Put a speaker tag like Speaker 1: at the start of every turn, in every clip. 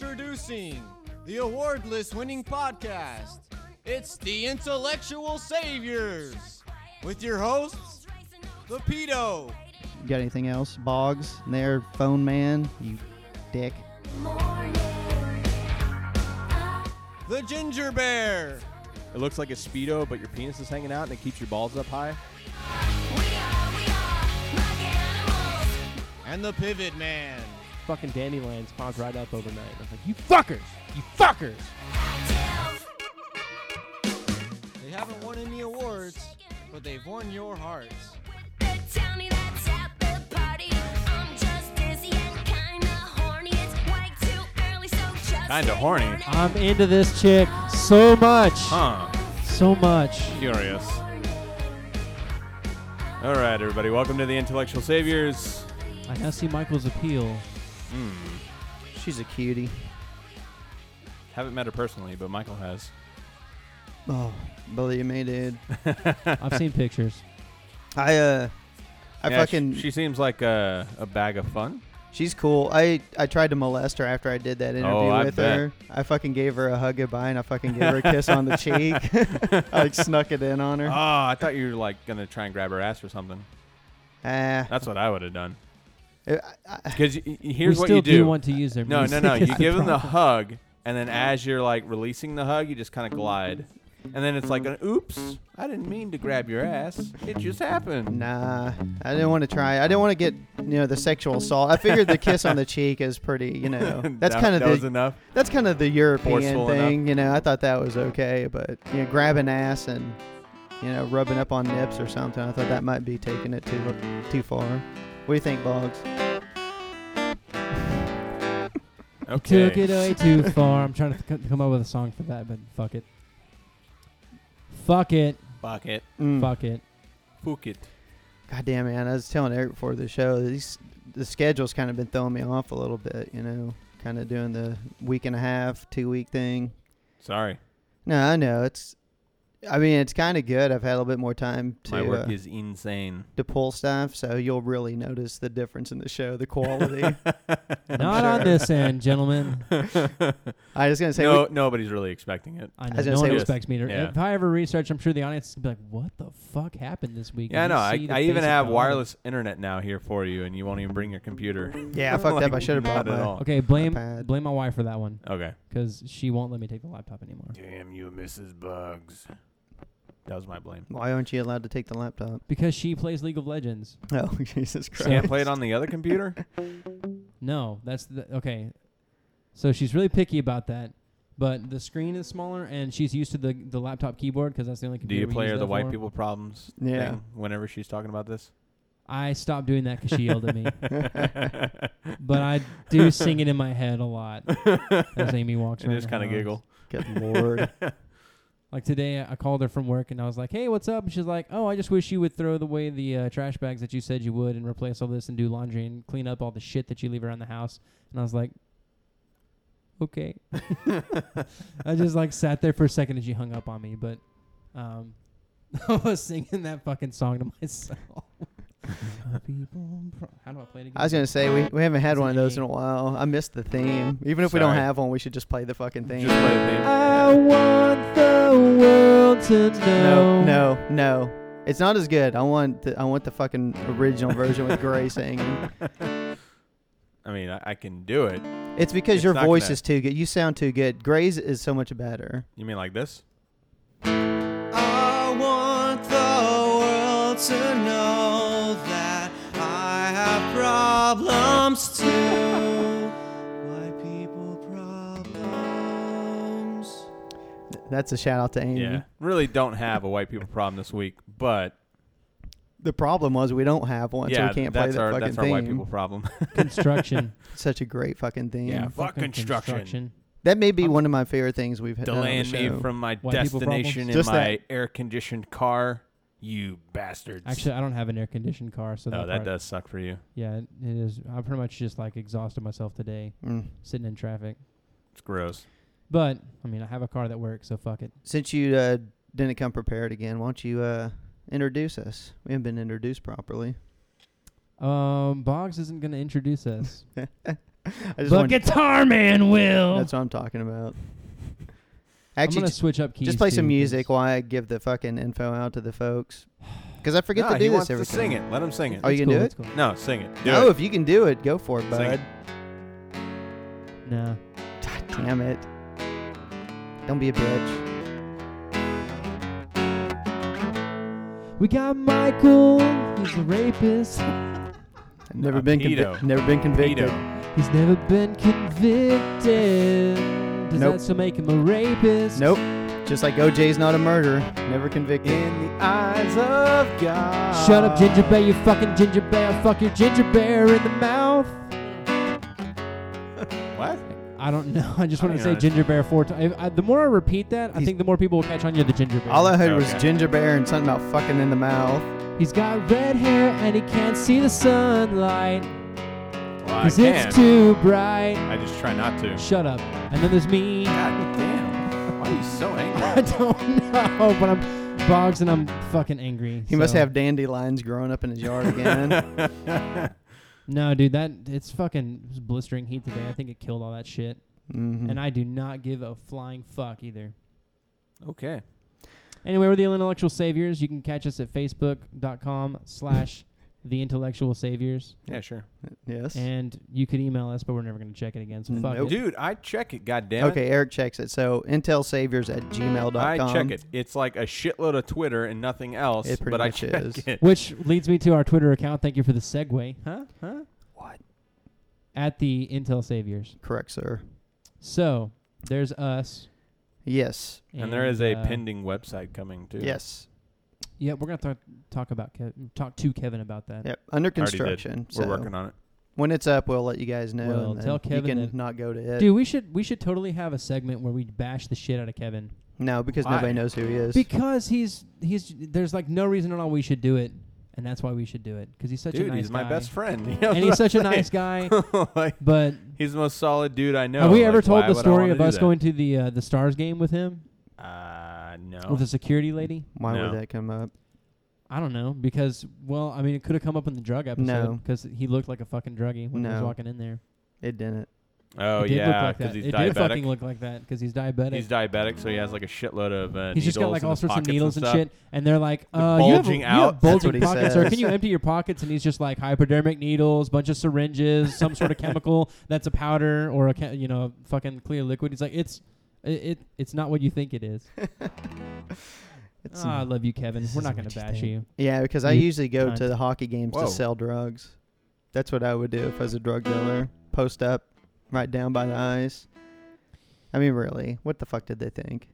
Speaker 1: Introducing the award list winning podcast. It's the Intellectual Saviors with your hosts, Lepido.
Speaker 2: You got anything else? Boggs, there, phone man, you dick.
Speaker 1: The Ginger Bear.
Speaker 3: It looks like a speedo, but your penis is hanging out, and it keeps your balls up high.
Speaker 1: And the Pivot Man.
Speaker 4: fucking dandelions popped right up overnight. I was like, you fuckers! You fuckers!
Speaker 1: They haven't won any awards, but they've won your hearts.
Speaker 3: Kinda horny.
Speaker 4: I'm into this chick so much.
Speaker 3: Huh.
Speaker 4: So much.
Speaker 3: Curious. All right, everybody. Welcome to the Intellectual Saviors.
Speaker 4: I now see Michael's appeal.
Speaker 2: She's a cutie.
Speaker 3: Haven't met her personally, but Michael has.
Speaker 2: Oh, believe me, dude.
Speaker 4: I've seen pictures.
Speaker 2: I uh, I
Speaker 3: Yeah, sh-
Speaker 2: fucking
Speaker 3: She, seems like a, a bag of fun.
Speaker 2: she's cool. I I tried to molest her after I did that interview
Speaker 3: Oh, I
Speaker 2: with
Speaker 3: bet.
Speaker 2: her. I fucking gave her a hug goodbye and I fucking gave her a kiss on the cheek. I like snuck it in on her.
Speaker 3: Oh, I thought you were like gonna try and grab her ass or something.
Speaker 2: Ah,
Speaker 3: That's what I would have done.
Speaker 2: I- I-
Speaker 3: Because here's
Speaker 4: we
Speaker 3: what
Speaker 4: still
Speaker 3: you do.
Speaker 4: want to use their
Speaker 3: no, no,
Speaker 4: music.
Speaker 3: no. You give them the hug, and then as you're like releasing the hug, you just kind of glide, and then it's like an oops. I didn't mean to grab your ass. It just happened.
Speaker 2: nah, I didn't want to try. I didn't want to get you know the sexual assault. I figured the kiss on the cheek is pretty. You know, that's
Speaker 3: That-
Speaker 2: kind of
Speaker 3: that
Speaker 2: the
Speaker 3: was enough.
Speaker 2: That's kind of the European
Speaker 3: Forceful
Speaker 2: thing, you know. I thought that was okay, but you know, grabbing ass and you know, rubbing up on nips or something, I thought that might be taking it too too far. What do you think, Boggs?
Speaker 3: Okay.
Speaker 4: Took it away too far. I'm trying to c- come up with a song for that, but fuck it. Fuck it.
Speaker 3: Fuck it.
Speaker 2: Mm.
Speaker 4: Fuck it.
Speaker 3: Fuck it.
Speaker 2: God damn, man! I was telling Eric before the show, these the schedule's kind of been throwing me off a little bit, you know, kind of doing the week and a half, two week thing.
Speaker 3: Sorry,
Speaker 2: No, I know it's. I mean, it's kind of good. I've had a little bit more time to
Speaker 3: my work
Speaker 2: uh,
Speaker 3: is insane.
Speaker 2: to pull stuff, so you'll really notice the difference in the show, the quality.
Speaker 4: Not
Speaker 2: sure.
Speaker 4: on this end, gentlemen.
Speaker 2: I was gonna say, we-
Speaker 3: no, nobody's really expecting it.
Speaker 4: I
Speaker 2: I
Speaker 4: know.
Speaker 2: was gonna
Speaker 4: no one
Speaker 2: say-
Speaker 4: expects me to.
Speaker 3: Yeah.
Speaker 4: If I ever research, I'm sure the audience will be like, "What the fuck happened this week?"
Speaker 3: Yeah, I
Speaker 4: And
Speaker 3: know.
Speaker 4: you
Speaker 3: I,
Speaker 4: see the
Speaker 3: I even
Speaker 4: face of
Speaker 3: have
Speaker 4: God.
Speaker 3: wireless internet now here for you, and you won't even bring your computer.
Speaker 2: Yeah, I fucked
Speaker 3: Like,
Speaker 2: up. I should have brought
Speaker 3: not at
Speaker 2: my-
Speaker 3: all.
Speaker 4: Okay, blame
Speaker 2: iPad.
Speaker 4: blame my wife for that one
Speaker 3: Okay.
Speaker 4: because she won't let me take the laptop anymore.
Speaker 3: Damn you, Mrs. Bugs. That was my blame.
Speaker 2: Why aren't you allowed to take the laptop?
Speaker 4: Because she plays League of Legends.
Speaker 2: Oh, Jesus Christ.
Speaker 3: Can't play it on the other computer.
Speaker 4: No, that's the okay. So she's really picky about that, but the screen is smaller, and she's used to the the laptop keyboard because that's the only
Speaker 3: Do
Speaker 4: computer.
Speaker 3: you
Speaker 4: we
Speaker 3: play
Speaker 4: use
Speaker 3: her the
Speaker 4: that
Speaker 3: white
Speaker 4: for.
Speaker 3: people problems?
Speaker 2: Yeah.
Speaker 3: thing whenever she's talking about this.
Speaker 4: I stopped doing that because she yelled at me, but I do sing it in my head a lot as Amy walks
Speaker 3: and
Speaker 4: around.
Speaker 3: just
Speaker 4: kind of
Speaker 3: giggle.
Speaker 2: Good Lord.
Speaker 4: Like today, I called her from work and I was like, "Hey, what's up?" And she's like, "Oh, I just wish you would throw away the uh, trash bags that you said you would, and replace all this, and do laundry, and clean up all the shit that you leave around the house." And I was like, "Okay." I just like sat there for a second and she hung up on me, but um, I was singing that fucking song to myself. People, pro- how do I play it again?
Speaker 2: I was going to say, we, we haven't had
Speaker 4: It's
Speaker 2: one of
Speaker 4: an
Speaker 2: those
Speaker 4: A.
Speaker 2: in a while. I missed the theme. Even if we don't
Speaker 3: Sorry.
Speaker 2: have one, we should just play the fucking
Speaker 3: Just
Speaker 2: theme.
Speaker 3: play the theme.
Speaker 4: I want the world to know.
Speaker 2: no, no, no. It's not as good. I want the, I want the fucking original version with Gray singing.
Speaker 3: I mean, I, I can do it.
Speaker 2: It's because
Speaker 3: It's
Speaker 2: your
Speaker 3: not
Speaker 2: voice
Speaker 3: gonna-
Speaker 2: is too good. You sound too good. Gray's is so much better.
Speaker 3: You mean like this?
Speaker 1: I want the world to know that I have problems too. My people problems.
Speaker 2: That's a shout out to Amy.
Speaker 3: Yeah. Really don't have a white people problem this week, but
Speaker 2: The problem was we don't have one,
Speaker 3: yeah,
Speaker 2: so we can't play
Speaker 3: that's
Speaker 2: that
Speaker 3: our
Speaker 2: fucking
Speaker 3: that's our white
Speaker 2: theme.
Speaker 3: people problem.
Speaker 4: Construction.
Speaker 2: Such a great fucking theme.
Speaker 3: Yeah. Fuck
Speaker 4: Fucking
Speaker 3: construction.
Speaker 2: That may be one of my favorite things we've had.
Speaker 3: Delaying me from my
Speaker 4: White people
Speaker 3: destination in
Speaker 2: Just
Speaker 3: my air conditioned car. You bastards.
Speaker 4: Actually, I don't have an air conditioned car, so
Speaker 3: oh,
Speaker 4: that,
Speaker 3: that
Speaker 4: part-
Speaker 3: does suck for you.
Speaker 4: Yeah, it it is. I pretty much just like exhausted myself today
Speaker 2: Mm.
Speaker 4: sitting in traffic.
Speaker 3: It's gross.
Speaker 4: But I mean, I have a car that works, so fuck it.
Speaker 2: since you uh, didn't come prepared again, why don't you uh, introduce us? We haven't been introduced properly.
Speaker 4: Um, Boggs isn't gonna introduce us.
Speaker 2: I just
Speaker 4: But
Speaker 2: want,
Speaker 4: Guitar Man will.
Speaker 2: that's what I'm talking about.
Speaker 4: I'm
Speaker 2: Actually,
Speaker 4: gonna
Speaker 2: just,
Speaker 4: switch up keys.
Speaker 2: just play
Speaker 4: too,
Speaker 2: some
Speaker 4: 'cause-
Speaker 2: music while I give the fucking info out to the folks. Because I forget
Speaker 3: no,
Speaker 2: to do
Speaker 3: he
Speaker 2: this
Speaker 3: wants
Speaker 2: every
Speaker 3: to sing
Speaker 2: time.
Speaker 3: it. Let him sing it.
Speaker 2: Oh, you
Speaker 4: It's
Speaker 2: can do
Speaker 4: cool,
Speaker 2: it?
Speaker 4: it's cool.
Speaker 3: no, sing it. Do
Speaker 2: No,
Speaker 3: it.
Speaker 2: if you can do it, go for it,
Speaker 3: Sing
Speaker 2: bud.
Speaker 3: it.
Speaker 4: No.
Speaker 2: God damn it. Don't be a bitch.
Speaker 4: We got Michael. He's a rapist.
Speaker 2: I've never been
Speaker 3: pedo.
Speaker 2: convicted. Never been convicted.
Speaker 3: Pedo.
Speaker 4: He's never been convicted. Does
Speaker 2: Nope.
Speaker 4: that still make him a rapist?
Speaker 2: Nope. Just like OJ's not a murderer. Never convicted.
Speaker 3: In the eyes of God.
Speaker 4: Shut up, ginger bear, you fucking ginger bear. Fuck your ginger bear in the mouth.
Speaker 3: What?
Speaker 4: I don't know. I just
Speaker 3: I
Speaker 4: want to
Speaker 3: mean,
Speaker 4: say
Speaker 3: I-
Speaker 4: ginger bear four times. I, the more I repeat that, I
Speaker 2: He's-
Speaker 4: think the more people will catch on you're the ginger bear.
Speaker 2: All I heard was
Speaker 3: Okay.
Speaker 2: ginger bear and something about fucking in the mouth.
Speaker 4: He's got red hair and he can't see the sunlight
Speaker 3: Well, I
Speaker 4: because
Speaker 3: can.
Speaker 4: it's too bright.
Speaker 3: I just try not to.
Speaker 4: Shut up. And then there's me.
Speaker 3: God damn. Why are you so
Speaker 4: I
Speaker 3: angry?
Speaker 4: don't know, but I'm bogs and I'm fucking angry.
Speaker 2: He must
Speaker 4: so-
Speaker 2: have dandelions growing up in his yard again.
Speaker 4: No, dude, that it's fucking it was blistering heat today. I think it killed all that shit,
Speaker 2: hmm
Speaker 4: and I do not give a flying fuck either.
Speaker 3: okay.
Speaker 4: Anyway, we're the Intellectual Saviors. You can catch us at facebook.com slash the Intellectual Saviors,
Speaker 3: Yeah, sure.
Speaker 2: yes.
Speaker 4: and you could email us, but we're never gonna check it again. So fuck
Speaker 2: Nope.
Speaker 4: it.
Speaker 3: Dude, I check it. God damn it.
Speaker 2: Okay, Eric checks it. So intelsaviors at gmail.com.
Speaker 3: I check it. It's like a shitload of Twitter and nothing else.
Speaker 2: It pretty
Speaker 3: but
Speaker 2: much
Speaker 3: I check
Speaker 2: is.
Speaker 3: it.
Speaker 4: Which leads me to our Twitter account. Thank you for the segue. Huh? Huh?
Speaker 2: What?
Speaker 4: At the Intel Saviors.
Speaker 2: Correct, sir.
Speaker 4: So there's us.
Speaker 2: Yes.
Speaker 3: And there is a
Speaker 4: uh,
Speaker 3: pending website coming too.
Speaker 2: Yes.
Speaker 4: Yeah, we're gonna talk talk about Kev- talk to Kevin about that.
Speaker 2: Yep. Under
Speaker 3: Already did.
Speaker 2: construction.
Speaker 3: We're
Speaker 2: so
Speaker 3: working on it.
Speaker 2: When it's up, we'll let you guys know.
Speaker 4: Well,
Speaker 2: and then
Speaker 4: tell Kevin
Speaker 2: you can
Speaker 4: that-
Speaker 2: not go to it.
Speaker 4: Dude, we should we should totally have a segment where we bash the shit out of Kevin
Speaker 2: No, because
Speaker 3: Why?
Speaker 2: nobody knows who he is.
Speaker 4: because he's he's there's like no reason at all we should do it, and that's why we should do it because he's such
Speaker 3: Dude,
Speaker 4: a nice
Speaker 3: he's my
Speaker 4: guy.
Speaker 3: best friend. You know
Speaker 4: and he's
Speaker 3: what
Speaker 4: such a
Speaker 3: I'm
Speaker 4: nice guy.
Speaker 3: saying? like,
Speaker 4: But
Speaker 3: he's the most solid dude I know.
Speaker 4: have we
Speaker 3: Like,
Speaker 4: ever told
Speaker 3: why
Speaker 4: the
Speaker 3: would I
Speaker 4: story
Speaker 3: wanna
Speaker 4: of
Speaker 3: do
Speaker 4: us
Speaker 3: that?
Speaker 4: going to the uh, the Stars game with him
Speaker 3: Uh, no.
Speaker 4: with the security lady?
Speaker 2: Why
Speaker 3: No.
Speaker 2: would that come up?
Speaker 4: I don't know because well, I mean, it could have come up in the drug episode
Speaker 2: No.
Speaker 4: because he looked like a fucking druggie when he was
Speaker 2: No.
Speaker 4: walking in there.
Speaker 2: It didn't.
Speaker 3: oh
Speaker 4: it did look
Speaker 3: yeah,
Speaker 4: like
Speaker 3: because
Speaker 4: that.
Speaker 3: he's
Speaker 4: it did fucking
Speaker 3: diabetic.
Speaker 4: look like that because he's diabetic.
Speaker 3: He's diabetic, so he has like a shitload of. Uh,
Speaker 4: He's just got
Speaker 3: needles
Speaker 4: like
Speaker 3: in
Speaker 4: all
Speaker 3: his
Speaker 4: sorts of
Speaker 3: pockets
Speaker 4: needles and,
Speaker 3: stuff.
Speaker 4: shit, and they're like,
Speaker 3: The
Speaker 4: uh, you have-
Speaker 3: bulging
Speaker 4: you
Speaker 3: out.
Speaker 4: have,
Speaker 3: That's
Speaker 2: what
Speaker 4: bulging
Speaker 2: he
Speaker 4: pockets, or
Speaker 2: says.
Speaker 4: can you empty your pockets? And he's just like hypodermic needles, bunch of syringes, some sort of chemical that's a powder or a che- you know fucking clear liquid. He's like, it's it, it it's not what you think it is.
Speaker 2: It's
Speaker 4: Ah, I love you, Kevin.
Speaker 2: this
Speaker 4: We're not
Speaker 2: isn't
Speaker 4: gonna
Speaker 2: what you
Speaker 4: bash
Speaker 2: think.
Speaker 4: you.
Speaker 2: Yeah, because I
Speaker 4: You
Speaker 2: usually go
Speaker 4: cunt.
Speaker 2: to the hockey games
Speaker 3: Whoa.
Speaker 2: to sell drugs. That's what I would do if I was a drug dealer. Post up, right down by the ice. I mean, really, what the fuck did they think?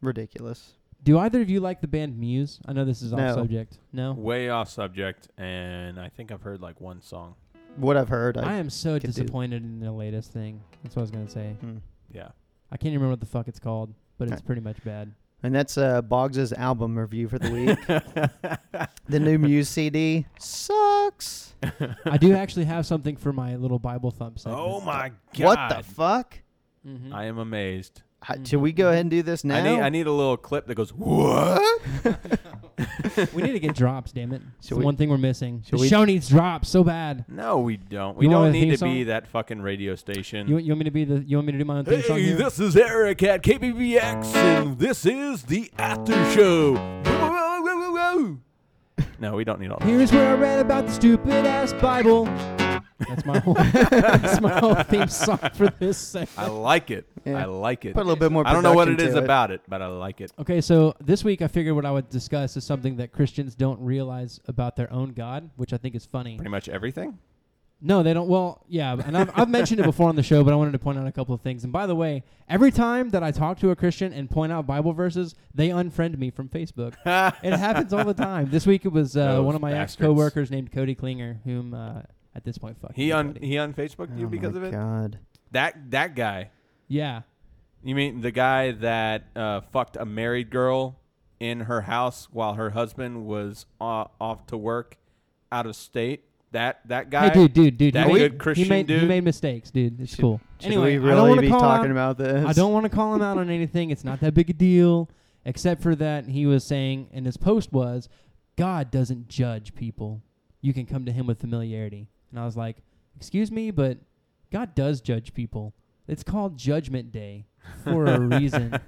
Speaker 2: Ridiculous.
Speaker 4: Do either of you like the band Muse? I know this is off
Speaker 2: No.
Speaker 4: subject. No,
Speaker 3: Way off subject, and I think I've heard like one song.
Speaker 2: What I've heard, I,
Speaker 4: I am so
Speaker 2: could do-
Speaker 4: disappointed in the latest thing. That's what I was gonna say.
Speaker 2: Hmm.
Speaker 3: Yeah.
Speaker 4: I can't even remember what the fuck it's called, but it's
Speaker 2: Uh,
Speaker 4: pretty much bad.
Speaker 2: and that's uh, Boggs's album review for the week. the new Muse CD sucks.
Speaker 4: I do actually have something for my little Bible thump segment.
Speaker 3: oh my god.
Speaker 2: What the fuck?
Speaker 4: Mhm.
Speaker 3: I am amazed.
Speaker 2: Hi- Should we
Speaker 4: Mm-hmm.
Speaker 2: go ahead and do this now?
Speaker 3: I need I need a little clip that goes what?
Speaker 4: We need to get drops, damn it. It's
Speaker 2: Should
Speaker 4: the
Speaker 2: we-
Speaker 4: one thing we're missing. The
Speaker 2: should we-
Speaker 4: show needs drops so bad.
Speaker 3: No, we don't. We
Speaker 4: You want
Speaker 3: don't
Speaker 4: a
Speaker 3: need to
Speaker 4: theme
Speaker 3: be
Speaker 4: song?
Speaker 3: that fucking radio station.
Speaker 4: You, you want me to be the? You want me to do my own theme song
Speaker 3: Hey,
Speaker 4: here?
Speaker 3: this is Eric at KBBX, and this is the after show. No, we don't need all that.
Speaker 4: Here's where I read about the stupid ass Bible. That's my whole. that's my whole theme song for this
Speaker 3: I
Speaker 4: segment.
Speaker 3: like it.
Speaker 2: Yeah.
Speaker 3: I like it.
Speaker 2: Put a little bit more.
Speaker 3: I don't know what it
Speaker 2: production
Speaker 3: is
Speaker 2: to
Speaker 3: about it, but I like it.
Speaker 4: Okay, so this week I figured what I would discuss is something that Christians don't realize about their own God, which I think is funny.
Speaker 3: Pretty much everything.
Speaker 4: No, they don't. Well, yeah, and I've, I've mentioned it before on the show, but I wanted to point out a couple of things. And by the way, every time that I talk to a Christian and point out Bible verses, they unfriend me from Facebook. it happens all the time. This week it was uh,
Speaker 3: Those
Speaker 4: one of my ex
Speaker 3: bastards.
Speaker 4: coworkers named Cody Klinger, whom uh, at this point fuck.
Speaker 3: He on
Speaker 4: everybody.
Speaker 3: he on Facebook you
Speaker 2: Oh
Speaker 3: because
Speaker 2: my
Speaker 3: of it.
Speaker 2: God.
Speaker 3: That that guy.
Speaker 4: yeah,
Speaker 3: You mean the guy that uh, fucked a married girl in her house while her husband was uh, off to work out of state? That that guy.
Speaker 4: hey, dude, dude, dude,
Speaker 3: that
Speaker 4: he
Speaker 3: good
Speaker 4: made,
Speaker 3: Christian
Speaker 4: he made, He
Speaker 3: dude.
Speaker 4: made mistakes, dude. It's
Speaker 2: Should-
Speaker 4: cool.
Speaker 2: Should
Speaker 4: anyway,
Speaker 2: we
Speaker 4: I don't
Speaker 2: really
Speaker 4: want to
Speaker 2: be
Speaker 4: call out,
Speaker 2: talking about this?
Speaker 4: I don't want to call him out on anything. It's not that big a deal, except for that he was saying, and his post was, God doesn't judge people. You can come to him with familiarity. And I was like, "Excuse me, but God does judge people. It's called Judgment Day for a reason."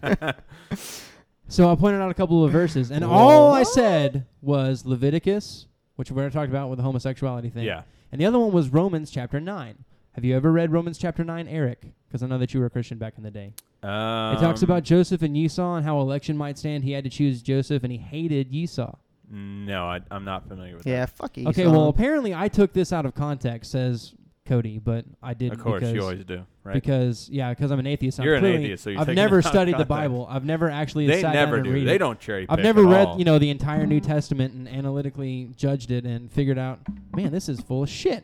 Speaker 4: So I pointed out a couple of verses, and all I said was Leviticus, which we already talked about with the homosexuality thing.
Speaker 3: Yeah.
Speaker 4: And the other one was Romans chapter 9. Have you ever read Romans chapter 9, Eric? Because I know that you were a Christian back in the day.
Speaker 3: Um,
Speaker 4: it talks about Joseph and Esau and how election might stand. He had to choose Joseph, and he hated Esau.
Speaker 3: No, I, I'm not familiar with
Speaker 2: Yeah, fuck Esau.
Speaker 4: Okay, well, apparently I took this out of context, says Cody, but I
Speaker 3: that.
Speaker 4: didn't.
Speaker 3: Of course,
Speaker 4: because
Speaker 3: you always do, right?
Speaker 4: Because yeah, because I'm an atheist. I'm
Speaker 3: You're an
Speaker 4: clearly-
Speaker 3: atheist, so you're
Speaker 4: I've
Speaker 3: taking
Speaker 4: never
Speaker 3: it out of
Speaker 4: studied the
Speaker 3: context.
Speaker 4: Bible. I've never actually
Speaker 3: they
Speaker 4: sat
Speaker 3: never
Speaker 4: down and
Speaker 3: do.
Speaker 4: read
Speaker 3: They
Speaker 4: it.
Speaker 3: don't cherry.
Speaker 4: I've
Speaker 3: pick
Speaker 4: never
Speaker 3: at
Speaker 4: read,
Speaker 3: all.
Speaker 4: you know, the entire New Testament and analytically judged it and figured out, man, this is full of shit.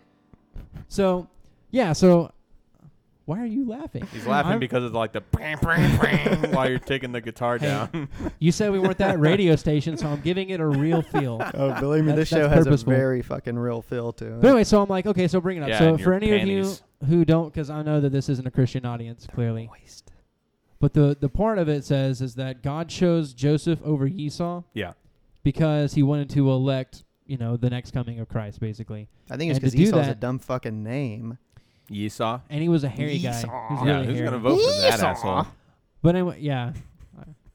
Speaker 4: So, yeah, so why are you laughing?
Speaker 3: He's laughing
Speaker 4: I'm-
Speaker 3: because it's like the bang, bang, bang while you're taking the guitar
Speaker 4: Hey,
Speaker 3: down.
Speaker 4: You said we weren't that radio station, so I'm giving it a real feel.
Speaker 2: oh, believe me, this
Speaker 4: That's-
Speaker 2: show
Speaker 4: that's
Speaker 2: has
Speaker 4: purposeful.
Speaker 2: a very fucking real feel to it.
Speaker 4: But anyway, so I'm like, okay, so bring it up.
Speaker 3: Yeah,
Speaker 4: so
Speaker 3: and
Speaker 4: for
Speaker 3: your
Speaker 4: any
Speaker 3: panties.
Speaker 4: of you who don't, because I know that this isn't a Christian audience, clearly.
Speaker 2: Waste.
Speaker 4: But the the part of it says is that God chose Joseph over Esau
Speaker 3: yeah.
Speaker 4: because he wanted to elect, you know, the next coming of Christ, basically.
Speaker 2: I think it's
Speaker 4: And to
Speaker 2: because
Speaker 4: do
Speaker 2: Esau's a
Speaker 4: that-
Speaker 2: dumb fucking name.
Speaker 3: Esau.
Speaker 4: And he was a hairy guy.
Speaker 2: Esau.
Speaker 4: He was
Speaker 3: Yeah,
Speaker 4: really
Speaker 3: who's
Speaker 4: hairy.
Speaker 3: gonna vote for that
Speaker 2: Esau.
Speaker 3: asshole?
Speaker 4: But anyway, yeah.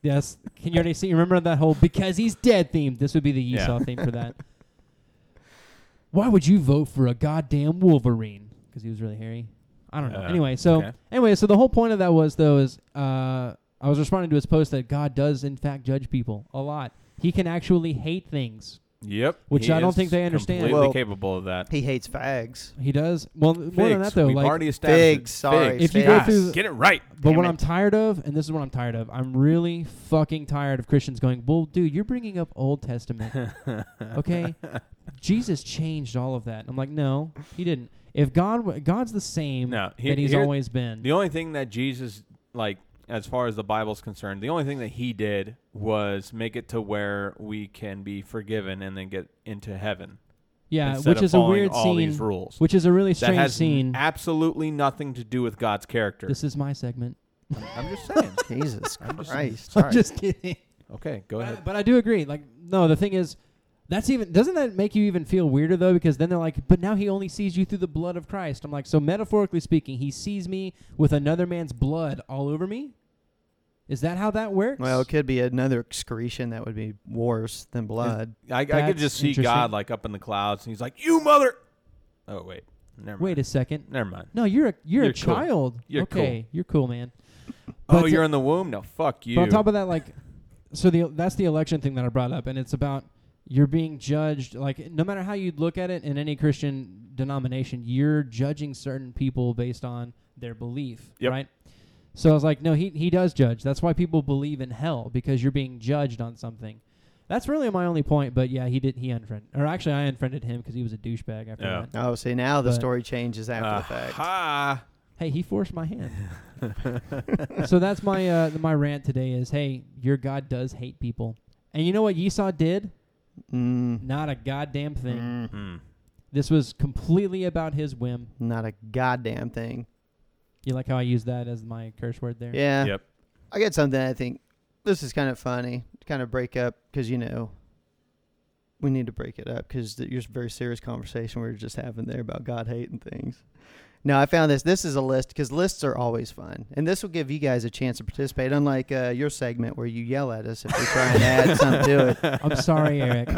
Speaker 4: yes. Can you already see? Remember that whole because he's dead theme? This would be the
Speaker 3: Yeah.
Speaker 4: Esau theme for that. Why would you vote for a goddamn Wolverine? Because he was really hairy. I don't know.
Speaker 3: Uh,
Speaker 4: anyway, so
Speaker 3: okay.
Speaker 4: anyway, so the whole point of that was though is uh, I was responding to his post that God does in fact judge people a lot. He can actually hate things.
Speaker 3: Yep.
Speaker 4: Which
Speaker 3: he
Speaker 4: I don't
Speaker 3: is
Speaker 4: think they understand.
Speaker 3: Completely
Speaker 2: Well,
Speaker 3: capable of that.
Speaker 2: He hates fags.
Speaker 4: He does. Well, more
Speaker 3: Figs.
Speaker 4: than that though,
Speaker 3: We've
Speaker 4: like
Speaker 3: already established
Speaker 2: Figs, sorry,
Speaker 3: Figs.
Speaker 4: If you go
Speaker 3: Guys,
Speaker 4: through-
Speaker 3: get it right.
Speaker 4: But
Speaker 2: Damn
Speaker 4: what
Speaker 2: it.
Speaker 4: I'm tired of, and this is what I'm tired of, I'm really fucking tired of Christians going, well, dude, you're bringing up Old Testament. okay? Jesus changed all of that. And I'm like, no, he didn't. If God, w- God's the same
Speaker 3: No, he-
Speaker 4: that he's
Speaker 3: here-
Speaker 4: always been.
Speaker 3: The only thing that Jesus, like, as far as the Bible's concerned, the only thing that he did was make it to where we can be forgiven and then get into heaven.
Speaker 4: yeah,
Speaker 3: instead
Speaker 4: which
Speaker 3: of
Speaker 4: is a
Speaker 3: following
Speaker 4: weird
Speaker 3: all
Speaker 4: scene.
Speaker 3: these rules.
Speaker 4: Which is a really
Speaker 3: that
Speaker 4: strange
Speaker 3: has
Speaker 4: scene.
Speaker 3: absolutely nothing to do with God's character.
Speaker 4: this is my segment.
Speaker 3: I'm just saying.
Speaker 2: Jesus
Speaker 3: just-
Speaker 2: Christ.
Speaker 4: I'm just kidding.
Speaker 3: okay, go
Speaker 4: But I,
Speaker 3: ahead.
Speaker 4: but I do agree. Like, no, the thing is, that's even doesn't that make you even feel weirder though? Because then they're like, but now he only sees you through the blood of Christ. I'm like, so metaphorically speaking, he sees me with another man's blood all over me. Is that how that works?
Speaker 2: Well, it could be another excretion that would be worse than blood.
Speaker 3: I, I could
Speaker 4: That's
Speaker 3: just see
Speaker 4: interesting.
Speaker 3: God like up in the clouds, and he's like, "You mother." Oh wait, never
Speaker 4: Wait
Speaker 3: mind.
Speaker 4: a second.
Speaker 3: never mind.
Speaker 4: No, you're a you're,
Speaker 3: You're
Speaker 4: a
Speaker 3: cool.
Speaker 4: child.
Speaker 3: You're
Speaker 4: okay, you're cool, man.
Speaker 3: oh,
Speaker 4: But-
Speaker 3: you're in the womb. No, fuck you.
Speaker 4: But on top of that, like, so the that's the election thing that I brought up, and it's about you're being judged. Like, no matter how you look at it in any Christian denomination, you're judging certain people based on their belief,
Speaker 3: Yep.
Speaker 4: right? So I was like, no, he he does judge. That's why people believe in hell because you're being judged on something. That's really my only point. But yeah, he did he unfriended, or actually I unfriended him because he was a douchebag after
Speaker 3: Yeah.
Speaker 4: that.
Speaker 2: Oh, see, now the
Speaker 4: But-
Speaker 2: story changes after the fact.
Speaker 3: Ha.
Speaker 4: Hey, he forced my hand. so that's my uh, my rant today is hey, your God does hate people. And you know what Esau did?
Speaker 2: Mm,
Speaker 4: Not a goddamn thing.
Speaker 2: mm,
Speaker 3: Hmm.
Speaker 4: This was completely about his whim.
Speaker 2: not a goddamn thing.
Speaker 4: You like how I used that as my curse word there?
Speaker 2: Yeah.
Speaker 3: Yep.
Speaker 2: I got something I think this is kind of funny to kind of break up because, you know, we need to break it up because your very serious conversation we were just having there about God hating things. No, I found this. This is a list because lists are always fun. And this will give you guys a chance to participate, unlike uh, your segment where you yell at us if we try and add something to it.
Speaker 4: I'm sorry, Eric.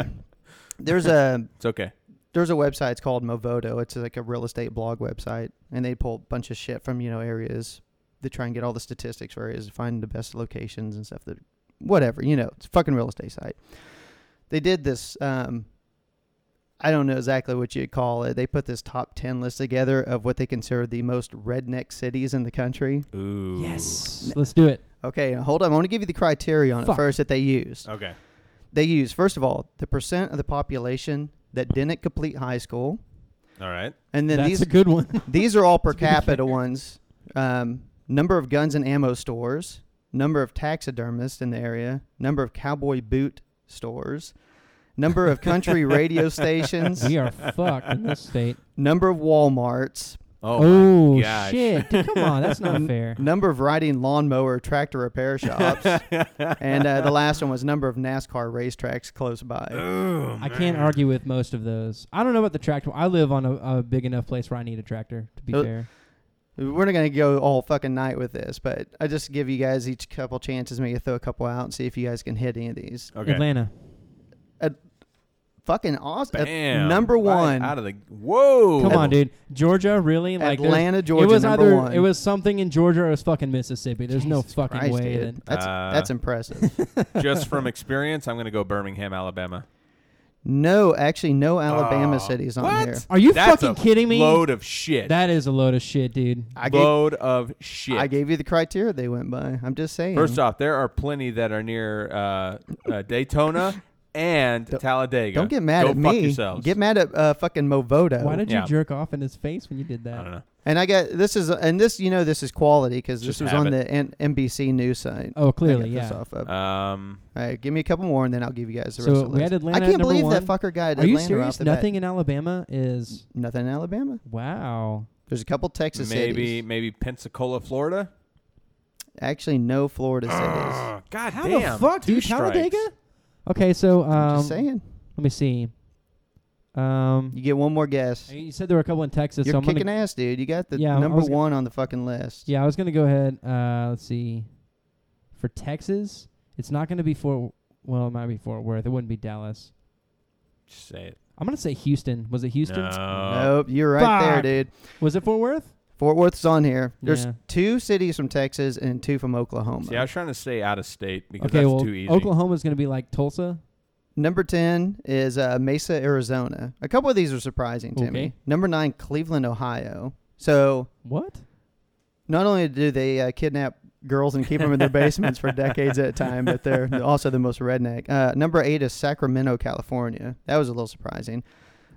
Speaker 2: There's a
Speaker 3: It's okay.
Speaker 2: there's a website it's called Movoto. It's like a real estate blog website, and they pull a bunch of shit from you know areas. They try and get all the statistics for areas, find the best locations and stuff. That whatever you know, it's a fucking real estate site. They did this. Um, I don't know exactly what you'd call it. They put this top ten list together of what they consider the most redneck cities in the country.
Speaker 3: Ooh.
Speaker 4: Yes. Let's do it.
Speaker 2: Okay, now hold on. I want to give you the criteria on
Speaker 4: Fuck. Uh.
Speaker 2: it first that they used
Speaker 3: Okay.
Speaker 2: they use first of all the percent of the population that didn't complete high school
Speaker 3: All right.
Speaker 2: and then
Speaker 4: that's
Speaker 2: these
Speaker 4: a good one.
Speaker 2: these are all per
Speaker 4: To be fair.
Speaker 2: capita ones um, number of guns and ammo stores number of taxidermists in the area number of cowboy boot stores number of country radio stations
Speaker 4: we are fucked in this state.
Speaker 2: number of walmarts
Speaker 3: Oh,
Speaker 4: Oh,
Speaker 3: my gosh.
Speaker 4: shit! Dude, come on, that's not fair.
Speaker 2: Number of riding lawnmower tractor repair shops, and uh, the last one was number of NASCAR racetracks close by.
Speaker 4: I can't argue with most of those. I don't know about the tractor. I live on a, a big enough place where I need a tractor. To be
Speaker 2: Uh,
Speaker 4: fair,
Speaker 2: We're not gonna go all fucking night with this, but I just give you guys each couple chances, maybe throw a couple out and see if you guys can hit any of these.
Speaker 3: Okay.
Speaker 4: Atlanta.
Speaker 2: Fucking awesome!
Speaker 3: Bam.
Speaker 2: number
Speaker 3: Right
Speaker 2: one.
Speaker 3: out of the whoa.
Speaker 4: Come on, dude. Georgia, really? Like there's-
Speaker 2: Atlanta, Georgia,
Speaker 4: It was
Speaker 2: number
Speaker 4: either
Speaker 2: one.
Speaker 4: it was something in Georgia or it was fucking Mississippi. There's no
Speaker 2: Jesus
Speaker 4: fucking
Speaker 2: Christ,
Speaker 4: way.
Speaker 2: dude.
Speaker 4: That,
Speaker 2: That's
Speaker 3: Uh,
Speaker 2: that's impressive.
Speaker 3: Just from experience, I'm going to go Birmingham, Alabama.
Speaker 2: no, actually, no Alabama
Speaker 3: Oh,
Speaker 2: cities on
Speaker 3: what?
Speaker 2: here.
Speaker 4: are you
Speaker 3: That's
Speaker 4: fucking
Speaker 3: a
Speaker 4: kidding me?
Speaker 3: Load of shit.
Speaker 4: That is a load of shit, dude.
Speaker 2: I gave,
Speaker 3: load of shit.
Speaker 2: I gave you the criteria they went by. I'm just saying.
Speaker 3: First off, there are plenty that are near uh, uh, Daytona and Talladega.
Speaker 2: don't get mad
Speaker 3: Go
Speaker 2: at
Speaker 3: fuck
Speaker 2: me.
Speaker 3: Yourselves.
Speaker 2: Get mad at uh, fucking Movodo.
Speaker 4: Why did
Speaker 3: Yeah.
Speaker 4: you jerk off in his face when you did
Speaker 3: I
Speaker 4: that?
Speaker 3: don't know.
Speaker 2: And I got this is and this you know this is quality because this
Speaker 3: Just
Speaker 2: was
Speaker 3: have
Speaker 2: on
Speaker 3: it.
Speaker 2: the N- NBC news site.
Speaker 4: Oh, clearly,
Speaker 2: I got this
Speaker 4: yeah.
Speaker 2: off of.
Speaker 3: Um,
Speaker 2: All right, give me a couple more and then I'll give you guys the
Speaker 4: So
Speaker 2: rest of the
Speaker 4: we had
Speaker 2: list.
Speaker 4: Atlanta
Speaker 2: I
Speaker 4: at
Speaker 2: can't
Speaker 4: number
Speaker 2: believe
Speaker 4: one.
Speaker 2: that fucker guy.
Speaker 4: Are you
Speaker 2: Atlanta off
Speaker 4: serious?
Speaker 2: the bat.
Speaker 4: Nothing in Alabama is
Speaker 2: Nothing in Alabama.
Speaker 4: wow.
Speaker 2: There's a couple Texas
Speaker 3: maybe
Speaker 2: cities.
Speaker 3: maybe Pensacola, Florida.
Speaker 2: Actually, no Florida cities.
Speaker 3: Oh, God
Speaker 4: How
Speaker 3: damn.
Speaker 4: the fuck,
Speaker 3: Two
Speaker 4: dude?
Speaker 3: strikes.
Speaker 4: Talladega. Okay, so
Speaker 2: I'm
Speaker 4: um,
Speaker 2: just saying.
Speaker 4: let me see. Um,
Speaker 2: You get one more guess.
Speaker 4: you said there were a couple in Texas.
Speaker 2: You're
Speaker 4: so I'm gonna
Speaker 2: kicking ass, dude. You got the
Speaker 4: Yeah, I
Speaker 2: number
Speaker 4: was gonna-
Speaker 2: one on the fucking list.
Speaker 4: Yeah, I was gonna go ahead. Uh, let's see. For Texas, it's not gonna be Fort. Well, it might be Fort Worth. It wouldn't be Dallas.
Speaker 3: Just say it.
Speaker 4: I'm gonna say Houston. Was it Houston?
Speaker 3: No.
Speaker 2: Nope, you're right
Speaker 4: Fuck.
Speaker 2: there, dude.
Speaker 4: Was it Fort Worth?
Speaker 2: Fort Worth's on here. There's
Speaker 4: Yeah.
Speaker 2: two cities from Texas and two from Oklahoma.
Speaker 3: See, I was trying to say out of state because
Speaker 4: okay,
Speaker 3: that's
Speaker 4: well,
Speaker 3: too easy.
Speaker 4: Oklahoma's gonna be like Tulsa.
Speaker 2: Number 10 is uh, Mesa, Arizona. A couple of these are surprising to me.
Speaker 4: Okay.
Speaker 2: Number 9, Cleveland, Ohio. So
Speaker 4: What?
Speaker 2: not only do they uh, kidnap girls and keep them in their basements for decades at a time, but they're also the most redneck. Uh, number 8 is Sacramento, California. That was a little surprising.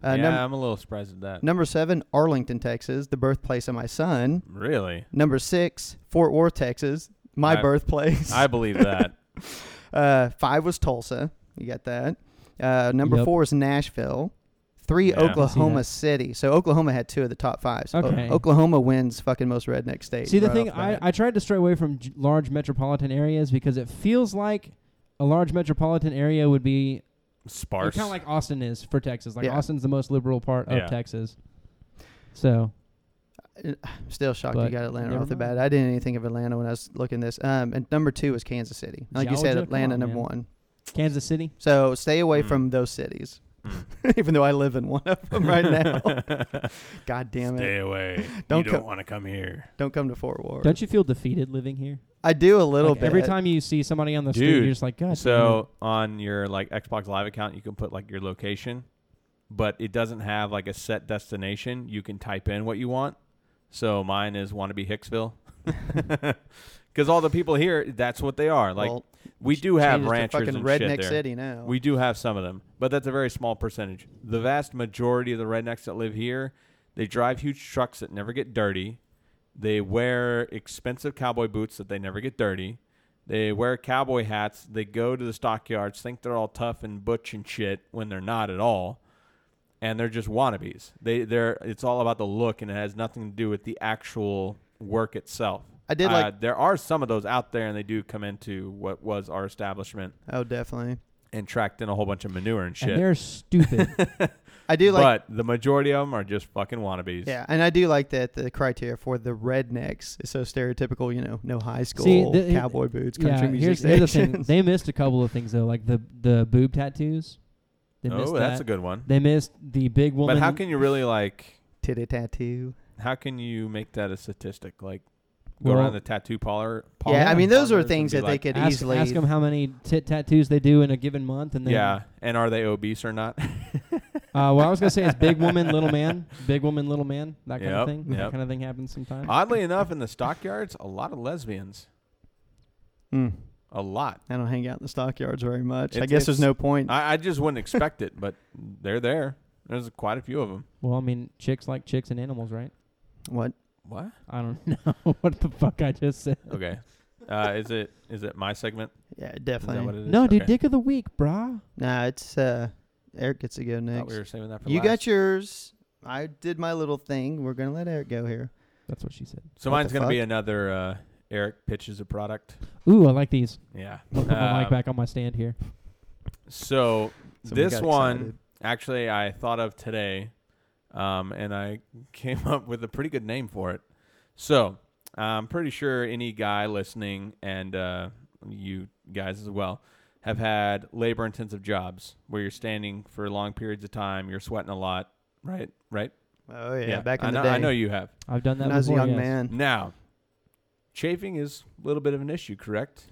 Speaker 2: Uh,
Speaker 3: yeah,
Speaker 2: num-
Speaker 3: I'm a little surprised at that.
Speaker 2: number 7, Arlington, Texas, the birthplace of my son.
Speaker 3: Really,
Speaker 2: Number 6, Fort Worth, Texas, my
Speaker 3: I-
Speaker 2: birthplace.
Speaker 3: I believe that.
Speaker 2: Uh, five was Tulsa. You got that. Uh, number
Speaker 4: Yep.
Speaker 2: four is Nashville. Three
Speaker 3: Yeah. I can see
Speaker 2: Oklahoma
Speaker 4: that.
Speaker 2: City. So Oklahoma had two of the top five. So O-
Speaker 4: Okay.
Speaker 2: Oklahoma wins fucking most redneck state.
Speaker 4: See, the
Speaker 2: right
Speaker 4: thing
Speaker 2: off
Speaker 4: I,
Speaker 2: bat.
Speaker 4: I tried to stray away from j- large metropolitan areas because it feels like a large metropolitan area would be
Speaker 3: Sparse.
Speaker 4: kind of like Austin is for Texas. Like
Speaker 2: Yeah.
Speaker 4: Austin's the most liberal part of
Speaker 3: Yeah.
Speaker 4: Texas. So
Speaker 2: still shocked you
Speaker 4: but
Speaker 2: got Atlanta
Speaker 4: never
Speaker 2: off the bat.
Speaker 4: mind.
Speaker 2: I didn't even think of Atlanta when I was looking this. Um, and number two is Kansas City. Like you
Speaker 4: Georgia?
Speaker 2: said,
Speaker 4: Come
Speaker 2: Atlanta
Speaker 4: on,
Speaker 2: number
Speaker 4: man.
Speaker 2: one.
Speaker 4: Kansas City.
Speaker 2: So stay away
Speaker 3: Mm.
Speaker 2: from those cities, even though I live in one of them right now. God damn it!
Speaker 3: Hmm. away.
Speaker 2: Don't co-
Speaker 3: want to come here.
Speaker 2: Don't come to Fort Worth.
Speaker 4: Don't you feel defeated living here?
Speaker 2: I do a little
Speaker 4: Like,
Speaker 2: bit
Speaker 4: Every time you see somebody on the street,
Speaker 3: Dude,
Speaker 4: you're just like, God.
Speaker 3: So on your like Xbox Live account, you can put like your location, but it doesn't have like a set destination. You can type in what you want. So mine is want to be Hicksville, because all the people here, that's what they are. Like
Speaker 2: Well,
Speaker 3: we do have
Speaker 2: changes to
Speaker 3: ranchers
Speaker 2: fucking
Speaker 3: and
Speaker 2: redneck
Speaker 3: shit there.
Speaker 2: city now.
Speaker 3: We do have some of them, but that's a very small percentage. The vast majority of the rednecks that live here, they drive huge trucks that never get dirty. They wear expensive cowboy boots that they never get dirty. They wear cowboy hats. They go to the stockyards, think they're all tough and butch and shit when they're not at all. And they're just wannabes. They they're it's all about the look and it has nothing to do with the actual work itself.
Speaker 2: I did
Speaker 3: Uh,
Speaker 2: like-
Speaker 3: there are some of those out there and they do come into what was our establishment
Speaker 2: oh, definitely.
Speaker 3: and tracked in a whole bunch of manure and
Speaker 4: And
Speaker 3: shit.
Speaker 4: they're stupid.
Speaker 2: I do like
Speaker 3: but the majority of them are just fucking wannabes.
Speaker 2: Yeah, and I do like that the criteria for the rednecks is so stereotypical. You know, no high school,
Speaker 4: the-
Speaker 2: cowboy boots, country
Speaker 4: yeah,
Speaker 2: music
Speaker 4: here's, here's the thing.
Speaker 2: stations.
Speaker 4: They missed a couple of things though, like the the boob tattoos. They missed
Speaker 3: oh, that's
Speaker 4: that.
Speaker 3: a good one.
Speaker 4: They missed the big woman.
Speaker 3: But how can you really like?
Speaker 2: Titty tattoo.
Speaker 3: How can you make that a statistic? Like go
Speaker 4: Well-
Speaker 3: around the tattoo parlor. parlor
Speaker 2: yeah, I mean, those are
Speaker 3: parlors and
Speaker 2: things
Speaker 3: be
Speaker 2: that
Speaker 3: like,
Speaker 2: they could
Speaker 4: ask,
Speaker 2: easily.
Speaker 4: them how many tit tattoos they do in a given month,
Speaker 2: uh,
Speaker 4: and then
Speaker 3: Yeah, and are they obese or not?
Speaker 4: Uh, what I was gonna say is big woman, little man, big woman, little man, that kind
Speaker 3: Yep,
Speaker 4: of thing.
Speaker 3: yep. Ah.
Speaker 4: That kind of thing happens sometimes.
Speaker 3: Oddly enough, in the stockyards, a lot of lesbians.
Speaker 2: Mm,
Speaker 3: A lot.
Speaker 2: I don't hang out in the stockyards very much. I
Speaker 3: It's-
Speaker 2: guess there's
Speaker 3: it's-
Speaker 2: no point.
Speaker 3: I, I just wouldn't expect it, but they're there. There's quite a few of them.
Speaker 4: well, I mean, chicks like chicks and animals, right?
Speaker 2: what?
Speaker 3: What?
Speaker 4: I don't know what the fuck I just said.
Speaker 3: Okay. Uh, is it is it my segment?
Speaker 2: Yeah,
Speaker 3: Is that what
Speaker 2: definitely.
Speaker 3: it is?
Speaker 4: No, dude,
Speaker 3: Okay.
Speaker 4: dick of the week, brah.
Speaker 2: Nah, it's uh, Eric gets to go
Speaker 3: Thought
Speaker 2: next.
Speaker 3: we were saving that for
Speaker 2: you
Speaker 3: last.
Speaker 2: got yours. I did my little thing. We're gonna let Eric go here.
Speaker 4: That's what she said.
Speaker 3: So
Speaker 2: What
Speaker 3: mine's
Speaker 2: the
Speaker 3: gonna be
Speaker 2: fuck?
Speaker 3: another uh, Eric pitches a product.
Speaker 4: Ooh, I like these.
Speaker 3: Yeah.
Speaker 4: I'll put my mic
Speaker 3: Um,
Speaker 4: back on my stand here.
Speaker 3: So
Speaker 2: Somebody
Speaker 3: this
Speaker 2: got
Speaker 3: one
Speaker 2: excited.
Speaker 3: actually I thought of today, um, and I came up with a pretty good name for it. So I'm pretty sure any guy listening and uh, you guys as well have had labor intensive jobs where you're standing for long periods of time, you're sweating a lot, right? Right?
Speaker 2: Oh yeah, back in
Speaker 3: I
Speaker 2: the
Speaker 3: know,
Speaker 2: day.
Speaker 3: I know you have.
Speaker 4: I've done that
Speaker 2: When I was a
Speaker 4: before,
Speaker 2: young
Speaker 4: yes.
Speaker 2: man.
Speaker 3: Now, chafing is a little bit of an issue, correct?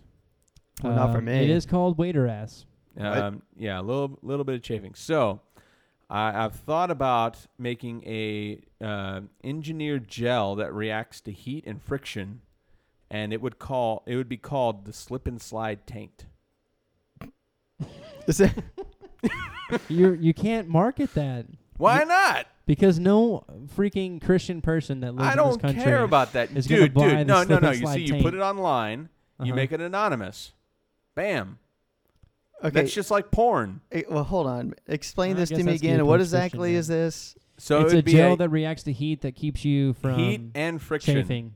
Speaker 2: Well, not for
Speaker 4: Um, It
Speaker 2: me.
Speaker 4: is called waiter ass.
Speaker 2: Right.
Speaker 3: Um, yeah, a little little bit of chafing. So, I, I've thought about making a uh, engineered gel that reacts to heat and friction, and it would call it would be called the slip and slide taint.
Speaker 2: Is it-
Speaker 4: you you can't market that
Speaker 3: Why not?
Speaker 4: because no freaking Christian person that lives
Speaker 3: I
Speaker 4: in this
Speaker 3: don't
Speaker 4: country.
Speaker 3: care about that,
Speaker 4: is gonna
Speaker 3: dude.
Speaker 4: buy the
Speaker 3: Dude, no, no,
Speaker 4: slip
Speaker 3: no.
Speaker 4: and
Speaker 3: You
Speaker 4: slide
Speaker 3: see, you
Speaker 4: taint.
Speaker 3: put it online, you
Speaker 4: Uh-huh.
Speaker 3: make it anonymous. Bam.
Speaker 2: okay.
Speaker 3: That's just like porn.
Speaker 2: eh, well, hold on. Explain
Speaker 4: I
Speaker 2: this to
Speaker 4: guess
Speaker 2: me
Speaker 4: that's the
Speaker 2: again. What
Speaker 4: approach Christian
Speaker 2: exactly
Speaker 4: did.
Speaker 2: is this?
Speaker 3: So it
Speaker 4: it's a
Speaker 3: would be
Speaker 4: gel
Speaker 3: a
Speaker 4: that reacts to heat that keeps you from
Speaker 3: heat and friction.
Speaker 4: chafing.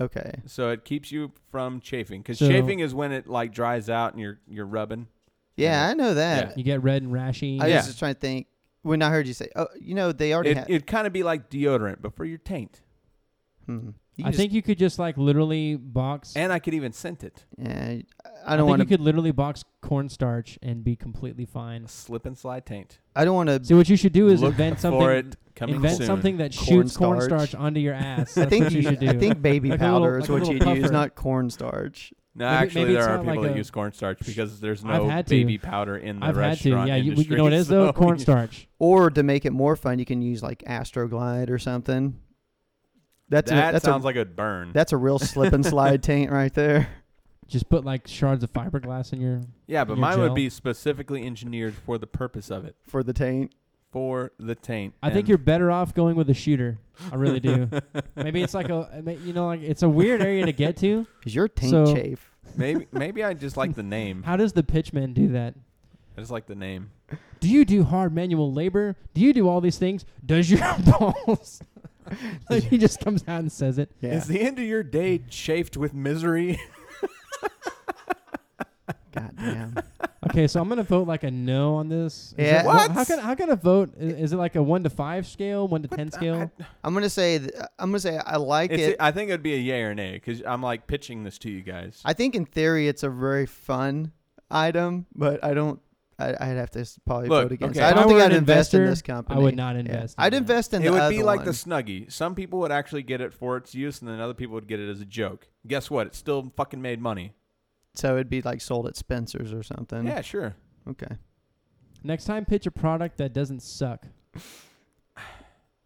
Speaker 2: Okay.
Speaker 3: So it keeps you from chafing because
Speaker 4: So-
Speaker 3: chafing is when it like dries out and you're you're rubbing.
Speaker 2: Yeah, I know that.
Speaker 4: You get red and rashy.
Speaker 2: I
Speaker 3: Yeah.
Speaker 2: was just trying to think. When I heard you say, "Oh, you know, they already
Speaker 3: It
Speaker 2: had,"
Speaker 3: it'd kind of be like deodorant, but for your taint.
Speaker 2: hmm. You
Speaker 4: I
Speaker 2: just-
Speaker 4: think you could just like literally box.
Speaker 3: And I could even scent it.
Speaker 2: Yeah, I
Speaker 4: I
Speaker 2: don't
Speaker 4: think
Speaker 2: want
Speaker 4: you
Speaker 2: to.
Speaker 4: could literally box cornstarch and be completely fine.
Speaker 3: A slip and slide taint.
Speaker 2: I don't want to.
Speaker 4: See, what you should do is
Speaker 3: Look
Speaker 4: invent
Speaker 3: for
Speaker 4: something.
Speaker 3: it coming
Speaker 4: Invent
Speaker 3: soon.
Speaker 4: something that
Speaker 2: Cornstarch.
Speaker 4: shoots cornstarch onto your ass.
Speaker 2: I
Speaker 4: That's
Speaker 2: think
Speaker 4: what you should do.
Speaker 2: I think baby
Speaker 4: Like a little-
Speaker 2: powder
Speaker 4: like
Speaker 2: is
Speaker 4: a
Speaker 2: what
Speaker 4: little
Speaker 2: you
Speaker 4: puffer.
Speaker 2: use, not cornstarch.
Speaker 3: No,
Speaker 4: Maybe-
Speaker 3: actually,
Speaker 4: maybe
Speaker 3: there
Speaker 4: it's
Speaker 3: are
Speaker 4: not
Speaker 3: people
Speaker 4: like
Speaker 3: that
Speaker 4: a-
Speaker 3: use cornstarch because there's
Speaker 4: I've
Speaker 3: no
Speaker 4: had to.
Speaker 3: baby powder in the
Speaker 4: I've had to.
Speaker 3: restaurant
Speaker 4: Yeah, you,
Speaker 3: industry.
Speaker 4: you know what it is though?
Speaker 3: so-
Speaker 4: Cornstarch.
Speaker 2: Or to make it more fun, you can use like Astroglide or something. That's
Speaker 3: that
Speaker 2: a, that's
Speaker 3: sounds
Speaker 2: a,
Speaker 3: like a burn.
Speaker 2: that's a real slip and slide taint right there.
Speaker 4: Just put like shards of fiberglass in your.
Speaker 3: yeah, but
Speaker 4: your
Speaker 3: mine
Speaker 4: gel.
Speaker 3: would be specifically engineered for the purpose of it,
Speaker 2: for the taint.
Speaker 3: for the taint.
Speaker 4: I think
Speaker 3: And
Speaker 4: you're better off going with a shooter. I really do. Maybe it's like a, I mean, you know, like it's a weird area to get to.
Speaker 2: Cause your taint
Speaker 4: So-
Speaker 2: chafe.
Speaker 3: maybe maybe I just like the name.
Speaker 4: How does the pitchman do that?
Speaker 3: I just like the name.
Speaker 4: Do you do hard manual labor? Do you do all these things? Does your balls? like he just comes out and says it.
Speaker 2: Yeah.
Speaker 3: Is the end of your day chafed with misery?
Speaker 2: Goddamn.
Speaker 4: Okay, so I'm gonna vote like a no on this. Is
Speaker 2: Yeah.
Speaker 4: it-
Speaker 3: What?
Speaker 4: How can how can I vote? I- Is, it like a one to five scale, one to ten scale?
Speaker 2: I'm gonna say th- I'm gonna say I like
Speaker 3: It's
Speaker 2: it.
Speaker 3: I think it'd be a yay or nay because I'm like pitching this to you guys.
Speaker 2: I think in theory it's a very fun item, but I don't. I, I'd have to s- probably
Speaker 3: Look,
Speaker 2: vote against.
Speaker 3: okay.
Speaker 2: it. I
Speaker 4: If
Speaker 2: don't
Speaker 4: I
Speaker 2: think
Speaker 4: were
Speaker 2: I'd
Speaker 4: an
Speaker 2: invest in
Speaker 4: investor,
Speaker 2: this company.
Speaker 4: I would not
Speaker 2: Yeah.
Speaker 4: invest in
Speaker 2: I'd
Speaker 4: that.
Speaker 2: invest in
Speaker 3: it
Speaker 2: the
Speaker 3: would
Speaker 2: other
Speaker 3: be like the
Speaker 2: one.
Speaker 3: Snuggie. Some people would actually get it for its use, and then other people would get it as a joke. Guess what? It still fucking made money.
Speaker 2: So it'd be like sold at Spencer's or something.
Speaker 3: Yeah, sure.
Speaker 2: Okay.
Speaker 4: Next time, pitch a product that doesn't suck.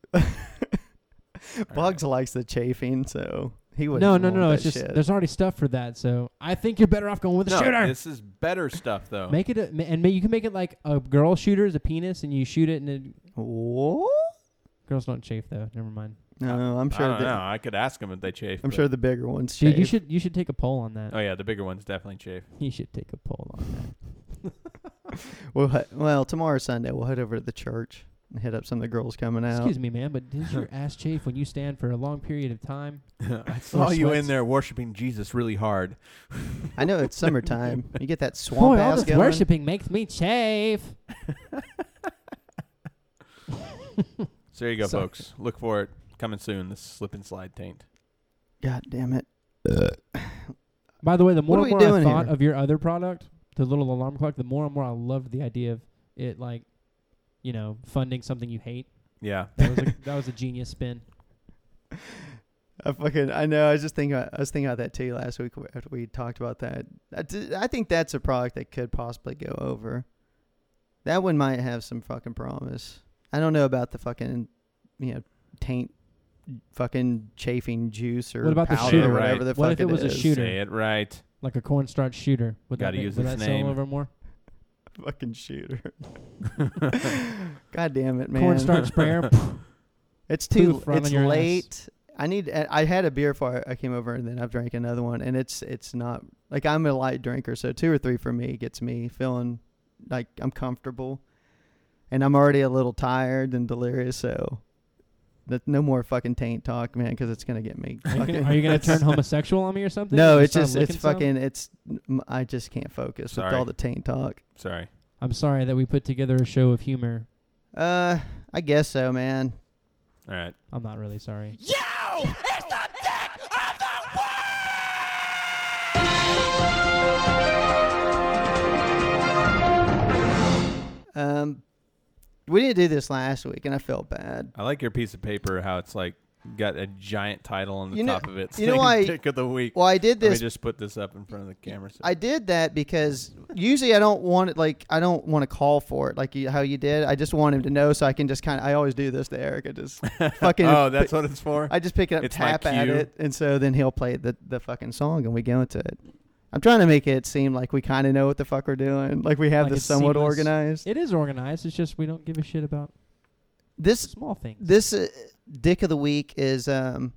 Speaker 2: Bugs likes the chafing, so he would.
Speaker 4: No, no, no, no. It's just there's already stuff for that. So I think you're better off going with a
Speaker 3: No,
Speaker 4: shooter.
Speaker 3: this is better stuff though.
Speaker 4: Make it a, ma- and ma- you can make it like a girl shooter is a penis, and you shoot it, and it,
Speaker 2: What?
Speaker 4: girls don't chafe though. Never mind.
Speaker 2: No, I'm
Speaker 3: I
Speaker 2: sure.
Speaker 3: don't know.
Speaker 2: The,
Speaker 3: I could ask them if they chafe.
Speaker 2: I'm
Speaker 3: but-
Speaker 2: sure the bigger ones.
Speaker 4: Dude, you
Speaker 2: chafe.
Speaker 4: should you should take a poll on that.
Speaker 3: Oh yeah, the bigger ones definitely chafe.
Speaker 4: You should take a poll on that.
Speaker 2: We'll, he- well, tomorrow Sunday we'll head over to the church and hit up some of the girls coming out.
Speaker 4: Excuse me, man, but does your ass chafe when you stand for a long period of time?
Speaker 3: I saw
Speaker 4: Or
Speaker 3: you in
Speaker 4: sweats.
Speaker 3: there worshiping Jesus really hard.
Speaker 2: I know it's summertime. You get that swamp
Speaker 4: Boy, all
Speaker 2: ass
Speaker 4: this
Speaker 2: going.
Speaker 4: worshiping makes me chafe.
Speaker 3: So there you go,
Speaker 2: Sorry.
Speaker 3: folks. Look for it coming soon. This slip and slide taint.
Speaker 2: God damn it!
Speaker 4: By the way, the more
Speaker 2: are
Speaker 4: and
Speaker 2: we
Speaker 4: more I
Speaker 2: doing
Speaker 4: thought
Speaker 2: here?
Speaker 4: of your other product, the little alarm clock, the more and more I loved the idea of it, like, you know, funding something you hate.
Speaker 3: Yeah.
Speaker 4: That was a, that was a genius spin.
Speaker 2: I fucking I know. I was just thinking. About, I was thinking about that too last week after we talked about that. I, d- I think that's a product that could possibly go over. That one might have some fucking promise. I don't know about the fucking you know taint, fucking chafing juice or
Speaker 4: What about the
Speaker 2: powder
Speaker 3: shooter?
Speaker 2: or whatever
Speaker 3: Right.
Speaker 2: the
Speaker 4: What
Speaker 2: fuck
Speaker 4: if it was a
Speaker 2: is.
Speaker 4: shooter?
Speaker 3: Say it right.
Speaker 4: Like a cornstarch shooter. Would
Speaker 3: Gotta
Speaker 4: that, be-
Speaker 3: use
Speaker 4: would
Speaker 3: its
Speaker 4: that
Speaker 3: name.
Speaker 4: sell over more?
Speaker 2: Fucking shooter. God damn it, man!
Speaker 4: Cornstarch sprayer.
Speaker 2: It's too.
Speaker 4: Poof, right
Speaker 2: it's
Speaker 4: on your ass.
Speaker 2: late. I need. I I had a beer before I came over, and then I've drank another one, and it's it's not like I'm a light drinker, so two or three for me gets me feeling like I'm comfortable, and I'm already a little tired and delirious, so Th- No more fucking taint talk, man, because it's gonna get me.
Speaker 4: Are you
Speaker 2: fucking-
Speaker 4: gonna, are you gonna turn homosexual on me or something?
Speaker 2: No,
Speaker 4: You
Speaker 2: it's
Speaker 4: start
Speaker 2: just it's
Speaker 4: licking some?
Speaker 2: fucking it's. m- I just can't focus
Speaker 3: Sorry.
Speaker 2: with all the taint talk.
Speaker 3: Sorry.
Speaker 4: I'm sorry that we put together a show of humor.
Speaker 2: Uh, I guess so, man.
Speaker 3: All right.
Speaker 4: I'm not really sorry.
Speaker 1: Yo! It's the dick of the
Speaker 2: Um, we didn't do this last week, and I felt bad.
Speaker 3: I like your piece of paper. How it's like got a giant title on the
Speaker 2: You know-
Speaker 3: top of it.
Speaker 2: you know
Speaker 3: saying
Speaker 2: why-
Speaker 3: Dick of the week.
Speaker 2: Well, I did
Speaker 3: Let me
Speaker 2: this.
Speaker 3: just put this up in front of the camera. So
Speaker 2: I did that because usually I don't want it. Like I don't want to call for it, like you, how you did. I just want him to know, so I can just kind of. I always do this to Eric. I just fucking.
Speaker 3: oh, that's what it's for.
Speaker 2: I just pick it up,
Speaker 3: It's my
Speaker 2: tap at
Speaker 3: cue.
Speaker 2: it, and so then he'll play the, the fucking song, and we go into it. I'm trying to make it seem like we kind of know what the fuck we're doing, like we have
Speaker 4: Like
Speaker 2: this
Speaker 4: it's
Speaker 2: somewhat
Speaker 4: seamless.
Speaker 2: organized.
Speaker 4: It is organized. It's just we don't give a shit about
Speaker 2: This
Speaker 4: small things.
Speaker 2: this uh, dick of the week is um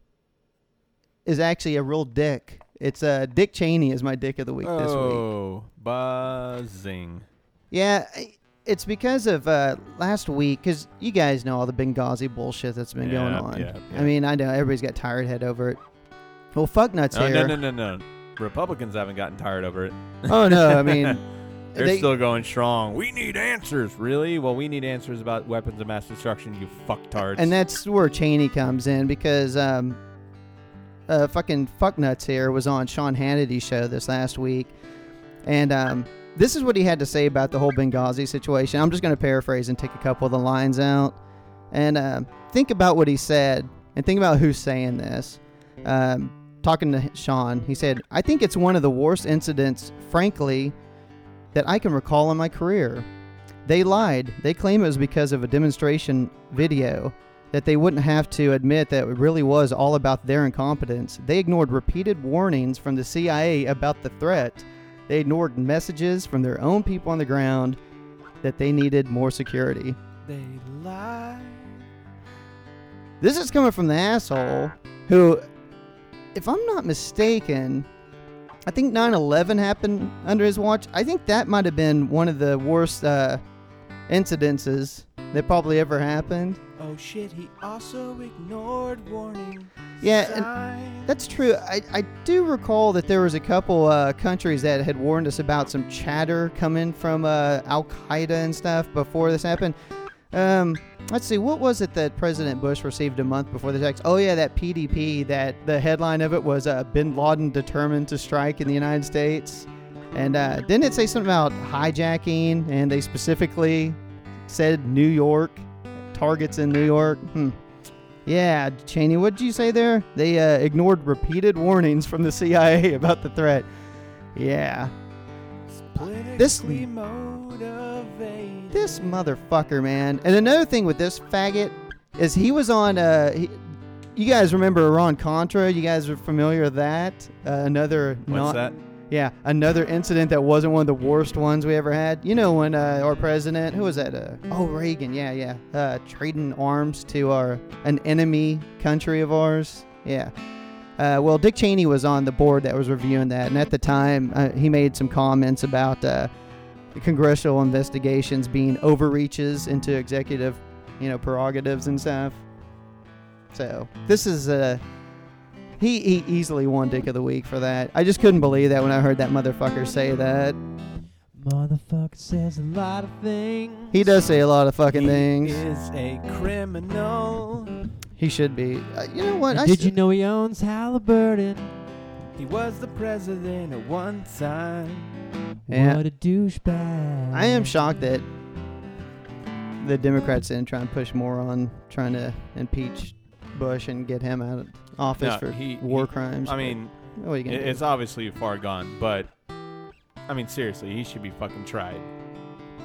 Speaker 2: is actually a real dick. It's uh Dick Cheney is my dick of the week this week.
Speaker 3: oh, buzzing.
Speaker 2: Yeah, I- it's because of uh, last week, because you guys know all the Benghazi bullshit that's been going
Speaker 3: Yep,
Speaker 2: on.
Speaker 3: yep,
Speaker 2: I
Speaker 3: yep.
Speaker 2: mean, I know everybody's got tired head over it. Well, fuck nuts
Speaker 3: Oh,
Speaker 2: here.
Speaker 3: no, no, no, no. Republicans haven't gotten tired over it.
Speaker 2: Oh no, I mean,
Speaker 3: They're
Speaker 2: they-
Speaker 3: still going strong. We need answers. Really? Well, we need answers about weapons of mass destruction, you fucktards.
Speaker 2: and that's where Cheney comes in because um, uh, fucking fucknuts here was on Sean Hannity's show this last week, and um, this is what he had to say about the whole Benghazi situation. I'm just going to paraphrase and take a couple of the lines out, and um think about what he said, and think about who's saying this. Um, talking to Sean, he said, "I think it's one of the worst incidents, frankly, that I can recall in my career." They lied. They claim it was because of a demonstration video that they wouldn't have to admit that it really was all about their incompetence. They ignored repeated warnings from the CIA about the threat. They ignored messages from their own people on the ground that they needed more security.
Speaker 3: they lie.
Speaker 2: This is coming from the asshole who, if I'm not mistaken, I think 9 11 happened under his watch. I think that might have been one of the worst uh, incidences that probably ever happened.
Speaker 3: Oh shit, he also ignored warning.
Speaker 2: Yeah, and- That's true. I, I do recall that there was a couple uh, countries that had warned us about some chatter coming from uh, Al Qaeda and stuff before this happened. Um, let's see, what was it that President Bush received a month before the attacks? Oh yeah, that PDP. That the headline of it was uh, "Bin Laden determined to strike in the United States," and uh, didn't it say something about hijacking? And they specifically said New York, targets in New York. Hmm. Yeah, Cheney, what did you say there? They uh, ignored repeated warnings from the CIA about the threat. Yeah. This- politically
Speaker 3: motivated.
Speaker 2: This motherfucker, man. And another thing with this faggot is he was on. Uh, he, you guys remember Iran Contra? You guys are familiar with that? Uh, another
Speaker 3: What's
Speaker 2: non-
Speaker 3: that?
Speaker 2: Yeah, another incident that wasn't one of the worst ones we ever had. You know when uh, our president, who was that? Uh, oh, Reagan. Yeah, yeah. Uh, trading arms to our an enemy country of ours. Yeah. Uh, well, Dick Cheney was on the board that was reviewing that, and at the time, uh, he made some comments about uh, congressional investigations being overreaches into executive, you know, prerogatives and stuff. So this is Uh, he, he easily won Dick of the Week for that. I just couldn't believe that when I heard that motherfucker say that.
Speaker 4: Motherfucker says a lot of things.
Speaker 2: He does say a lot of fucking things.
Speaker 3: is a criminal.
Speaker 2: He should be. Uh, you know what?
Speaker 4: And
Speaker 2: I
Speaker 4: did
Speaker 2: s-
Speaker 4: you know he owns Halliburton?
Speaker 3: He was the president at one time.
Speaker 2: Yeah.
Speaker 4: What a douchebag.
Speaker 2: I am shocked that the Democrats didn't try and push more on trying to impeach Bush and get him out of office
Speaker 3: No,
Speaker 2: for
Speaker 3: he-
Speaker 2: war
Speaker 3: he-
Speaker 2: crimes.
Speaker 3: I mean,
Speaker 2: what are you
Speaker 3: i-
Speaker 2: gonna do?
Speaker 3: it's obviously far gone, but I mean, seriously, he should be fucking tried.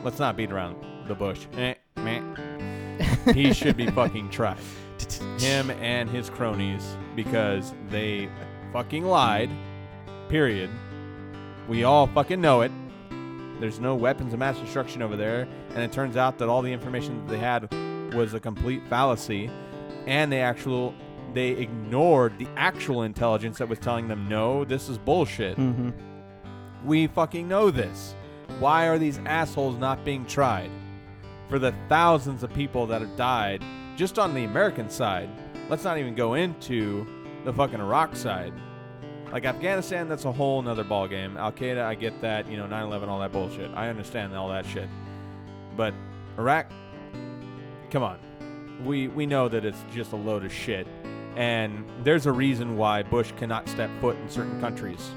Speaker 3: Let's not beat around the bush. Eh, meh. He should be fucking tried. Him and his cronies because they fucking lied. Period. We all fucking know it. There's no weapons of mass destruction over there, and it turns out that all the information that they had was a complete fallacy, and they actual they ignored the actual intelligence that was telling them no, this is bullshit.
Speaker 2: hmm
Speaker 3: We fucking know this. Why are these assholes not being tried for the thousands of people that have died just on the American side, let's not even go into the fucking Iraq side. Like Afghanistan, that's a whole nother ballgame. Al Qaeda, I get that. You know, 9 11, all that bullshit. I understand all that shit. But Iraq, come on. We, we know that it's just a load of shit. And there's a reason why Bush cannot step foot in certain countries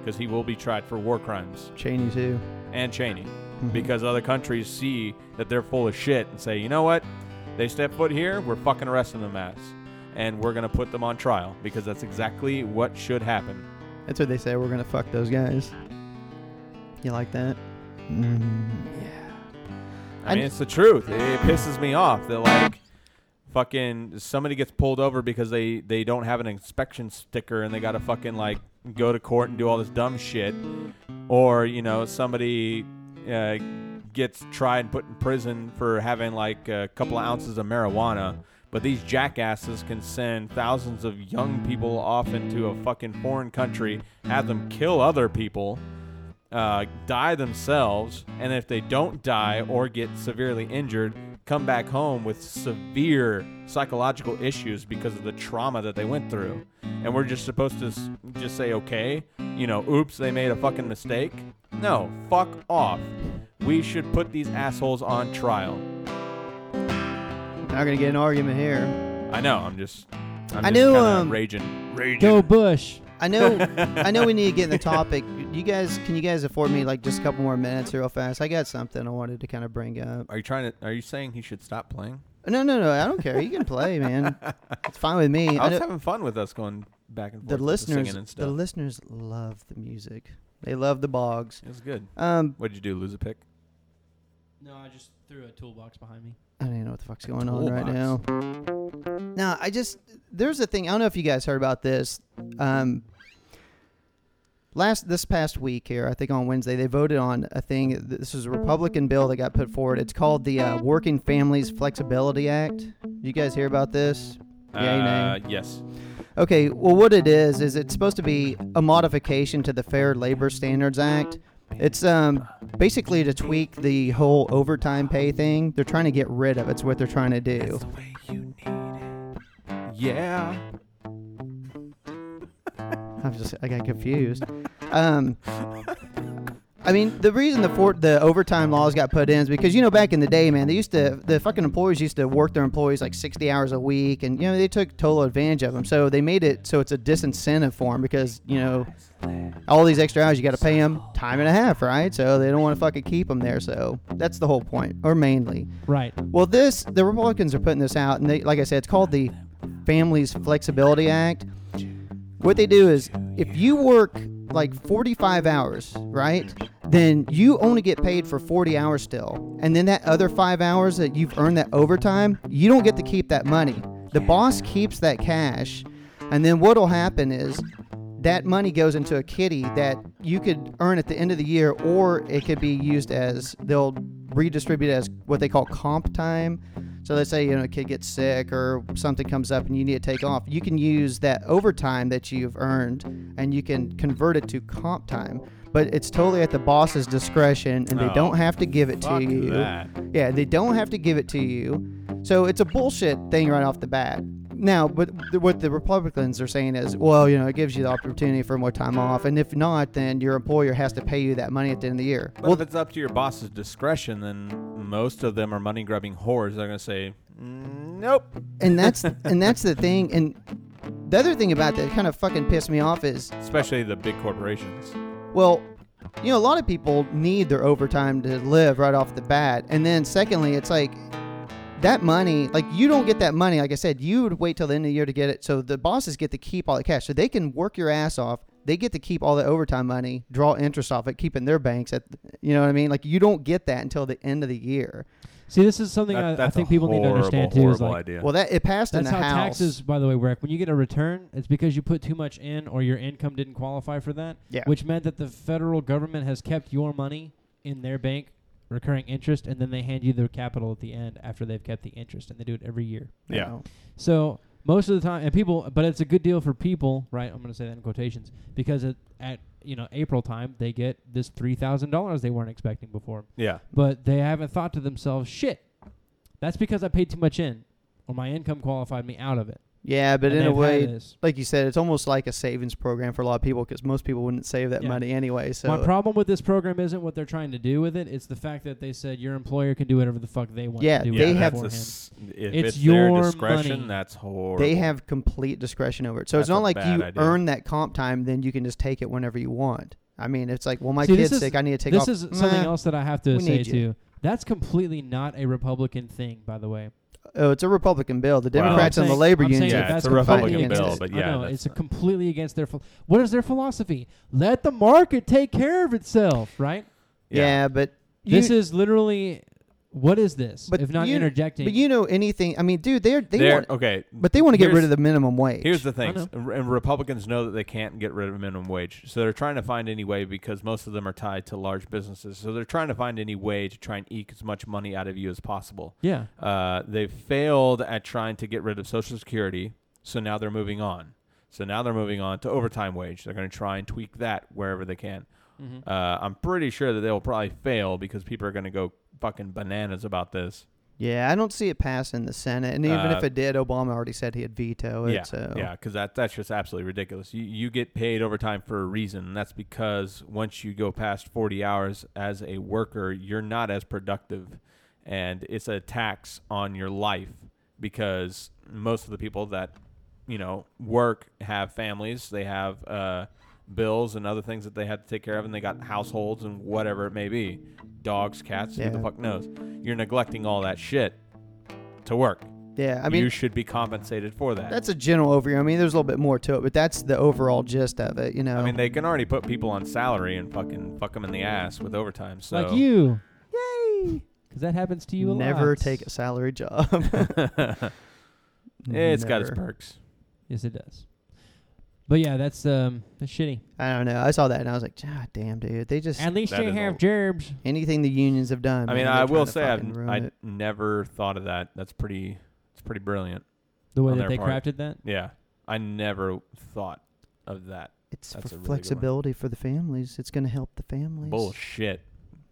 Speaker 3: because he will be tried for war crimes
Speaker 2: Cheney too. Mm-hmm.
Speaker 3: and Cheney because other countries see that they're full of shit and say, you know what? They step foot here, we're fucking arresting them ass. And we're going to put them on trial because that's exactly what should happen.
Speaker 2: That's what they say. We're gonna fuck those guys. You like that? Mm, yeah.
Speaker 3: I
Speaker 2: I
Speaker 3: mean,
Speaker 2: d-
Speaker 3: it's the truth. It pisses me off that, like, fucking somebody gets pulled over because they, they don't have an inspection sticker and they got to fucking, like, go to court and do all this dumb shit. Or, you know, somebody uh, gets tried and put in prison for having, like, a couple of ounces of marijuana. But these jackasses can send thousands of young people off into a fucking foreign country, have them kill other people, uh, die themselves, and if they don't die or get severely injured, come back home with severe psychological issues because of the trauma that they went through. And we're just supposed to s- just say, okay, you know, oops, they made a fucking mistake. No, fuck off. We should put these assholes on trial.
Speaker 2: Not gonna get an argument here.
Speaker 3: I know. I'm just. I'm
Speaker 2: I
Speaker 3: just
Speaker 2: knew,
Speaker 3: kinda
Speaker 2: um,
Speaker 3: Raging.
Speaker 4: Go Bush.
Speaker 2: I know. I know we need to get in the topic. You guys, can you guys afford me like just a couple more minutes here, real fast? I got something I wanted to kind of bring up.
Speaker 3: Are you trying to? Are you saying he should stop playing?
Speaker 2: No, no, no. I don't care. You can play, man. It's fine with me.
Speaker 3: I
Speaker 2: I
Speaker 3: was
Speaker 2: know-
Speaker 3: having fun with us going back and forth.
Speaker 2: the
Speaker 3: with
Speaker 2: listeners,
Speaker 3: singing and
Speaker 2: the
Speaker 3: stuff.
Speaker 2: listeners love the music. They love the bogs.
Speaker 3: it was good.
Speaker 2: Um,
Speaker 3: What'd you do? Lose a pick?
Speaker 4: No, I just threw a toolbox behind me.
Speaker 2: I don't even know what the fuck's going on right now.
Speaker 3: toolbox.
Speaker 2: No, I just there's a thing. I don't know if you guys heard about this. Um, last this past week here, I think on Wednesday they voted on a thing. This is a Republican bill that got put forward. It's called the uh, Working Families Flexibility Act. You guys hear about this? Yay, nay.
Speaker 3: uh, yes.
Speaker 2: Okay, well, what it is is it's supposed to be a modification to the Fair Labor Standards Act. It's um, basically to tweak the whole overtime pay thing. They're trying to get rid of. It's what they're trying to do.
Speaker 3: way you need it. Yeah.
Speaker 2: I'm just I got confused. Um, I mean, the reason the for, the overtime laws got put in is because you know back in the day, man, they used to the fucking employers used to work their employees like 60 hours a week, and you know they took total advantage of them. So they made it so it's a disincentive for them because you know all these extra hours you got to pay them time and a half, right? So they don't want to fucking keep them there. So that's the whole point, or mainly.
Speaker 4: Right.
Speaker 2: Well, this the Republicans are putting this out, and they, like I said, it's called the Families Flexibility Act. What they do is, if you work like 45 hours, right, then you only get paid for 40 hours still, and then that other five hours that you've earned that overtime, you don't get to keep that money. The boss keeps that cash, and then what'll happen is that money goes into a kitty that you could earn at the end of the year, or it could be used as they'll redistribute it as what they call comp time. So let's say you know a kid gets sick or something comes up and you need to take off. You can use that overtime that you've earned and you can convert it to comp time. But it's totally at the boss's discretion, and they
Speaker 3: Oh,
Speaker 2: don't have to give it
Speaker 3: Fuck
Speaker 2: to you.
Speaker 3: that.
Speaker 2: Yeah, they don't have to give it to you. So it's a bullshit thing right off the bat. Now, but th- what the Republicans are saying is, well, you know, it gives you the opportunity for more time off, and if not, then your employer has to pay you that money at the end of the year.
Speaker 3: But
Speaker 2: Well,
Speaker 3: if it's up to your boss's discretion, then most of them are money grubbing whores. They're gonna say, "Mm, nope.
Speaker 2: and that's and that's the thing. And the other thing about that kind of fucking pissed me off is,
Speaker 3: Especially the big corporations.
Speaker 2: Well, you know, a lot of people need their overtime to live right off the bat. And then, secondly, it's like that money, like you don't get that money. Like I said, you would wait till the end of the year to get it. So the bosses get to keep all the cash. So they can work your ass off. They get to keep all the overtime money, draw interest off it, keeping their banks at, you know what I mean? Like you don't get that until the end of the year.
Speaker 4: See, this is something
Speaker 3: That-
Speaker 4: I, I
Speaker 3: that's
Speaker 4: think
Speaker 3: a
Speaker 4: people need to
Speaker 3: horrible,
Speaker 4: understand too. Is
Speaker 3: Horrible
Speaker 4: like
Speaker 3: idea.
Speaker 2: Well, that it passed in
Speaker 4: that's
Speaker 2: the
Speaker 4: how
Speaker 2: house.
Speaker 4: taxes, by the way, work. When you get a return, it's because you put too much in, or your income didn't qualify for that.
Speaker 2: Yeah.
Speaker 4: Which meant that the federal government has kept your money in their bank, recurring interest, and then they hand you the capital at the end after they've kept the interest, and they do it every year.
Speaker 2: You
Speaker 3: yeah.
Speaker 2: know.
Speaker 4: So most of the time, and people, but it's a good deal for people, right? I'm going to say that in quotations because it, at you know April time they get this three thousand dollars they weren't expecting before,
Speaker 3: yeah.
Speaker 4: but they haven't thought to themselves, shit, that's because I paid too much in. or my income qualified me out of it.
Speaker 2: Yeah, but
Speaker 4: And
Speaker 2: in a
Speaker 4: they've had
Speaker 2: way,
Speaker 4: this.
Speaker 2: like you said, it's almost like a savings program for a lot of people because most people wouldn't save that
Speaker 4: Yeah.
Speaker 2: money anyway. So
Speaker 4: my problem with this program isn't what they're trying to do with it; it's the fact that they said your employer can do whatever the fuck they want.
Speaker 2: Yeah,
Speaker 4: to do
Speaker 2: they
Speaker 4: with it
Speaker 2: have-
Speaker 3: a
Speaker 4: beforehand.
Speaker 3: s- if
Speaker 4: It's
Speaker 3: it's, their
Speaker 4: your
Speaker 3: discretion,
Speaker 4: money.
Speaker 3: that's horrible.
Speaker 2: they have complete discretion over it. So it's
Speaker 3: That's
Speaker 2: not
Speaker 3: a
Speaker 2: like
Speaker 3: bad
Speaker 2: you
Speaker 3: idea.
Speaker 2: earn that comp time, then you can just take it whenever you want. I mean, it's like, well, my
Speaker 4: See, this
Speaker 2: kid's
Speaker 4: is-
Speaker 2: sick. I need to take
Speaker 4: this
Speaker 2: off.
Speaker 4: is
Speaker 2: Nah.
Speaker 4: something else that I have to
Speaker 2: we
Speaker 4: say
Speaker 2: need you.
Speaker 4: too. That's completely not a Republican thing, by the way.
Speaker 2: Oh, it's a Republican bill. The
Speaker 3: Well, I'm
Speaker 2: Democrats and the
Speaker 4: saying-
Speaker 2: labor
Speaker 4: I'm saying
Speaker 2: unions
Speaker 3: Yeah,
Speaker 4: that
Speaker 2: are
Speaker 3: it's
Speaker 4: that's
Speaker 3: a
Speaker 4: completely
Speaker 2: fighting
Speaker 3: Republican
Speaker 4: against
Speaker 3: bill,
Speaker 4: it.
Speaker 2: against it.
Speaker 3: but
Speaker 4: I
Speaker 3: yeah,
Speaker 4: know,
Speaker 3: that's
Speaker 4: it's a
Speaker 3: not-
Speaker 4: completely against their. Phil- what is their philosophy? Let the market take care of itself, right?
Speaker 2: Yeah, but
Speaker 4: this
Speaker 2: you-
Speaker 4: is literally what is this?
Speaker 2: But
Speaker 4: if not
Speaker 2: you-
Speaker 4: interjecting,
Speaker 2: But you know anything? I mean, dude, they're they
Speaker 3: They're-
Speaker 2: want,
Speaker 3: okay.
Speaker 2: but they want to get rid
Speaker 3: here's-
Speaker 2: of the minimum wage.
Speaker 3: Here's the thing,
Speaker 4: know.
Speaker 3: R- and Republicans know that they can't get rid of minimum wage, so they're trying to find any way because most of them are tied to large businesses. So they're trying to find any way to try and eke as much money out of you as possible.
Speaker 4: yeah,
Speaker 3: Uh, they failed at trying to get rid of Social Security, so now they're moving on. So now they're moving on to overtime wage. They're going to try and tweak that wherever they can. Uh, I'm pretty sure that they will probably fail because people are going to go fucking bananas about this.
Speaker 2: yeah, I don't see it pass in the Senate, and even
Speaker 3: Uh,
Speaker 2: if it did, Obama already said he'd veto it.
Speaker 3: yeah,
Speaker 2: so
Speaker 3: yeah, because that that's just absolutely ridiculous. You you get paid overtime for a reason. And that's because once you go past 40 hours as a worker, you're not as productive, and it's a tax on your life because most of the people that you know work have families, they have uh, bills and other things that they have to take care of, and they got households and whatever it may be, dogs, cats, who the
Speaker 2: Yeah.
Speaker 3: fuck knows? You're neglecting all that shit to work.
Speaker 2: yeah. I mean,
Speaker 3: you should be compensated for that.
Speaker 2: that's a general overview. I mean, there's a little bit more to it, but that's the overall gist of it. You know,
Speaker 3: I mean, they can already put people on salary and fucking fuck them in the ass with overtime. So
Speaker 4: like you, yay, because that happens to you a lot.
Speaker 2: never take a salary job.
Speaker 3: Eh, it's got its
Speaker 2: Never.
Speaker 3: perks.
Speaker 4: Yes, it does. But yeah, that's um, that's shitty.
Speaker 2: I don't know. I saw that and I was like, God damn, dude. They just
Speaker 4: At least
Speaker 3: That
Speaker 4: they
Speaker 3: is
Speaker 4: have
Speaker 3: all-
Speaker 4: germs.
Speaker 2: anything the unions have done.
Speaker 3: I mean,
Speaker 2: man, they're
Speaker 3: I will
Speaker 2: trying to
Speaker 3: say I've
Speaker 2: fucking
Speaker 3: n-
Speaker 2: ruin
Speaker 3: I
Speaker 2: it.
Speaker 3: never thought of that. That's pretty. It's pretty brilliant.
Speaker 4: The way
Speaker 3: On
Speaker 4: that
Speaker 3: their
Speaker 4: they
Speaker 3: part.
Speaker 4: crafted that.
Speaker 3: Yeah, I never thought of that.
Speaker 2: it's
Speaker 3: that's a
Speaker 2: for
Speaker 3: really good one.
Speaker 2: flexibility for the families. It's going to help the families.
Speaker 3: Bullshit.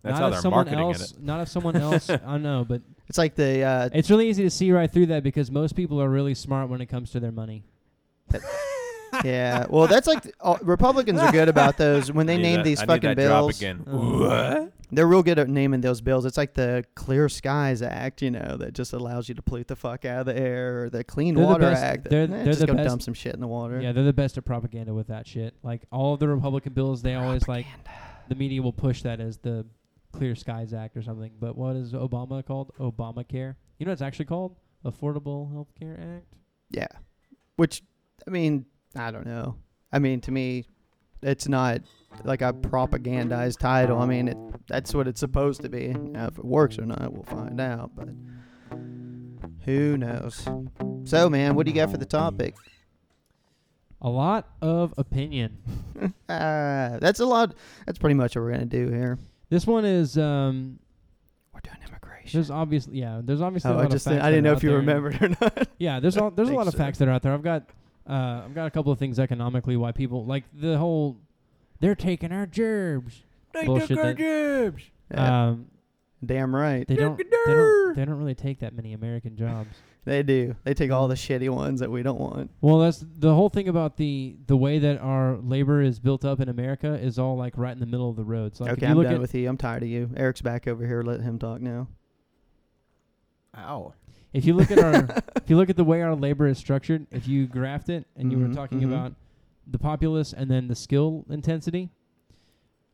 Speaker 3: That's
Speaker 4: not
Speaker 3: how
Speaker 4: if
Speaker 3: they're
Speaker 4: someone
Speaker 3: marketing
Speaker 4: else,
Speaker 3: it.
Speaker 4: Not if someone else. I know, but
Speaker 2: It's like the uh,
Speaker 4: it's really easy to see right through that because most people are really smart when it comes to their money.
Speaker 2: yeah. Well, that's like the- all, Republicans are good about those when they
Speaker 3: I need
Speaker 2: name
Speaker 3: that-
Speaker 2: these
Speaker 3: I need
Speaker 2: fucking
Speaker 3: that drop
Speaker 2: bills.
Speaker 3: again.
Speaker 4: Oh.
Speaker 3: What?
Speaker 2: They're real good at naming those bills. It's like the Clear Skies Act, you know, that just allows you to pollute the fuck out of the air, or the Clean
Speaker 4: They're the
Speaker 2: Water
Speaker 4: best-
Speaker 2: Act. that-
Speaker 4: they're-
Speaker 2: eh,
Speaker 4: they're
Speaker 2: just
Speaker 4: the
Speaker 2: go
Speaker 4: best-
Speaker 2: dump some shit in the water.
Speaker 4: Yeah, they're the best at propaganda with that shit. Like all of the Republican bills, they always like the media will push that as the Clear Skies Act or something. But what is Obama called? Obamacare. You know what it's actually called? Affordable Health Care Act.
Speaker 2: Yeah. Which, I mean, I don't know. I mean, to me, it's not like a propagandized title. I mean, it, that's what it's supposed to be. Now, if it works or not, we'll find out. But who knows? So, man, what do you got for the topic?
Speaker 4: A lot of opinion.
Speaker 2: Uh, that's a lot. That's pretty much what we're gonna do here.
Speaker 4: This one is um.
Speaker 2: We're doing immigration.
Speaker 4: There's obviously yeah. There's obviously. a
Speaker 2: Oh,
Speaker 4: lot
Speaker 2: I just
Speaker 4: of
Speaker 2: didn't,
Speaker 4: facts
Speaker 2: I didn't
Speaker 4: that
Speaker 2: know
Speaker 4: are
Speaker 2: if
Speaker 4: out
Speaker 2: you
Speaker 4: there. Uh,
Speaker 2: remembered or not.
Speaker 4: Yeah, there's all, there's a lot of
Speaker 2: Thanks,
Speaker 4: facts that are out there. I've got uh, I've got a couple of things economically why people like the whole they're taking our gerbs. Bullshit that-
Speaker 2: Yeah,
Speaker 4: Um,
Speaker 2: damn right.
Speaker 4: they don't they don't they don't really take that many American jobs.
Speaker 2: They do. They take all the shitty ones that we don't want.
Speaker 4: Well, that's the whole thing about the the way that our labor is built up in America is all like right in the middle of the road. So like
Speaker 2: okay,
Speaker 4: if you
Speaker 2: I'm
Speaker 4: look
Speaker 2: done
Speaker 4: at
Speaker 2: with you. I'm tired of you. Eric's back over here. Let him talk now.
Speaker 3: Ow.
Speaker 4: if you look at our if you look at the way our labor is structured, if you graphed it and you
Speaker 2: Mhm,
Speaker 4: were talking
Speaker 2: mhm.
Speaker 4: about the populace and then the skill intensity,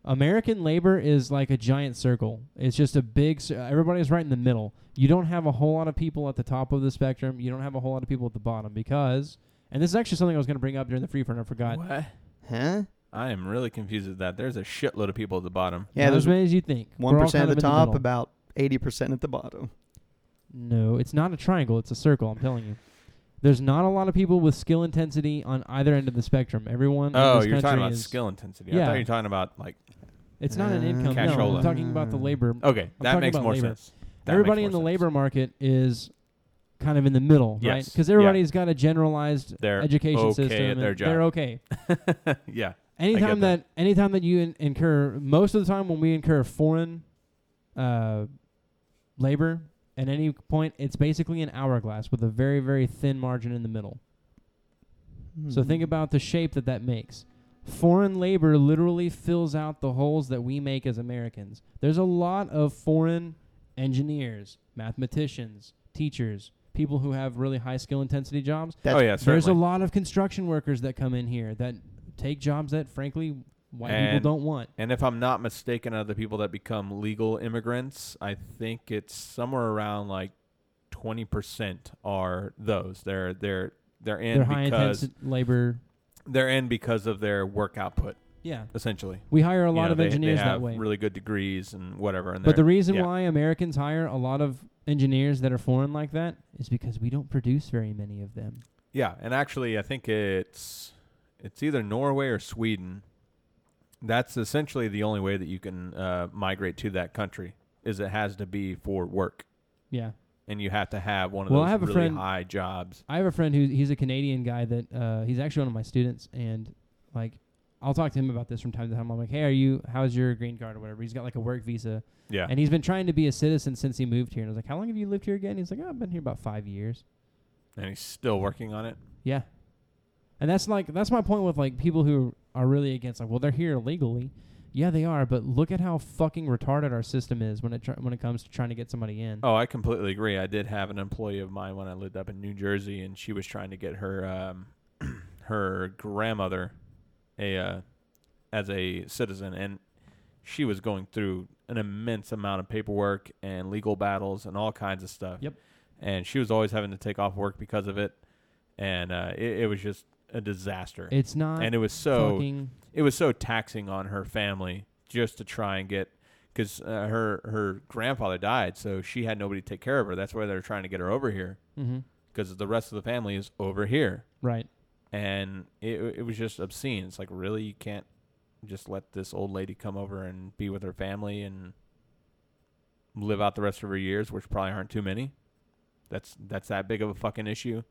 Speaker 4: American labor is like a giant circle. It's just a big cir- everybody's right in the middle. You don't have a whole lot of people at the top of the spectrum. You don't have a whole lot of people at the bottom because and this is actually something I was going to bring up during the free for and I forgot.
Speaker 3: What?
Speaker 2: Huh?
Speaker 3: I am really confused with that. There's a shitload of people at the bottom.
Speaker 2: Yeah,
Speaker 4: Not
Speaker 2: there's
Speaker 4: as many as you think. We're
Speaker 2: one
Speaker 4: all
Speaker 2: percent
Speaker 4: kind
Speaker 2: at
Speaker 4: of
Speaker 2: the
Speaker 4: in
Speaker 2: top,
Speaker 4: middle.
Speaker 2: about eighty percent at the bottom.
Speaker 4: No, it's not a triangle. It's a circle. I'm telling you. There's not a lot of people with skill intensity on either end of the spectrum. Everyone. in
Speaker 3: Oh,
Speaker 4: this
Speaker 3: you're talking
Speaker 4: country
Speaker 3: about
Speaker 4: is-
Speaker 3: skill intensity. I
Speaker 4: Yeah.
Speaker 3: thought you were talking about like
Speaker 4: It's not an
Speaker 2: Uh,
Speaker 4: income. No,
Speaker 3: Cashola.
Speaker 4: I'm talking about the labor.
Speaker 3: okay, Oh, that
Speaker 4: talking
Speaker 3: makes
Speaker 4: about
Speaker 3: more
Speaker 4: labor.
Speaker 3: sense. That makes
Speaker 4: Everybody
Speaker 3: more
Speaker 4: in the
Speaker 3: sense.
Speaker 4: labor market is kind of in the middle, right?
Speaker 3: Yes,
Speaker 4: Because
Speaker 3: yeah.
Speaker 4: everybody's got a generalized
Speaker 3: They're
Speaker 4: education
Speaker 3: okay
Speaker 4: system.
Speaker 3: at
Speaker 4: and
Speaker 3: their job.
Speaker 4: They're okay.
Speaker 3: yeah. Oh,
Speaker 4: Anytime
Speaker 3: that.
Speaker 4: that, anytime that you in, incur, most of the time when we incur foreign uh, labor, At any point, it's basically an hourglass with a very, very thin margin in the middle. So
Speaker 3: Hmm.
Speaker 2: Hmm.
Speaker 4: think about the shape that that makes. Foreign labor literally fills out the holes that we make as Americans. There's a lot of foreign engineers, mathematicians, teachers, people who have really high skill intensity jobs.
Speaker 2: That's-
Speaker 3: oh yeah,
Speaker 4: There's a
Speaker 3: certainly.
Speaker 4: lot of construction workers that come in here that take jobs that frankly white
Speaker 3: And-
Speaker 4: people don't want.
Speaker 3: And if I'm not mistaken, out of the people that become legal immigrants, I think it's somewhere around like twenty percent are those. They're they're they're in
Speaker 4: They're high
Speaker 3: because
Speaker 4: intensity labor.
Speaker 3: they're in because of their work output,
Speaker 4: Yeah.
Speaker 3: essentially.
Speaker 4: We hire a
Speaker 3: You
Speaker 4: lot
Speaker 3: know,
Speaker 4: of
Speaker 3: they-
Speaker 4: engineers
Speaker 3: they
Speaker 4: that
Speaker 3: have
Speaker 4: way.
Speaker 3: Really good degrees and whatever. And
Speaker 4: But the
Speaker 3: they're-
Speaker 4: reason
Speaker 3: yeah.
Speaker 4: why Americans hire a lot of engineers that are foreign like that is because we don't produce very many of them.
Speaker 3: Yeah, and actually, I think it's it's either Norway or Sweden. That's essentially the only way that you can uh, migrate to that country is it has to be for work,
Speaker 4: Yeah.
Speaker 3: and you have to have one of
Speaker 4: Well, I
Speaker 3: those
Speaker 4: have a
Speaker 3: really
Speaker 4: friend-
Speaker 3: high jobs.
Speaker 4: I have a friend who he's a Canadian guy that uh, he's actually one of my students, and like I'll talk to him about this from time to time. I'm like, hey, are you? How's your green card or whatever? He's got like a work visa,
Speaker 3: Yeah,
Speaker 4: and he's been trying to be a citizen since he moved here. And I was like, how long have you lived here again? He's like, oh, I've been here about five years.
Speaker 3: and he's still working on it.
Speaker 4: Yeah, and that's like that's my point with like people who are really against like, well, they're here illegally. Yeah, they are, but look at how fucking retarded our system is when it tr- when it comes to trying to get somebody in.
Speaker 3: Oh, I completely agree. I did have an employee of mine when I lived up in New Jersey, and she was trying to get her um, her grandmother a uh, as a citizen, and she was going through an immense amount of paperwork and legal battles and all kinds of stuff.
Speaker 4: Yep.
Speaker 3: And she was always having to take off work because of it, and uh, it, it was just a disaster.
Speaker 4: It's not
Speaker 3: and it was so
Speaker 4: fucking
Speaker 3: it was so taxing on her family just to try and get because uh, her her grandfather died, so she had nobody to take care of her. That's why they're trying to get her over here
Speaker 4: hmm
Speaker 3: because the rest of the family is over here,
Speaker 4: right.
Speaker 3: and it it was just obscene. It's like really you can't just let this old lady come over and be with her family and live out the rest of her years, which probably aren't too many. That's that's that big of a fucking issue.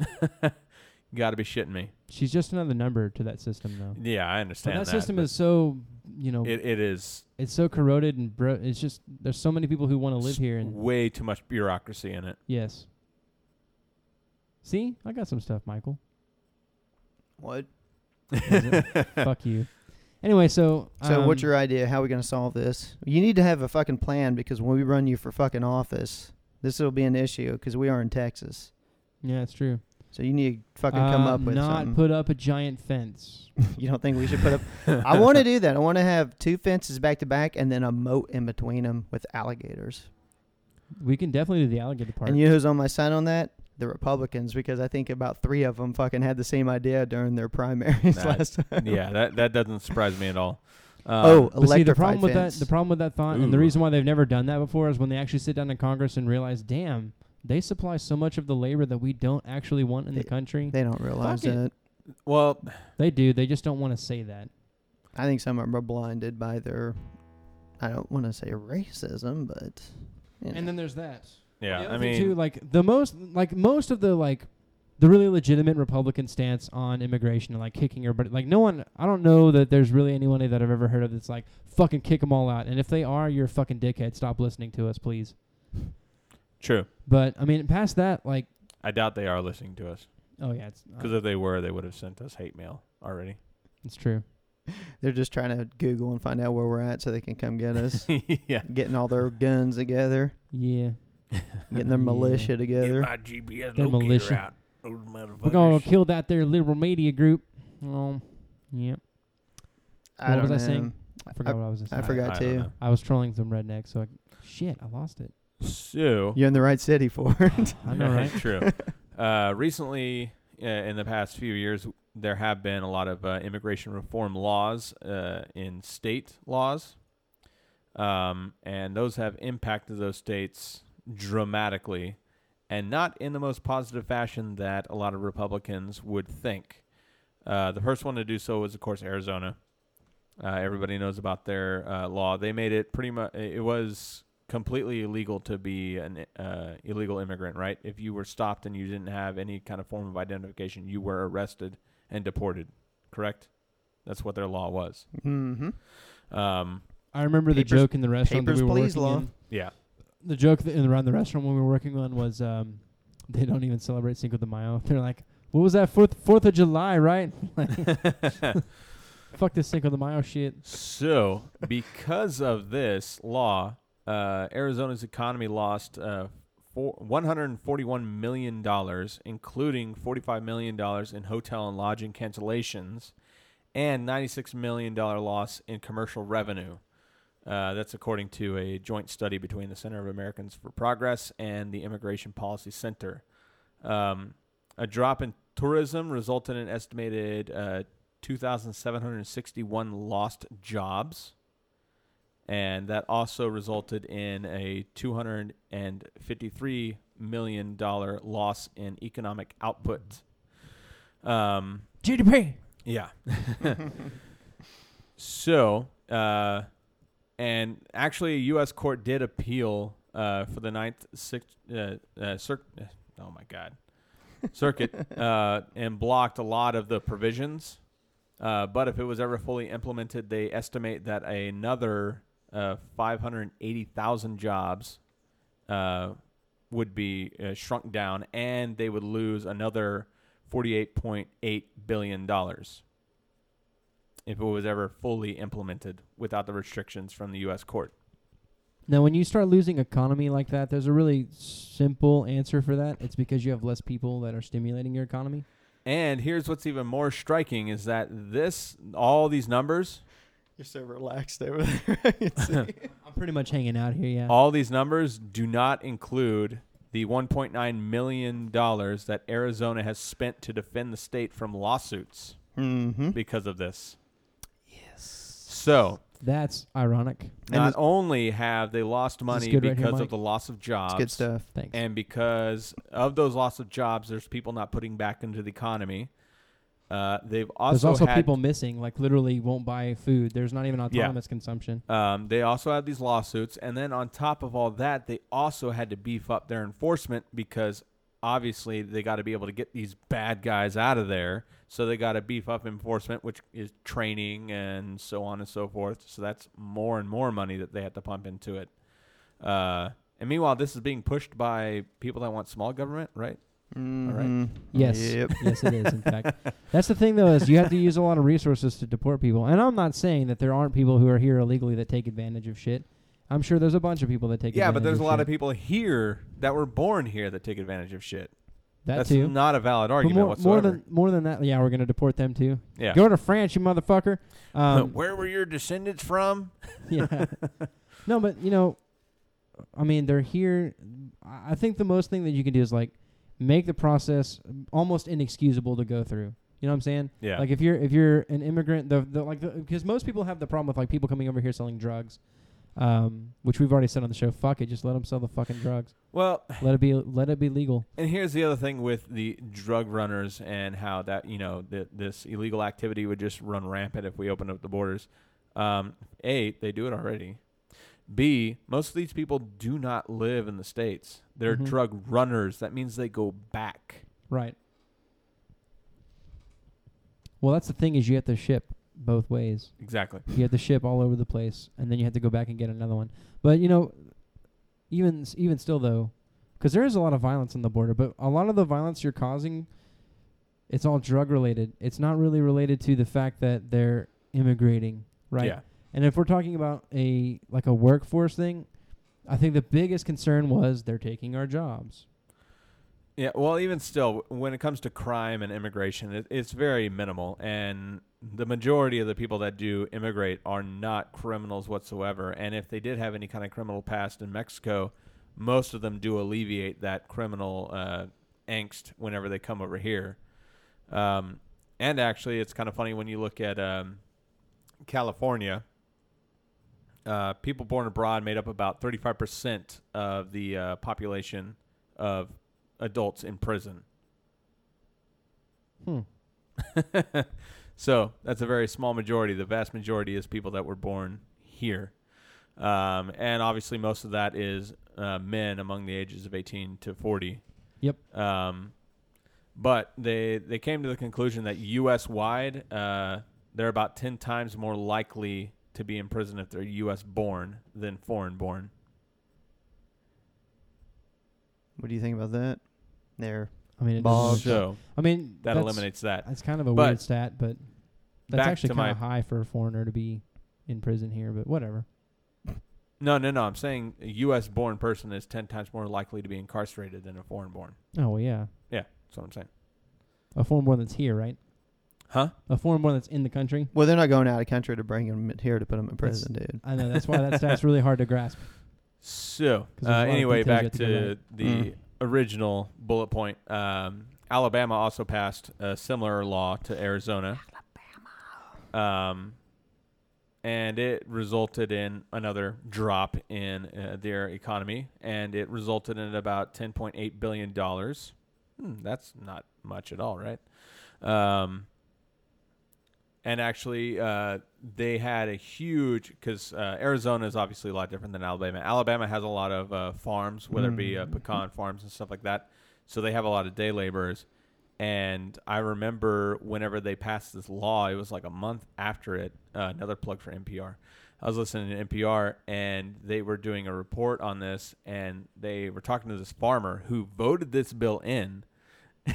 Speaker 3: you got to be shitting me.
Speaker 4: She's just another number to that system, though.
Speaker 3: Yeah, I
Speaker 4: But
Speaker 3: understand
Speaker 4: that, system
Speaker 3: but
Speaker 4: is so you know
Speaker 3: it, it is
Speaker 4: it's so corroded and bro- it's just there's so many people who want to live
Speaker 3: s-
Speaker 4: here and
Speaker 3: way too much bureaucracy in it.
Speaker 4: yes see i got some stuff michael
Speaker 2: what?
Speaker 4: fuck you anyway so
Speaker 2: So what's
Speaker 4: um,
Speaker 2: your idea? How are we going to solve this? You need to have a fucking plan because when we run you for fucking office, this will be an issue because we are in Texas.
Speaker 4: yeah it's true
Speaker 2: So you need to fucking come
Speaker 4: Uh,
Speaker 2: up with
Speaker 4: not
Speaker 2: something.
Speaker 4: put up a giant fence
Speaker 2: you don't think we should put up? I want to do that. I want to have two fences back to back and then a moat in between them with alligators.
Speaker 4: we can definitely do the alligator part
Speaker 2: And you know who's on my side on that? The Republicans, because I think about three of them fucking had the same idea during their primaries
Speaker 3: Nah,
Speaker 2: last time.
Speaker 3: yeah, that that doesn't surprise me at all. Um,
Speaker 2: Oh,
Speaker 4: Uh, But see, the
Speaker 2: electrified
Speaker 4: problem with
Speaker 2: fence.
Speaker 4: that, the problem with that thought, and the
Speaker 3: Ooh.
Speaker 4: reason why they've never done that before is when they actually sit down in Congress and realize, damn, they supply so much of the labor that we don't actually want in the
Speaker 2: They-
Speaker 4: country.
Speaker 2: they don't realize
Speaker 4: Fuck it.
Speaker 2: that.
Speaker 3: well,
Speaker 4: They do. They just don't want to say that.
Speaker 2: I think some are blinded by their. I don't want to say racism, but. you know.
Speaker 4: And then there's that.
Speaker 3: yeah,
Speaker 4: The other
Speaker 3: I
Speaker 4: thing,
Speaker 3: mean,
Speaker 4: too, like the most, like most of the like, the really legitimate Republican stance on immigration and like kicking everybody, like no one, I don't know that there's really anyone that I've ever heard of that's like fucking kick them all out. And if they are, you're a fucking dickhead. Stop listening to us, please.
Speaker 3: true.
Speaker 4: But I mean, past that, like,
Speaker 3: I doubt they are listening to us
Speaker 4: oh yeah, it's
Speaker 3: because if they were, they would have sent us hate mail already.
Speaker 4: it's true.
Speaker 2: They're just trying to Google and find out where we're at so they can come get us.
Speaker 3: yeah,
Speaker 2: getting all their guns together,
Speaker 4: Yeah.
Speaker 2: getting their
Speaker 4: Yeah.
Speaker 2: militia together.
Speaker 3: my GPS
Speaker 4: They're locator militia. out, We're gonna kill that there liberal media group. Um, yeah.
Speaker 2: I
Speaker 4: what
Speaker 2: don't
Speaker 4: was I saying?
Speaker 2: know.
Speaker 4: I forgot what I was.
Speaker 2: I
Speaker 4: saying.
Speaker 2: forgot
Speaker 3: I don't
Speaker 2: too.
Speaker 3: know.
Speaker 4: I was trolling some rednecks, so I, shit, I lost it.
Speaker 3: So
Speaker 2: You're in the right city for it.
Speaker 4: I know, right?
Speaker 3: True. Uh, recently, uh, in the past few years, there have been a lot of uh, immigration reform laws uh, in state laws, um, and those have impacted those states dramatically, and not in the most positive fashion that a lot of Republicans would think. Uh, the first one to do so was, of course, Arizona. Uh, everybody knows about their uh, law. They made it pretty much. It was completely illegal to be an uh, illegal immigrant, right? If you were stopped and you didn't have any kind of form of identification, you were arrested and deported. Correct? That's what their law was.
Speaker 2: mm-hmm.
Speaker 3: Um,
Speaker 4: I remember the
Speaker 2: Papers-
Speaker 4: joke in the restaurant that
Speaker 2: papers,
Speaker 4: we were
Speaker 2: please,
Speaker 4: working
Speaker 2: law.
Speaker 4: in.
Speaker 3: yeah,
Speaker 4: the joke that in around the restaurant when we were working on was um, they don't even celebrate Cinco de Mayo. They're like, what was that Fourth Fourth of July, right? Like, fuck this Cinco de Mayo shit.
Speaker 3: So, because of this law, uh, Arizona's economy lost uh, four, $141 million, including $45 million in hotel and lodging cancellations and $96 million loss in commercial revenue. Uh, that's according to a joint study between the Center of Americans for Progress and the Immigration Policy Center. Um, a drop in tourism resulted in estimated uh, 2,761 lost jobs. And that also resulted in a $253 million loss in economic output. Um,
Speaker 4: GDP.
Speaker 3: yeah. so, uh, and actually, a U.S. court did appeal uh, for the ninth, sixth, uh, uh, cir- uh, oh my God, circuit, uh, and blocked a lot of the provisions. Uh, but if it was ever fully implemented, they estimate that another uh, 580,000 jobs uh, would be uh, shrunk down, and they would lose another 48.8 billion dollars if it was ever fully implemented without the restrictions from the U.S. court.
Speaker 4: Now, when you start losing economy like that, there's a really simple answer for that. It's because you have less people that are stimulating your economy.
Speaker 3: And here's what's even more striking is that this, all these numbers,
Speaker 2: You're so relaxed over there.
Speaker 4: I'm pretty much hanging out here, yeah.
Speaker 3: all these numbers do not include the 1.9 million dollars that Arizona has spent to defend the state from lawsuits
Speaker 2: mm-hmm.
Speaker 3: because of this. Yes. So.
Speaker 4: That's ironic.
Speaker 3: Not
Speaker 2: it's-
Speaker 3: only have they lost money
Speaker 4: good right here,
Speaker 3: because
Speaker 4: Mike?
Speaker 3: of the loss of jobs,
Speaker 2: It's good stuff.
Speaker 4: Thanks.
Speaker 3: And because of those loss of jobs, there's people not putting back into the economy. Uh, they've
Speaker 4: There's
Speaker 3: also,
Speaker 4: also
Speaker 3: had,
Speaker 4: people missing, like literally won't buy food. There's not even
Speaker 3: Yeah.
Speaker 4: autonomous consumption.
Speaker 3: Um, they also had these lawsuits, and then on top of all that, they also had to beef up their enforcement because obviously they got to be able to get these bad guys out of there. So they got to beef up enforcement, which is training and so on and so forth. So that's more and more money that they had to pump into it. Uh, and meanwhile, this is being pushed by people that want small government, right?
Speaker 2: Mhm.
Speaker 4: Yes.
Speaker 2: Yep.
Speaker 4: yes, it is. In fact, that's the thing, though, is you have to use a lot of resources to deport people. And I'm not saying that there aren't people who are here illegally that take advantage of shit. I'm sure there's a bunch of people that take.
Speaker 3: Yeah,
Speaker 4: advantage
Speaker 3: but there's a
Speaker 4: of
Speaker 3: lot
Speaker 4: shit.
Speaker 3: of people here that were born here that take advantage of shit.
Speaker 4: that
Speaker 3: That's
Speaker 4: too.
Speaker 3: not a valid
Speaker 4: But
Speaker 3: argument
Speaker 4: more,
Speaker 3: whatsoever.
Speaker 4: more than more than that, yeah, we're gonna deport them too.
Speaker 3: yeah.
Speaker 4: Go to France, you motherfucker. Um,
Speaker 3: Where were your descendants from?
Speaker 4: yeah. No, but you know, I mean, they're here. I I think the most thing that you can do is like make the process almost inexcusable to go through. You know what I'm saying?
Speaker 3: Yeah.
Speaker 4: Like if you're if you're an immigrant, the, the like because most people have the problem with like people coming over here selling drugs, um, which we've already said on the show. Fuck it, just let them sell the fucking drugs.
Speaker 3: well,
Speaker 4: Let it be let it be legal.
Speaker 3: and here's the other thing with the drug runners and how that you know that this illegal activity would just run rampant if we opened up the borders. Um, a, they do it already. B, most of these people do not live in the states. They're
Speaker 4: Mhm.
Speaker 3: drug runners. That means they go back.
Speaker 4: Right. Well, that's the thing is you have to ship both ways.
Speaker 3: Exactly.
Speaker 4: you have to ship all over the place, and then you have to go back and get another one. But you know, even s- even still though, because there is a lot of violence on the border, but a lot of the violence you're causing, it's all drug related. It's not really related to the fact that they're immigrating, right?
Speaker 3: Yeah.
Speaker 4: And if we're talking about a like a workforce thing, I think the biggest concern was they're taking our jobs.
Speaker 3: Yeah, well, even still, when it comes to crime and immigration, it, it's very minimal, and the majority of the people that do immigrate are not criminals whatsoever. And if they did have any kind of criminal past in Mexico, most of them do alleviate that criminal uh, angst whenever they come over here. Um, and actually, it's kind of funny when you look at um, California. Uh, people born abroad made up about 35% of the uh, population of adults in prison.
Speaker 4: Hmm.
Speaker 3: so that's a very small majority. The vast majority is people that were born here. Um, and obviously, most of that is uh, men among the ages of 18 to 40.
Speaker 4: Yep.
Speaker 3: Um, but they, they came to the conclusion that U.S. wide, uh, they're about 10 times more likely to be in prison if they're U.S. born than foreign born.
Speaker 2: What do you think about that? There.
Speaker 4: I mean, it
Speaker 2: Bog.
Speaker 4: does
Speaker 3: So
Speaker 4: I mean,
Speaker 3: that
Speaker 4: Oh, that's,
Speaker 3: eliminates that.
Speaker 4: That's kind of a
Speaker 3: But
Speaker 4: weird stat, but that's
Speaker 3: back
Speaker 4: actually
Speaker 3: to my-
Speaker 4: kind of high for a foreigner to be in prison here. But whatever.
Speaker 3: No, no, no. I'm saying a U.S. born person is 10 times more likely to be incarcerated than a foreign born.
Speaker 4: Oh well, yeah,
Speaker 3: Yeah, that's what I'm saying.
Speaker 4: a foreign-born that's here, right?
Speaker 3: Huh?
Speaker 4: A foreign-born that's in the country.
Speaker 2: Well, they're not going out of country to bring him here to put him in prison, dude.
Speaker 4: I know that's why that stat's really hard to grasp.
Speaker 3: So, uh,
Speaker 4: 'Cause there's a lot of
Speaker 3: anyway,
Speaker 4: details you
Speaker 3: back
Speaker 4: have
Speaker 3: to,
Speaker 4: to go right.
Speaker 3: the
Speaker 2: Mm.
Speaker 3: original bullet point. Um, Alabama also passed a similar law to Arizona. Alabama. Um, and it resulted in another drop in uh, their economy, and it resulted in about ten point eight billion dollars. Hmm, that's not much at all, right? Um, and actually, uh, they had a huge because uh, Arizona is obviously a lot different than Alabama. Alabama has a lot of uh, farms, whether it be uh, pecan farms and stuff like that. So they have a lot of day laborers. And I remember whenever they passed this law, it was like a month after it. Uh, another plug for NPR. I was listening to NPR, and they were doing a report on this, and they were talking to this farmer who voted this bill in.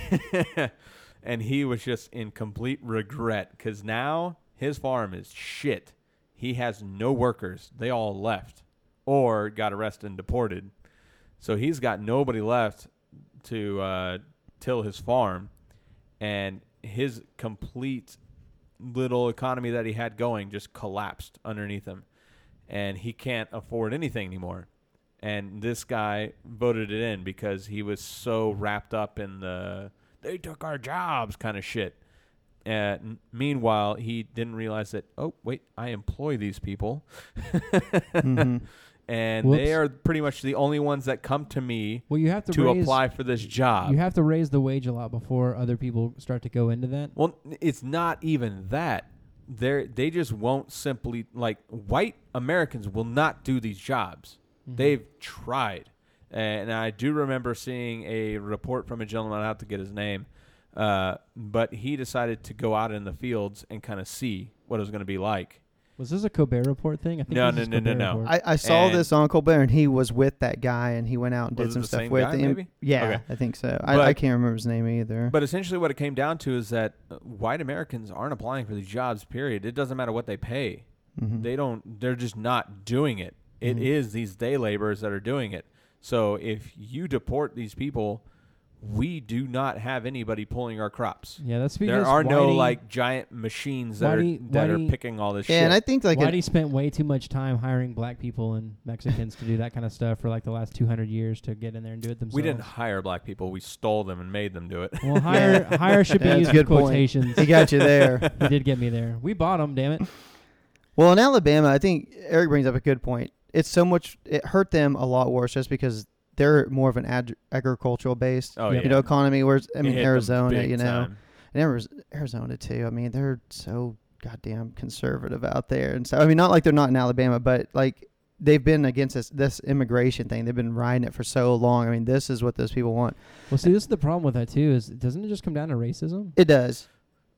Speaker 3: and he was just in complete regret because now his farm is shit. He has no workers. They all left or got arrested and deported. So he's got nobody left to uh, till his farm. And his complete little economy that he had going just collapsed underneath him. And he can't afford anything anymore and this guy voted it in because he was so wrapped up in the they took our jobs kind of shit. And meanwhile, he didn't realize that oh wait, I employ these people,
Speaker 2: hmm
Speaker 3: and
Speaker 4: Whoops.
Speaker 3: they are pretty much the only ones that come to me
Speaker 4: Well, you have to,
Speaker 3: to
Speaker 4: raise,
Speaker 3: apply for this
Speaker 4: You
Speaker 3: job.
Speaker 4: have to raise the wage a lot before other people start to go into that.
Speaker 3: well, it's not even that. They they just won't simply like white Americans will not do these jobs. They've tried. And I do remember seeing a report from a gentleman, I have to get his name, uh, but he decided to go out in the fields and kind of see what it was going to be like.
Speaker 4: Was this a Colbert report thing? I think
Speaker 3: No,
Speaker 4: this is
Speaker 3: no, no, no, no.
Speaker 4: Colbert report.
Speaker 2: I, I saw
Speaker 3: And-
Speaker 2: this on Colbert, and he was with that guy, and he went out and
Speaker 3: Was
Speaker 2: did
Speaker 3: it
Speaker 2: some
Speaker 3: the
Speaker 2: stuff
Speaker 3: same
Speaker 2: with
Speaker 3: guy,
Speaker 2: him.
Speaker 3: maybe?
Speaker 2: Yeah,
Speaker 3: Okay.
Speaker 2: I think so. I, I
Speaker 3: But-
Speaker 2: can't remember his name either.
Speaker 3: But essentially, what it came down to is that uh, white Americans aren't applying for these jobs, period. It doesn't matter what they pay.
Speaker 2: Mhm.
Speaker 3: They don't, they're just not doing it. It is
Speaker 2: Mhm.
Speaker 3: these day laborers that are doing it. So if you deport these people, we do not have anybody pulling our crops.
Speaker 4: Yeah, that's because
Speaker 3: There are no
Speaker 4: Whitey-
Speaker 3: like giant machines that
Speaker 4: Whitey-
Speaker 3: are that
Speaker 4: Whitey-
Speaker 3: are picking all this
Speaker 2: yeah,
Speaker 3: shit.
Speaker 2: and I think like a-
Speaker 4: Whitey spent way too much time hiring black people and Mexicans to do that kind of stuff for like the last 200 years to get in there and do it themselves.
Speaker 3: we didn't hire black people; we stole them and made them do it.
Speaker 4: Well, hire hire should be
Speaker 2: Yeah, that's
Speaker 4: used
Speaker 2: a
Speaker 4: in
Speaker 2: good point.
Speaker 4: quotations.
Speaker 2: he got you there.
Speaker 4: he did get me there. We bought him, damn it.
Speaker 2: Well, in Alabama, I think Eric brings up a good point. It's so much it hurt them a lot worse just because they're more of an ag- agricultural based
Speaker 3: Oh
Speaker 4: Yeah.
Speaker 3: yeah,
Speaker 2: you know economy. Whereas I
Speaker 3: It
Speaker 2: mean
Speaker 3: hit them
Speaker 2: Arizona,
Speaker 3: big
Speaker 2: you know,
Speaker 3: time.
Speaker 2: and Ari- Arizona too. I mean they're so goddamn conservative out there, and so I mean not like they're not in Alabama, but like they've been against this this immigration thing. They've been riding it for so long. I mean this is what those people want.
Speaker 4: Well, see, this is the problem with that too. Is doesn't it just come down to racism?
Speaker 2: It does.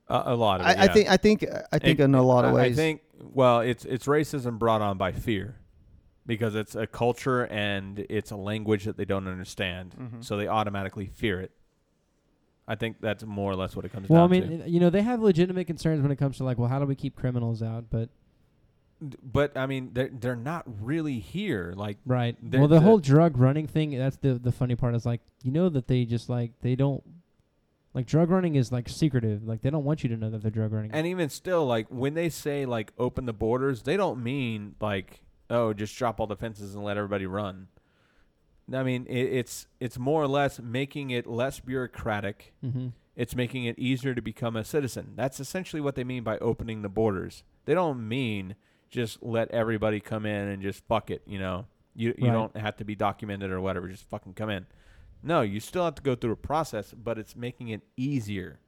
Speaker 3: a, a lot of.
Speaker 2: I,
Speaker 3: it,
Speaker 2: I
Speaker 3: Oh, yeah.
Speaker 2: think. I think. I think in a lot of
Speaker 3: I-
Speaker 2: ways.
Speaker 3: I think well, it's it's racism brought on by fear, because it's a culture and it's a language that they don't understand,
Speaker 2: Mm-hmm.
Speaker 3: so they automatically fear it. I think that's more or less what it comes
Speaker 4: Well, I
Speaker 3: down to.
Speaker 4: mean, you know, they have legitimate concerns when it comes to like, well, how do we keep criminals out? But
Speaker 3: D- but I mean, they're they're not really here. Like
Speaker 4: right.
Speaker 3: They're-
Speaker 4: well, the
Speaker 3: the-
Speaker 4: whole drug running thing. That's the the funny part is like, you know, that they just like they don't like drug running is like secretive. Like they don't want you to know that they're drug running.
Speaker 3: And even still, like when they say like open the borders, they don't mean like oh just drop all the fences and let everybody run. I mean it, it's it's more or less making it less bureaucratic.
Speaker 4: mm-hmm.
Speaker 3: It's making it easier to become a citizen. That's essentially what they mean by opening the borders. They don't mean just let everybody come in and just fuck it. You know, you you
Speaker 4: Right.
Speaker 3: don't have to be documented or whatever. Just fucking come in. No, you still have to go through a process, but it's making it easier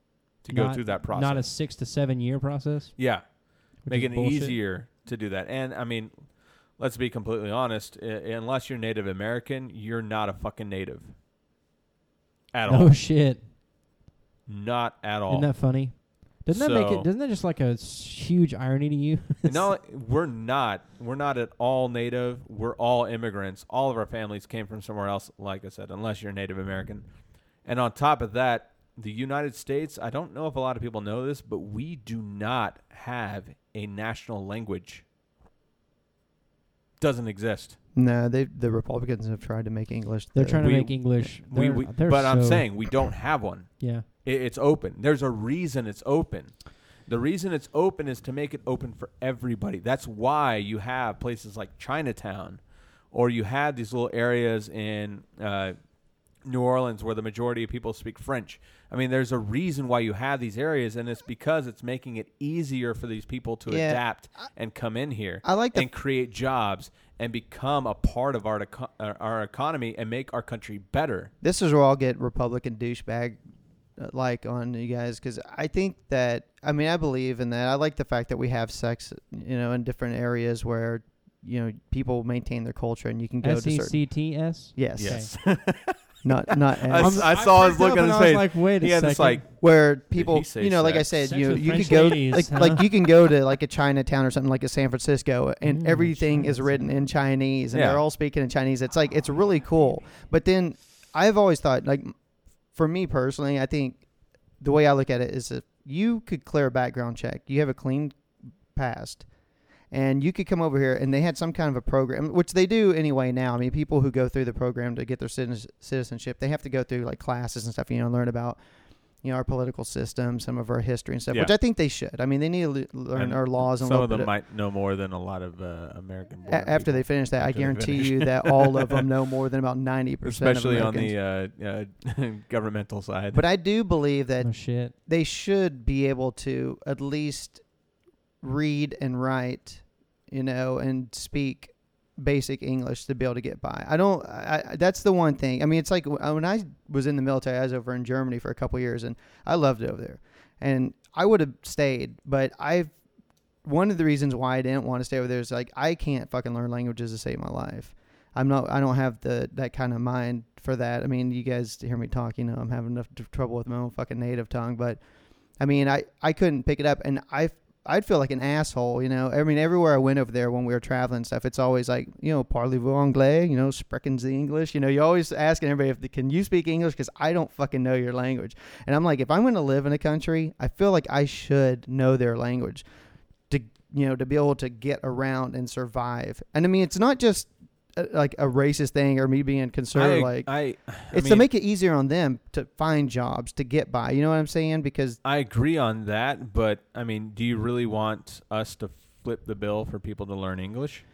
Speaker 3: to go through that process.
Speaker 4: Not a six to seven year process.
Speaker 3: Yeah,
Speaker 4: Which
Speaker 3: make
Speaker 4: is
Speaker 3: it
Speaker 4: bullshit.
Speaker 3: easier to do that. And I mean, let's be completely honest. I- unless you're Native American, you're not a fucking native. At
Speaker 4: No
Speaker 3: all.
Speaker 4: Oh, shit.
Speaker 3: Not at all.
Speaker 4: Isn't that funny? Doesn't that make
Speaker 3: So-
Speaker 4: it? Doesn't that just like a s- huge irony to you?
Speaker 3: And No, we're not. We're not at all native. We're all immigrants. All of our families came from somewhere else, like I said, unless you're Native American. And on top of that, the United States, I don't know if a lot of people know this, but we do not have a national language. Doesn't exist.
Speaker 2: No, they the Republicans have tried to make English.
Speaker 4: they're
Speaker 2: the-
Speaker 4: trying
Speaker 3: we-
Speaker 4: to make English.
Speaker 3: We,
Speaker 4: they're-
Speaker 3: we
Speaker 4: they're
Speaker 3: but I'm
Speaker 4: so-
Speaker 3: saying we don't have one.
Speaker 4: yeah,
Speaker 3: It, it's open. There's a reason it's open. The reason it's open is to make it open for everybody. That's why you have places like Chinatown, or you have these little areas in uh, New Orleans where the majority of people speak French. I mean, there's a reason why you have these areas, and it's because it's making it easier for these people to
Speaker 2: Yeah.
Speaker 3: adapt and come in here
Speaker 2: I like the
Speaker 3: and create jobs and become a part of our, eco- uh, our economy and make our country better.
Speaker 2: This is where I'll get Republican douchebag uh, like on you guys because I think that I mean I believe in that. I like the fact that we have sex, you know, in different areas where you know people maintain their culture and you can go
Speaker 4: S
Speaker 2: to
Speaker 4: E
Speaker 2: certain.
Speaker 4: C T S.
Speaker 2: Yes,
Speaker 4: Yes.
Speaker 2: not not
Speaker 3: I
Speaker 2: as,
Speaker 3: s- I saw his
Speaker 4: freaked
Speaker 3: look
Speaker 4: up
Speaker 3: on
Speaker 4: and
Speaker 3: his
Speaker 4: I was
Speaker 3: face.
Speaker 4: Like, wait a
Speaker 3: He had
Speaker 4: second.
Speaker 3: this like
Speaker 2: where people
Speaker 3: he say
Speaker 2: you know like I
Speaker 3: sex?
Speaker 2: said
Speaker 4: Sex
Speaker 2: you
Speaker 4: with
Speaker 2: you
Speaker 4: French
Speaker 2: could go
Speaker 4: ladies,
Speaker 2: like
Speaker 4: huh?
Speaker 2: like you can go to like a Chinatown or something like a San Francisco and
Speaker 4: Mm,
Speaker 2: everything is written in Chinese and
Speaker 3: Yeah.
Speaker 2: they're all speaking in Chinese it's like it's really cool but then I've always thought like for me personally I think the way I look at it is if you could clear a background check you have a clean past and you could come over here and they had some kind of a program which they do anyway now i mean people who go through the program to get their citizen- citizenship they have to go through like classes and stuff you know and learn about you know our political system some of our history and stuff which
Speaker 3: Yeah.
Speaker 2: i think they should i mean they need to le- learn
Speaker 3: And
Speaker 2: our laws and
Speaker 3: Some
Speaker 2: a
Speaker 3: of
Speaker 2: little bit
Speaker 3: them might know more than a lot of uh, American.
Speaker 2: a- after they finish that i
Speaker 3: after they
Speaker 2: guarantee
Speaker 3: finish.
Speaker 2: you that all of them know more than about 90%
Speaker 3: especially
Speaker 2: of
Speaker 3: on
Speaker 2: Americans.
Speaker 3: the uh, uh, governmental side.
Speaker 2: but i do believe that
Speaker 4: oh shit.
Speaker 2: they should be able to at least read and write, you know, and speak basic English to be able to get by. I don't. I, I- that's the one thing. I mean, it's like w- uh, when I was in the military, I was over in Germany for a couple years, and I loved it over there, and I would have stayed, but I've. One of the reasons why I didn't want to stay over there is like I can't fucking learn languages to save my life. I'm not. I don't have the that kind of mind for that. I mean, you guys hear me talk. You know, I'm having enough t- trouble with my own fucking native tongue. But I mean, I I couldn't pick it up, and I I'd feel like an asshole. You know, I mean, everywhere I went over there when we were traveling and stuff, it's always like you know, parlez-vous anglais? You know, sprechen Sie English? You know, you're always asking everybody if they, can you speak English because I don't fucking know your language. And I'm like, if I'm going to live in a country, I feel like I should know their language to you know to be able to get around and survive. And I mean, it's not just uh, like a racist thing or me being
Speaker 3: I,
Speaker 2: concerned. like
Speaker 3: I, I
Speaker 2: it's to
Speaker 3: mean,
Speaker 2: make it easier on them to find jobs to get by. You know what I'm saying? Because
Speaker 3: I agree on that, but I mean, do you really want us to flip the bill for people to learn English?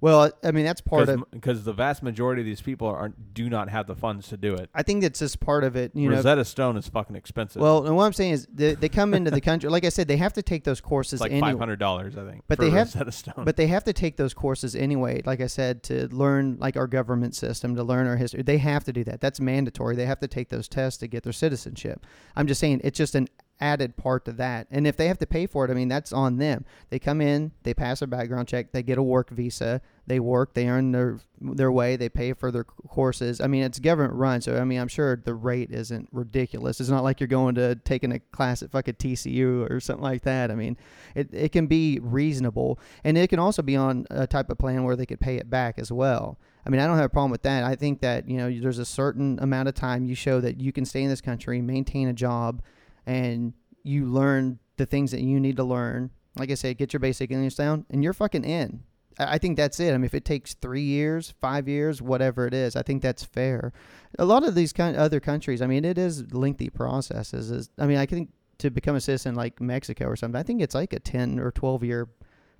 Speaker 2: well, I mean that's part of.
Speaker 3: Because the vast majority of these people are do not have the funds to do it.
Speaker 2: I think that's just part of it. You know.
Speaker 3: Rosetta Stone is fucking expensive.
Speaker 2: Well, and what I'm saying is they, they come into the country. Like I said, they have to take those courses
Speaker 3: it's like
Speaker 2: anyway.
Speaker 3: five hundred dollars, I think.
Speaker 2: But
Speaker 3: for
Speaker 2: they have-
Speaker 3: Rosetta Stone.
Speaker 2: But they have to take those courses anyway, like I said, to learn like our government system, to learn our history. They have to do that. That's mandatory. They have to take those tests to get their citizenship. I'm just saying it's just an added part to that. And if they have to pay for it, I mean that's on them. They come in, they pass a background check, they get a work visa, they work, they earn their their way, they pay for their courses. I mean it's government run, so I mean I'm sure the rate isn't ridiculous. It's not like you're going to taking a class at fucking TCU or something like that. I mean it, it can be reasonable and it can also be on a type of plan where they could pay it back as well i mean i don't have a problem with that i think that you know there's a certain amount of time you show that you can stay in this country maintain a job and you learn the things that you need to learn like i said get your basic english down and you're fucking in I I think that's it. I mean, if it takes three years, five years, whatever it is, I think that's fair. A lot of these kind other countries, I mean, it is lengthy processes. Is I mean, I think to become a citizen like Mexico or something, I think it's like a ten or twelve year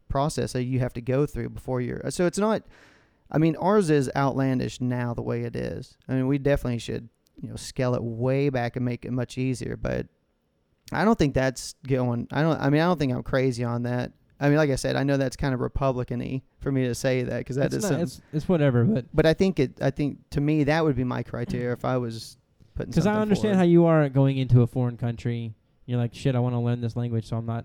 Speaker 2: process that you have to go through before you're. So it's not. I mean, ours is outlandish now the way it is. I mean, we definitely should you know scale it way back and make it much easier, but. I don't think that's going. I don't. I mean, I don't think I'm crazy on that. I mean, like I said, I know that's kind of Republican-y for me to say that because that
Speaker 4: it's,
Speaker 2: is
Speaker 4: not-
Speaker 2: something-
Speaker 4: it's, it's whatever, but
Speaker 2: But I think it. I think to me that would be my criteria if I was putting.
Speaker 4: because
Speaker 2: Because
Speaker 4: I understand how you are going into a foreign country. You're like, shit, I want to learn this language, so I'm not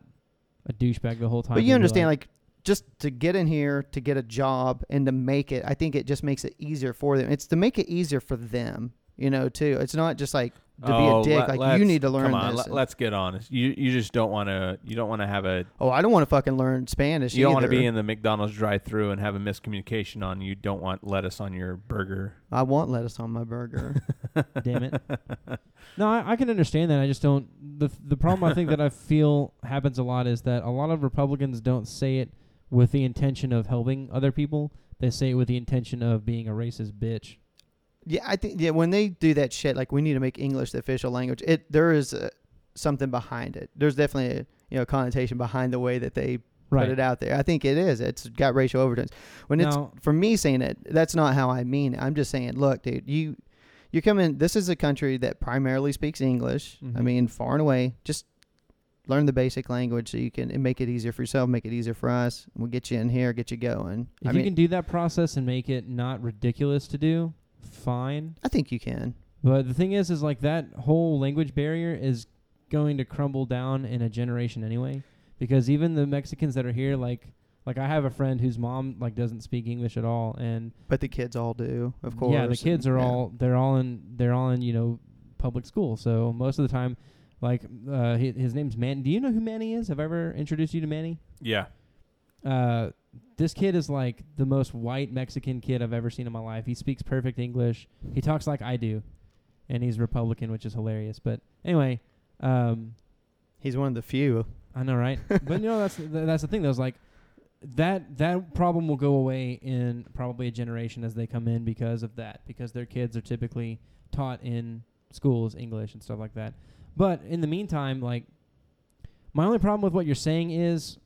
Speaker 4: a douchebag the whole time.
Speaker 2: But
Speaker 4: and
Speaker 2: you
Speaker 4: you're
Speaker 2: understand, like, just to get in here, to get a job, and to make it, I think it just makes it easier for them. It's to make it easier for them, you know, too. It's not just like to
Speaker 3: Oh,
Speaker 2: be a dick.
Speaker 3: let-
Speaker 2: like you
Speaker 3: let's-
Speaker 2: need to learn
Speaker 3: Come on,
Speaker 2: this.
Speaker 3: let- let's get honest. You you just don't want to. You don't want to have a.
Speaker 2: oh, I don't want to fucking learn Spanish.
Speaker 3: You don't want to
Speaker 2: either.
Speaker 3: be in the McDonald's drive-through and have a miscommunication on. You don't want lettuce on your burger.
Speaker 2: I want lettuce on my burger.
Speaker 4: Damn it. No, I, I can understand that. I just don't. the The problem I think that I feel happens a lot is that a lot of Republicans don't say it with the intention of helping other people. They say it with the intention of being a racist bitch.
Speaker 2: yeah, I think yeah when they do that shit, like we need to make English the official language. It there is uh something behind it. There's definitely a you know connotation behind the way that they put it out there. I think it is. It's got racial overtones. When it's
Speaker 4: Now-
Speaker 2: for me saying it, that's not how I mean. it. I'm just saying, look, dude, you you come in. This is a country that primarily speaks English. I
Speaker 4: Mhm.
Speaker 2: mean, far and away, just learn the basic language so you can and make it easier for yourself, make it easier for us. We'll get you in here, get you going.
Speaker 4: If
Speaker 2: I
Speaker 4: you
Speaker 2: mean,
Speaker 4: can do that process and make it not ridiculous to do, fine.
Speaker 2: I think you can.
Speaker 4: But the thing is, is like that whole language barrier is going to crumble down in a generation anyway, because even the Mexicans that are here, like like I have a friend whose mom like doesn't speak English at all, and
Speaker 2: But the kids all do, of course.
Speaker 4: Yeah, the kids
Speaker 2: and-
Speaker 4: are
Speaker 2: yeah.
Speaker 4: all they're all in they're all in you know public school. So most of the time, like uh, his, his name's Manny. Do you know who Manny is? Have I ever introduced you to Manny?
Speaker 3: Yeah.
Speaker 4: Uh, this kid is like the most white Mexican kid I've ever seen in my life. He speaks perfect English. He talks like I do, and he's Republican, which is hilarious. But anyway, um,
Speaker 2: He's one of the few.
Speaker 4: I know, right? but you know, that's th- that's the thing. though. is like that that problem will go away in probably a generation as they come in because of that, because their kids are typically taught in schools English and stuff like that. But in the meantime, like my only problem with what you're saying is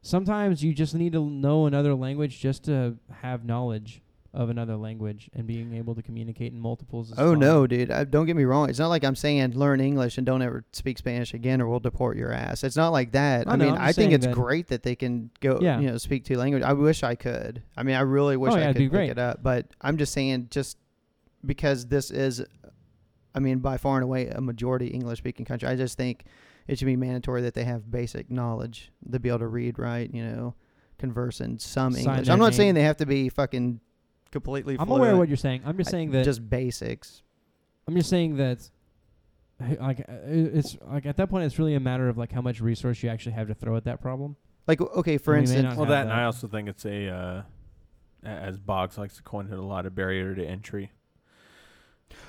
Speaker 4: sometimes you just need to know another language just to have knowledge of another language and being able to communicate in multiples. is
Speaker 2: Oh
Speaker 4: fine.
Speaker 2: no, dude! I, don't get me wrong. It's not like I'm saying learn English and don't ever speak Spanish again, or we'll deport your ass. It's not like that.
Speaker 4: I
Speaker 2: I
Speaker 4: know,
Speaker 2: mean,
Speaker 4: I'm
Speaker 2: I
Speaker 4: just
Speaker 2: think
Speaker 4: saying
Speaker 2: it's
Speaker 4: that-
Speaker 2: great that they can go,
Speaker 4: Yeah.
Speaker 2: you know, speak two languages. I wish I could. I mean, I really wish
Speaker 4: Oh,
Speaker 2: I
Speaker 4: yeah,
Speaker 2: could
Speaker 4: it'd be
Speaker 2: pick
Speaker 4: great.
Speaker 2: it up. But I'm just saying, just because this is, I mean, by far and away a majority English speaking country. I just think it should be mandatory that they have basic knowledge to be able to read, write, you know, converse in some
Speaker 4: Sign
Speaker 2: English.
Speaker 4: their
Speaker 2: I'm not saying
Speaker 4: name.
Speaker 2: they have to be fucking completely.
Speaker 4: I'm aware of
Speaker 2: fluent.
Speaker 4: what you're saying. I'm just
Speaker 2: I-
Speaker 4: saying that
Speaker 2: just basics.
Speaker 4: I'm just saying that h- like uh, it's like at that point it's really a matter of like how much resource you actually have to throw at that problem.
Speaker 2: Like w- okay, for
Speaker 4: We may
Speaker 2: instance,
Speaker 4: not
Speaker 3: Well,
Speaker 4: have
Speaker 3: that, and
Speaker 4: that.
Speaker 3: I also think it's a, uh, a- as Boggs likes to coin it, a lot of barrier to entry.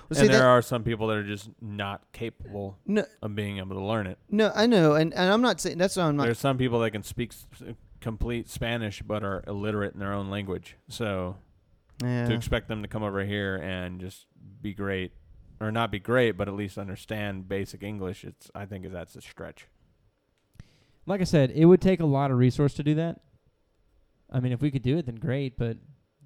Speaker 2: well, see
Speaker 3: and there
Speaker 2: that,
Speaker 3: are some people that are just not capable
Speaker 2: no,
Speaker 3: of being able to learn it.
Speaker 2: no, I know, and, and I'm not saying that's what I'm not.
Speaker 3: There's some people that can speak s- s- complete Spanish but are illiterate in their own language. So
Speaker 2: Yeah.
Speaker 3: to expect them to come over here and just be great, or not be great, but at least understand basic English, it's I think that's a stretch.
Speaker 4: Like I said, it would take a lot of resource to do that. I mean, if we could do it, then great. But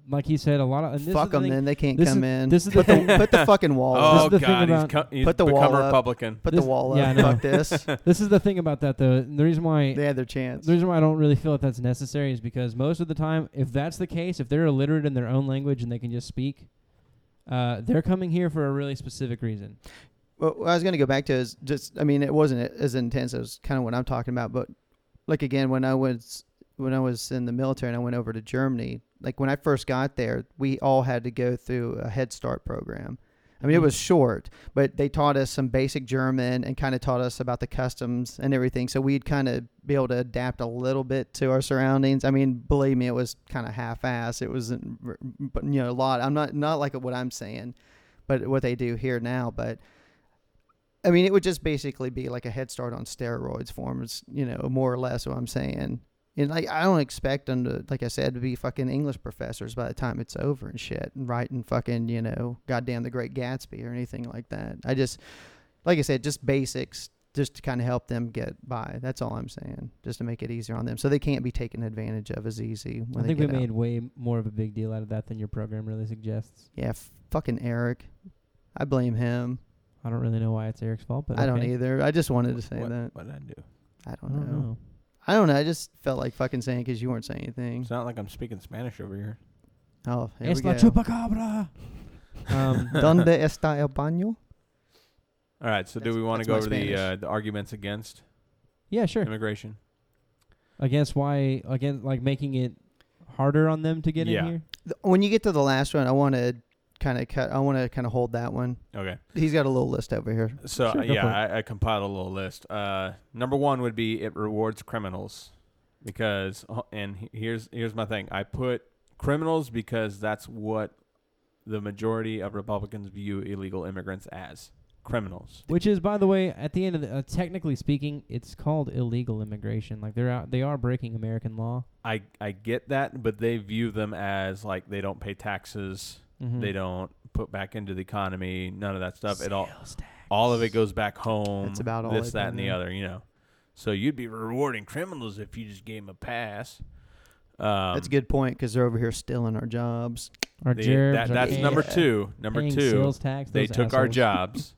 Speaker 4: like he said, a lot of and this
Speaker 2: Fuck
Speaker 4: is the
Speaker 2: them,
Speaker 4: thing-
Speaker 2: then they can't
Speaker 4: this
Speaker 2: come
Speaker 4: is-
Speaker 2: in.
Speaker 4: this is the
Speaker 2: put
Speaker 4: thing-
Speaker 2: the put the fucking wall.
Speaker 4: This
Speaker 3: Oh
Speaker 2: up.
Speaker 4: is the thing
Speaker 3: God, he's,
Speaker 4: about-
Speaker 3: co- he's
Speaker 2: Put the
Speaker 3: become
Speaker 2: wall
Speaker 3: a
Speaker 2: up.
Speaker 3: Republican.
Speaker 2: Put
Speaker 4: this-
Speaker 2: the wall up.
Speaker 4: yeah, I know.
Speaker 2: Fuck this.
Speaker 4: This is the thing about that though. and The reason why
Speaker 2: they had their chance.
Speaker 4: the reason why I don't really feel that that's necessary is because most of the time, if that's the case, if they're illiterate in their own language and they can just speak, uh, they're coming here for a really specific reason.
Speaker 2: What what I was going to go back to is just, I mean, it wasn't as intense as kind of what I'm talking about, but like again, when I was when I was in the military and I went over to Germany, like when I first got there, we all had to go through a Head Start program. I mean, it
Speaker 4: Mhm.
Speaker 2: was short, but they taught us some basic German and kind of taught us about the customs and everything. So we'd kind of be able to adapt a little bit to our surroundings. I mean, believe me, it was kind of half-ass. It wasn't, r- but you know, a lot. I'm not not like what I'm saying, but what they do here now. But I mean, it would just basically be like a head start on steroids form. It's you know more or less what I'm saying. And like I don't expect them to, like I said, to be fucking English professors by the time it's over and shit, and writing fucking you know, goddamn the Great Gatsby or anything like that. I just, like I said, just basics, just to kind of help them get by. That's all I'm saying, just to make it easier on them, so they can't be taken advantage of as easy. When
Speaker 4: I
Speaker 2: they
Speaker 4: think we
Speaker 2: get out.
Speaker 4: made way more of a big deal out of that than your program really suggests.
Speaker 2: yeah, f- fucking Eric. I blame him.
Speaker 4: I don't really know why it's Eric's fault, but
Speaker 2: I don't
Speaker 4: okay.
Speaker 2: either. I just wanted to say
Speaker 3: what,
Speaker 2: that.
Speaker 3: what did I do?
Speaker 2: I
Speaker 4: I
Speaker 2: don't,
Speaker 4: don't
Speaker 2: know.
Speaker 4: know.
Speaker 2: I don't know. I just felt like fucking saying because you weren't saying anything.
Speaker 3: It's not like I'm speaking Spanish over here.
Speaker 2: Oh, here
Speaker 4: Es
Speaker 2: we
Speaker 4: la
Speaker 2: go.
Speaker 4: chupacabra. Um,
Speaker 2: Donde está el baño?
Speaker 3: All right, so do
Speaker 2: That's-
Speaker 3: we want to
Speaker 2: that's
Speaker 3: go
Speaker 2: my
Speaker 3: over the
Speaker 2: Spanish.
Speaker 3: uh, the arguments against
Speaker 4: yeah, sure.
Speaker 3: immigration?
Speaker 4: I guess why again like making it harder on them to get
Speaker 3: Yeah.
Speaker 4: in here.
Speaker 2: Th- When you get to the last one, I want to kind of cut. I want to kind of hold that one.
Speaker 3: Okay.
Speaker 2: He's got a little list over here.
Speaker 3: So
Speaker 4: Sure, go
Speaker 3: yeah,
Speaker 4: for it.
Speaker 3: I, I compiled a little list. Uh, number one would be it rewards criminals because, uh, and he- here's here's my thing. I put criminals because that's what the majority of Republicans view illegal immigrants as criminals.
Speaker 4: Which is, by the way, at the end of the, uh, technically speaking, it's called illegal immigration. Like they're out, they are breaking American law.
Speaker 3: I I get that, but they view them as like they don't pay taxes,
Speaker 2: Mm-hmm.
Speaker 4: Mhm.
Speaker 2: Hmm.
Speaker 3: they don't put back into the economy, none of that stuff. It all all of it goes back home.
Speaker 2: That's about all
Speaker 3: This,
Speaker 2: it
Speaker 3: that,
Speaker 2: goes
Speaker 3: and the
Speaker 2: in.
Speaker 3: other. You know, so you'd be rewarding criminals if you just gave them a pass. Um,
Speaker 2: that's a good point because they're over here stealing our jobs.
Speaker 4: Our
Speaker 3: the-
Speaker 4: jobs
Speaker 3: that,
Speaker 4: are
Speaker 3: that's
Speaker 4: paying-
Speaker 3: number two. Number
Speaker 4: paying
Speaker 3: two,
Speaker 4: Sales tax.
Speaker 3: they
Speaker 4: those
Speaker 3: took our
Speaker 4: assholes.
Speaker 3: jobs.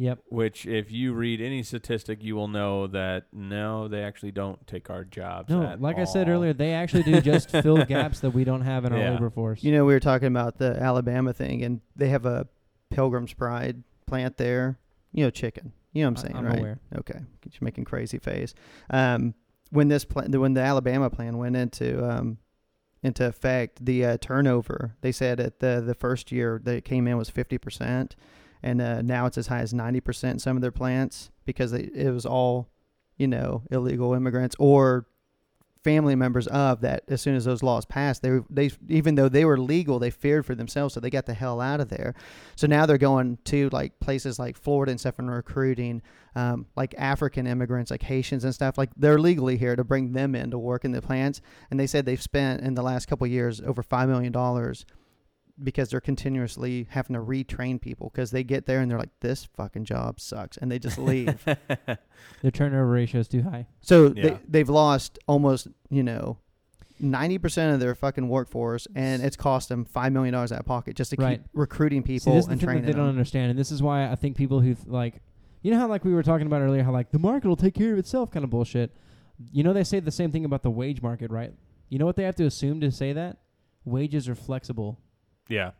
Speaker 4: Yep.
Speaker 3: Which, if you read any statistic, you will know that no, they actually don't take our jobs.
Speaker 4: No,
Speaker 3: at
Speaker 4: like I said
Speaker 3: all.
Speaker 4: earlier, they actually do just fill gaps that we don't have in our
Speaker 3: Yeah.
Speaker 4: labor force.
Speaker 2: You know, we were talking about the Alabama thing, and they have a Pilgrim's Pride plant there. You know, chicken. You know what I'm saying,
Speaker 4: I, am
Speaker 2: right?
Speaker 4: aware.
Speaker 2: Okay, you're making crazy face. Um, when this plan, when the Alabama plan went into um, into effect, the uh, turnover they said at the the first year that it came in was fifty percent, and uh, now it's as high as ninety percent in some of their plants because they, it was all, you know, illegal immigrants or family members of that. As soon as those laws passed, they they even though they were legal, they feared for themselves, so they got the hell out of there. So now they're going to like places like Florida and stuff and recruiting um, like African immigrants, like Haitians and stuff. Like they're legally here to bring them in to work in the plants. And they said they've spent in the last couple of years over five million dollars because they're continuously having to retrain people because they get there and they're like, this fucking job sucks, and they just leave.
Speaker 4: Their turnover ratio is too high.
Speaker 2: so
Speaker 3: Yeah.
Speaker 2: they, they've lost almost you know. Ninety percent of their fucking workforce, and it's cost them five million dollars out of pocket just to
Speaker 4: Right.
Speaker 2: keep recruiting
Speaker 4: See,
Speaker 2: people
Speaker 4: this is the
Speaker 2: and
Speaker 4: thing
Speaker 2: training
Speaker 4: that they don't
Speaker 2: them.
Speaker 4: understand, and this is why I think people who th- like, you know how like we were talking about earlier, how like the market will take care of itself, kind of bullshit. You know they say the same thing about the wage market, right? You know what they have to assume to say that wages are flexible.
Speaker 3: yeah,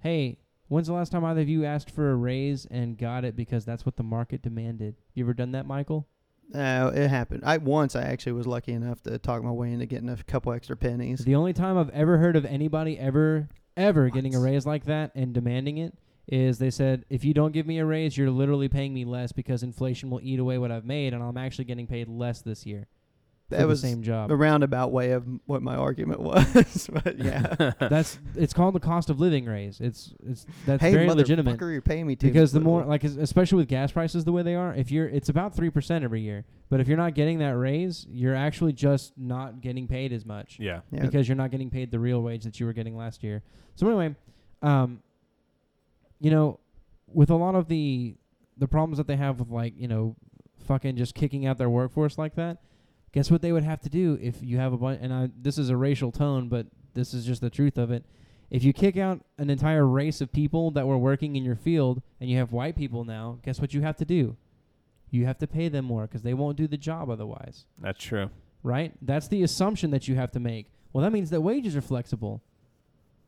Speaker 4: Hey, when's the last time either of you asked for a raise and got it because that's what the market demanded? You ever done that, Michael?
Speaker 2: No, Oh, it happened. I once I actually was lucky enough to talk my way into getting a couple extra pennies.
Speaker 4: The only time I've ever heard of anybody ever ever getting a
Speaker 2: Once.
Speaker 4: raise like that and demanding it is they said if you don't give me a raise you're literally paying me less because inflation will eat away what I've made and I'm actually getting paid less this year. for
Speaker 2: That was
Speaker 4: the same job.
Speaker 2: a roundabout way of what my argument was, but yeah.
Speaker 4: that's it's called the cost of living raise. It's it's that's
Speaker 2: hey,
Speaker 4: very
Speaker 2: motherfucker,
Speaker 4: legitimate.
Speaker 2: you're paying me too
Speaker 4: because the more
Speaker 2: little.
Speaker 4: like es- especially with gas prices the way they are if you're it's about 3% every year but if you're not getting that raise you're actually just not getting paid as much
Speaker 3: yeah.
Speaker 2: yeah,
Speaker 4: because you're not getting paid the real wage that you were getting last year so anyway um you know with a lot of the the problems that they have with like you know fucking just kicking out their workforce like that guess what they would have to do if you have a bunch and I, this is a racial tone but this is just the truth of it if you kick out an entire race of people that were working in your field and you have white people now guess what you have to do you have to pay them more because they won't do the job otherwise
Speaker 3: That's true.
Speaker 4: right? That's the assumption that you have to make. Well, that means that wages are flexible.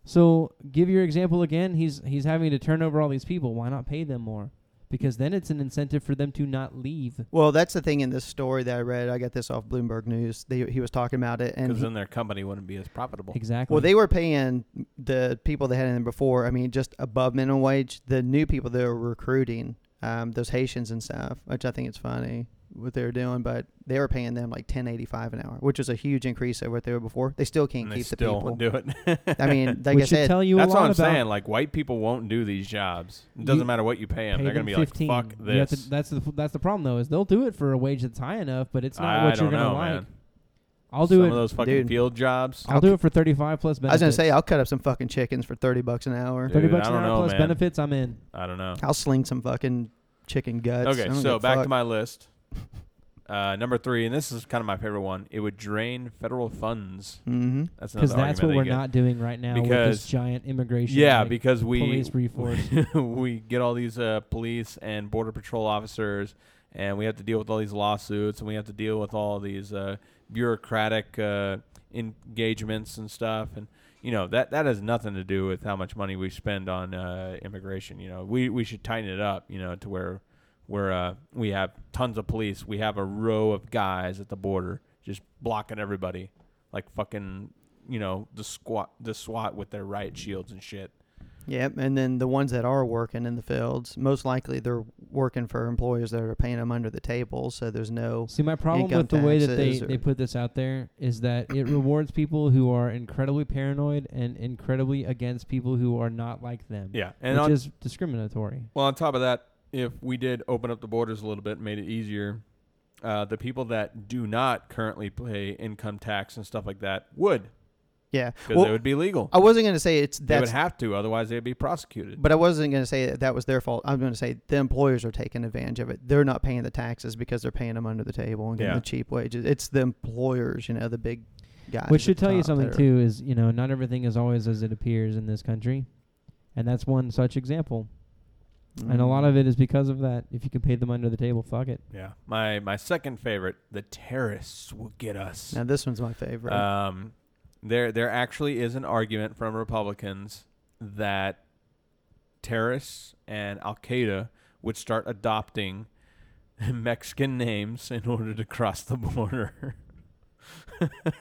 Speaker 4: So, give your example again. He's he's having to turn over all these people. Why not pay them more? Because then it's an incentive for them to not leave.
Speaker 2: well, that's the thing in this story that I read. I got this off Bloomberg News. They, he was talking about it, and he-
Speaker 3: Because then their company wouldn't be as profitable.
Speaker 4: Exactly.
Speaker 2: well, they were paying the people they had in there before. I mean, just above minimum wage. The new people they were recruiting, um, those Haitians and stuff, which I think it's funny what they were doing, but they were paying them like ten eighty five an hour, which was a huge increase over what they were before. They still can't
Speaker 3: and they
Speaker 2: keep
Speaker 3: still
Speaker 2: the people.
Speaker 3: won't do it.
Speaker 2: I mean, like
Speaker 4: which
Speaker 2: I
Speaker 4: should
Speaker 2: said,
Speaker 4: tell you
Speaker 3: That's
Speaker 4: a lot
Speaker 3: what I'm
Speaker 4: about
Speaker 3: saying. Like white people won't do these jobs. It doesn't
Speaker 4: You-
Speaker 3: matter what you pay them.
Speaker 4: pay
Speaker 3: They're gonna
Speaker 4: them
Speaker 3: be
Speaker 4: 15.
Speaker 3: like, fuck
Speaker 4: You have to-
Speaker 3: this.
Speaker 4: that's the that's the problem though is they'll do it for a wage that's high enough, but it's not
Speaker 3: I
Speaker 4: what you're
Speaker 3: don't
Speaker 4: gonna
Speaker 3: know,
Speaker 4: like.
Speaker 3: man.
Speaker 4: I'll do
Speaker 3: Some
Speaker 4: it.
Speaker 3: of those fucking
Speaker 2: Dude.
Speaker 3: field jobs.
Speaker 4: I'll do it for thirty five plus
Speaker 2: I was
Speaker 4: benefits.
Speaker 2: gonna say uh, I'll cut up some fucking chickens for thirty bucks an hour.
Speaker 4: thirty
Speaker 3: Dude,
Speaker 4: bucks
Speaker 3: I
Speaker 4: an
Speaker 3: don't
Speaker 4: hour
Speaker 3: know,
Speaker 4: plus
Speaker 3: man.
Speaker 4: benefits. I'm in.
Speaker 3: I don't know.
Speaker 2: I'll sling some fucking chicken guts. I
Speaker 3: Okay,
Speaker 2: don't give
Speaker 3: so
Speaker 2: a
Speaker 3: back
Speaker 2: fuck.
Speaker 3: to my list. Uh, number three, and this is kind of my favorite one. It would drain federal funds.
Speaker 2: Mm-hmm.
Speaker 3: That's another
Speaker 4: Because that's
Speaker 3: argument
Speaker 4: what we're
Speaker 3: they get.
Speaker 4: not doing right now with this
Speaker 3: Because-
Speaker 4: giant immigration.
Speaker 3: Yeah,
Speaker 4: like,
Speaker 3: because we
Speaker 4: police reforce.
Speaker 3: we get all these uh, police and border patrol officers, and we have to deal with all these lawsuits, and we have to deal with all these uh, bureaucratic uh, engagements and stuff, and you know that that has nothing to do with how much money we spend on uh, immigration. You know, we we should tighten it up. You know, to where where uh, we have tons of police, we have a row of guys at the border just blocking everybody, like fucking. You know the squat, the SWAT with their riot shields and shit.
Speaker 2: Yep, and then the ones that are working in the fields, most likely they're working for employers that are paying them under the table, so there's no
Speaker 4: See, my problem
Speaker 2: income
Speaker 4: with the way that they,
Speaker 2: taxes
Speaker 4: they
Speaker 2: or-
Speaker 4: put this out there is that it rewards people who are incredibly paranoid and incredibly against people who are not like them,
Speaker 3: Yeah, and
Speaker 4: which
Speaker 3: on,
Speaker 4: is discriminatory.
Speaker 3: well, on top of that, if we did open up the borders a little bit and made it easier, uh, the people that do not currently pay income tax and stuff like that would
Speaker 2: yeah.
Speaker 3: because
Speaker 2: Well,
Speaker 3: they would be legal.
Speaker 2: I wasn't gonna say it's
Speaker 3: They would
Speaker 2: that's,
Speaker 3: have to, otherwise they'd be prosecuted.
Speaker 2: but I wasn't gonna say that, that was their fault. I'm gonna say the employers are taking advantage of it. They're not paying the taxes because they're paying them under the table and getting
Speaker 3: Yeah.
Speaker 2: the cheap wages. It's the employers, you know, the big guys.
Speaker 4: Which
Speaker 2: at
Speaker 4: should
Speaker 2: the
Speaker 4: tell you
Speaker 2: top
Speaker 4: something
Speaker 2: that are-
Speaker 4: too is you know not everything is always as it appears in this country, and that's one such example. And a lot
Speaker 2: Mm.
Speaker 4: of it is because of that. If you can pay them under the table, fuck it.
Speaker 3: Yeah, my my second favorite, the terrorists will get us.
Speaker 2: Mm-hmm. Now this one's my favorite.
Speaker 3: Um, there there actually is an argument from Republicans that terrorists and Al Qaeda would start adopting Mexican names in order to cross the border.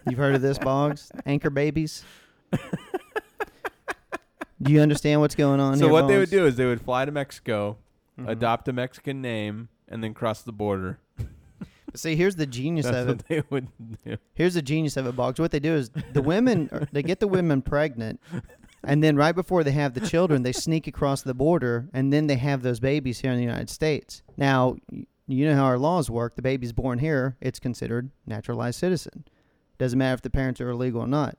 Speaker 2: You've heard of this, Boggs? Anchor babies. Do you understand what's going on?
Speaker 3: so
Speaker 2: here,
Speaker 3: what they
Speaker 2: Boggs?
Speaker 3: would do is they would fly to Mexico,
Speaker 2: Mhm.
Speaker 3: adopt a Mexican name, and then cross the border.
Speaker 2: See, here's the genius
Speaker 3: That's
Speaker 2: of it.
Speaker 3: what they would do.
Speaker 2: Here's the genius of it, Boggs. What they do is the women are- they get the women pregnant, and then right before they have the children, they sneak across the border, and then they have those babies here in the United States. Now, y- you know how our laws work. The baby's born here; it's considered naturalized citizen. Doesn't matter if the parents are illegal or not.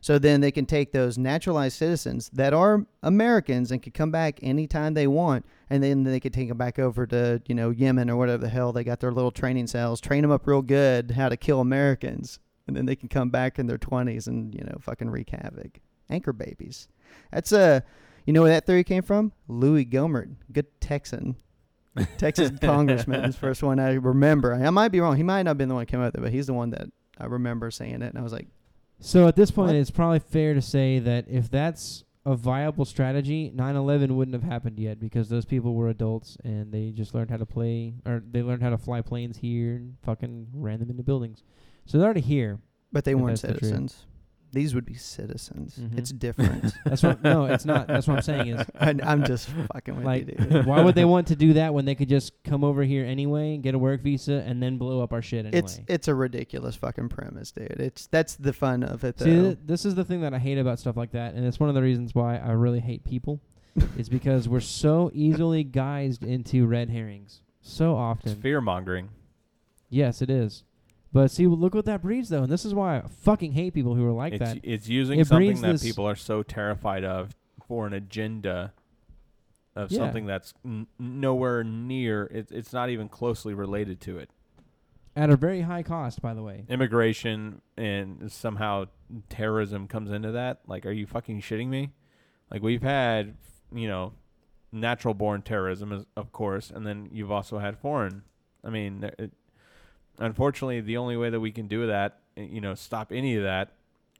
Speaker 2: So then they can take those naturalized citizens that are Americans and can come back anytime they want, and then they could take them back over to you know Yemen or whatever the hell they got their little training cells, train them up real good how to kill Americans, and then they can come back in their twenties and you know fucking wreak havoc. Anchor babies. That's uh, you know where that theory came from? Louis Gohmert, good Texan. Texas congressman is the first one I remember. I might be wrong. He might not have been the one that came up with it, but he's the one that I remember saying it. And I was like,
Speaker 4: So at this point,
Speaker 2: What?
Speaker 4: it's probably fair to say that if that's a viable strategy, 9/11 wouldn't have happened yet because those people were adults and they just learned how to play or they learned how to fly planes here and fucking ran them into buildings. So they're already here.
Speaker 2: But they
Speaker 4: If
Speaker 2: weren't
Speaker 4: that's the truth.
Speaker 2: citizens. These would be citizens.
Speaker 4: Mhm.
Speaker 2: It's different.
Speaker 4: That's what. no, it's not. That's what I'm saying is
Speaker 2: I, I'm just fucking with
Speaker 4: like,
Speaker 2: you, dude.
Speaker 4: why would they want to do that when they could just come over here anyway, get a work visa, and then blow up our shit anyway?
Speaker 2: It's it's a ridiculous fucking premise, dude. It's that's the fun of it, though.
Speaker 4: See, th- this is the thing that I hate about stuff like that, and it's one of the reasons why I really hate people. is because we're so easily guised into red herrings so
Speaker 3: It's
Speaker 4: often.
Speaker 3: fear mongering.
Speaker 4: yes, it is. But see, well, look what that breeds, though, and this is why I fucking hate people who are like
Speaker 3: it's,
Speaker 4: that.
Speaker 3: it's using
Speaker 4: It
Speaker 3: something
Speaker 4: breeds
Speaker 3: that
Speaker 4: this-
Speaker 3: people are so terrified of for an agenda of
Speaker 4: Yeah.
Speaker 3: something that's n- nowhere near it, it's not even closely related to it
Speaker 4: At a very high cost, by the way.
Speaker 3: immigration and somehow terrorism comes into that like are you fucking shitting me like we've had you know natural born terrorism is, of course and then you've also had foreign i mean there- it, unfortunately the only way that we can do that uh, you know stop any of that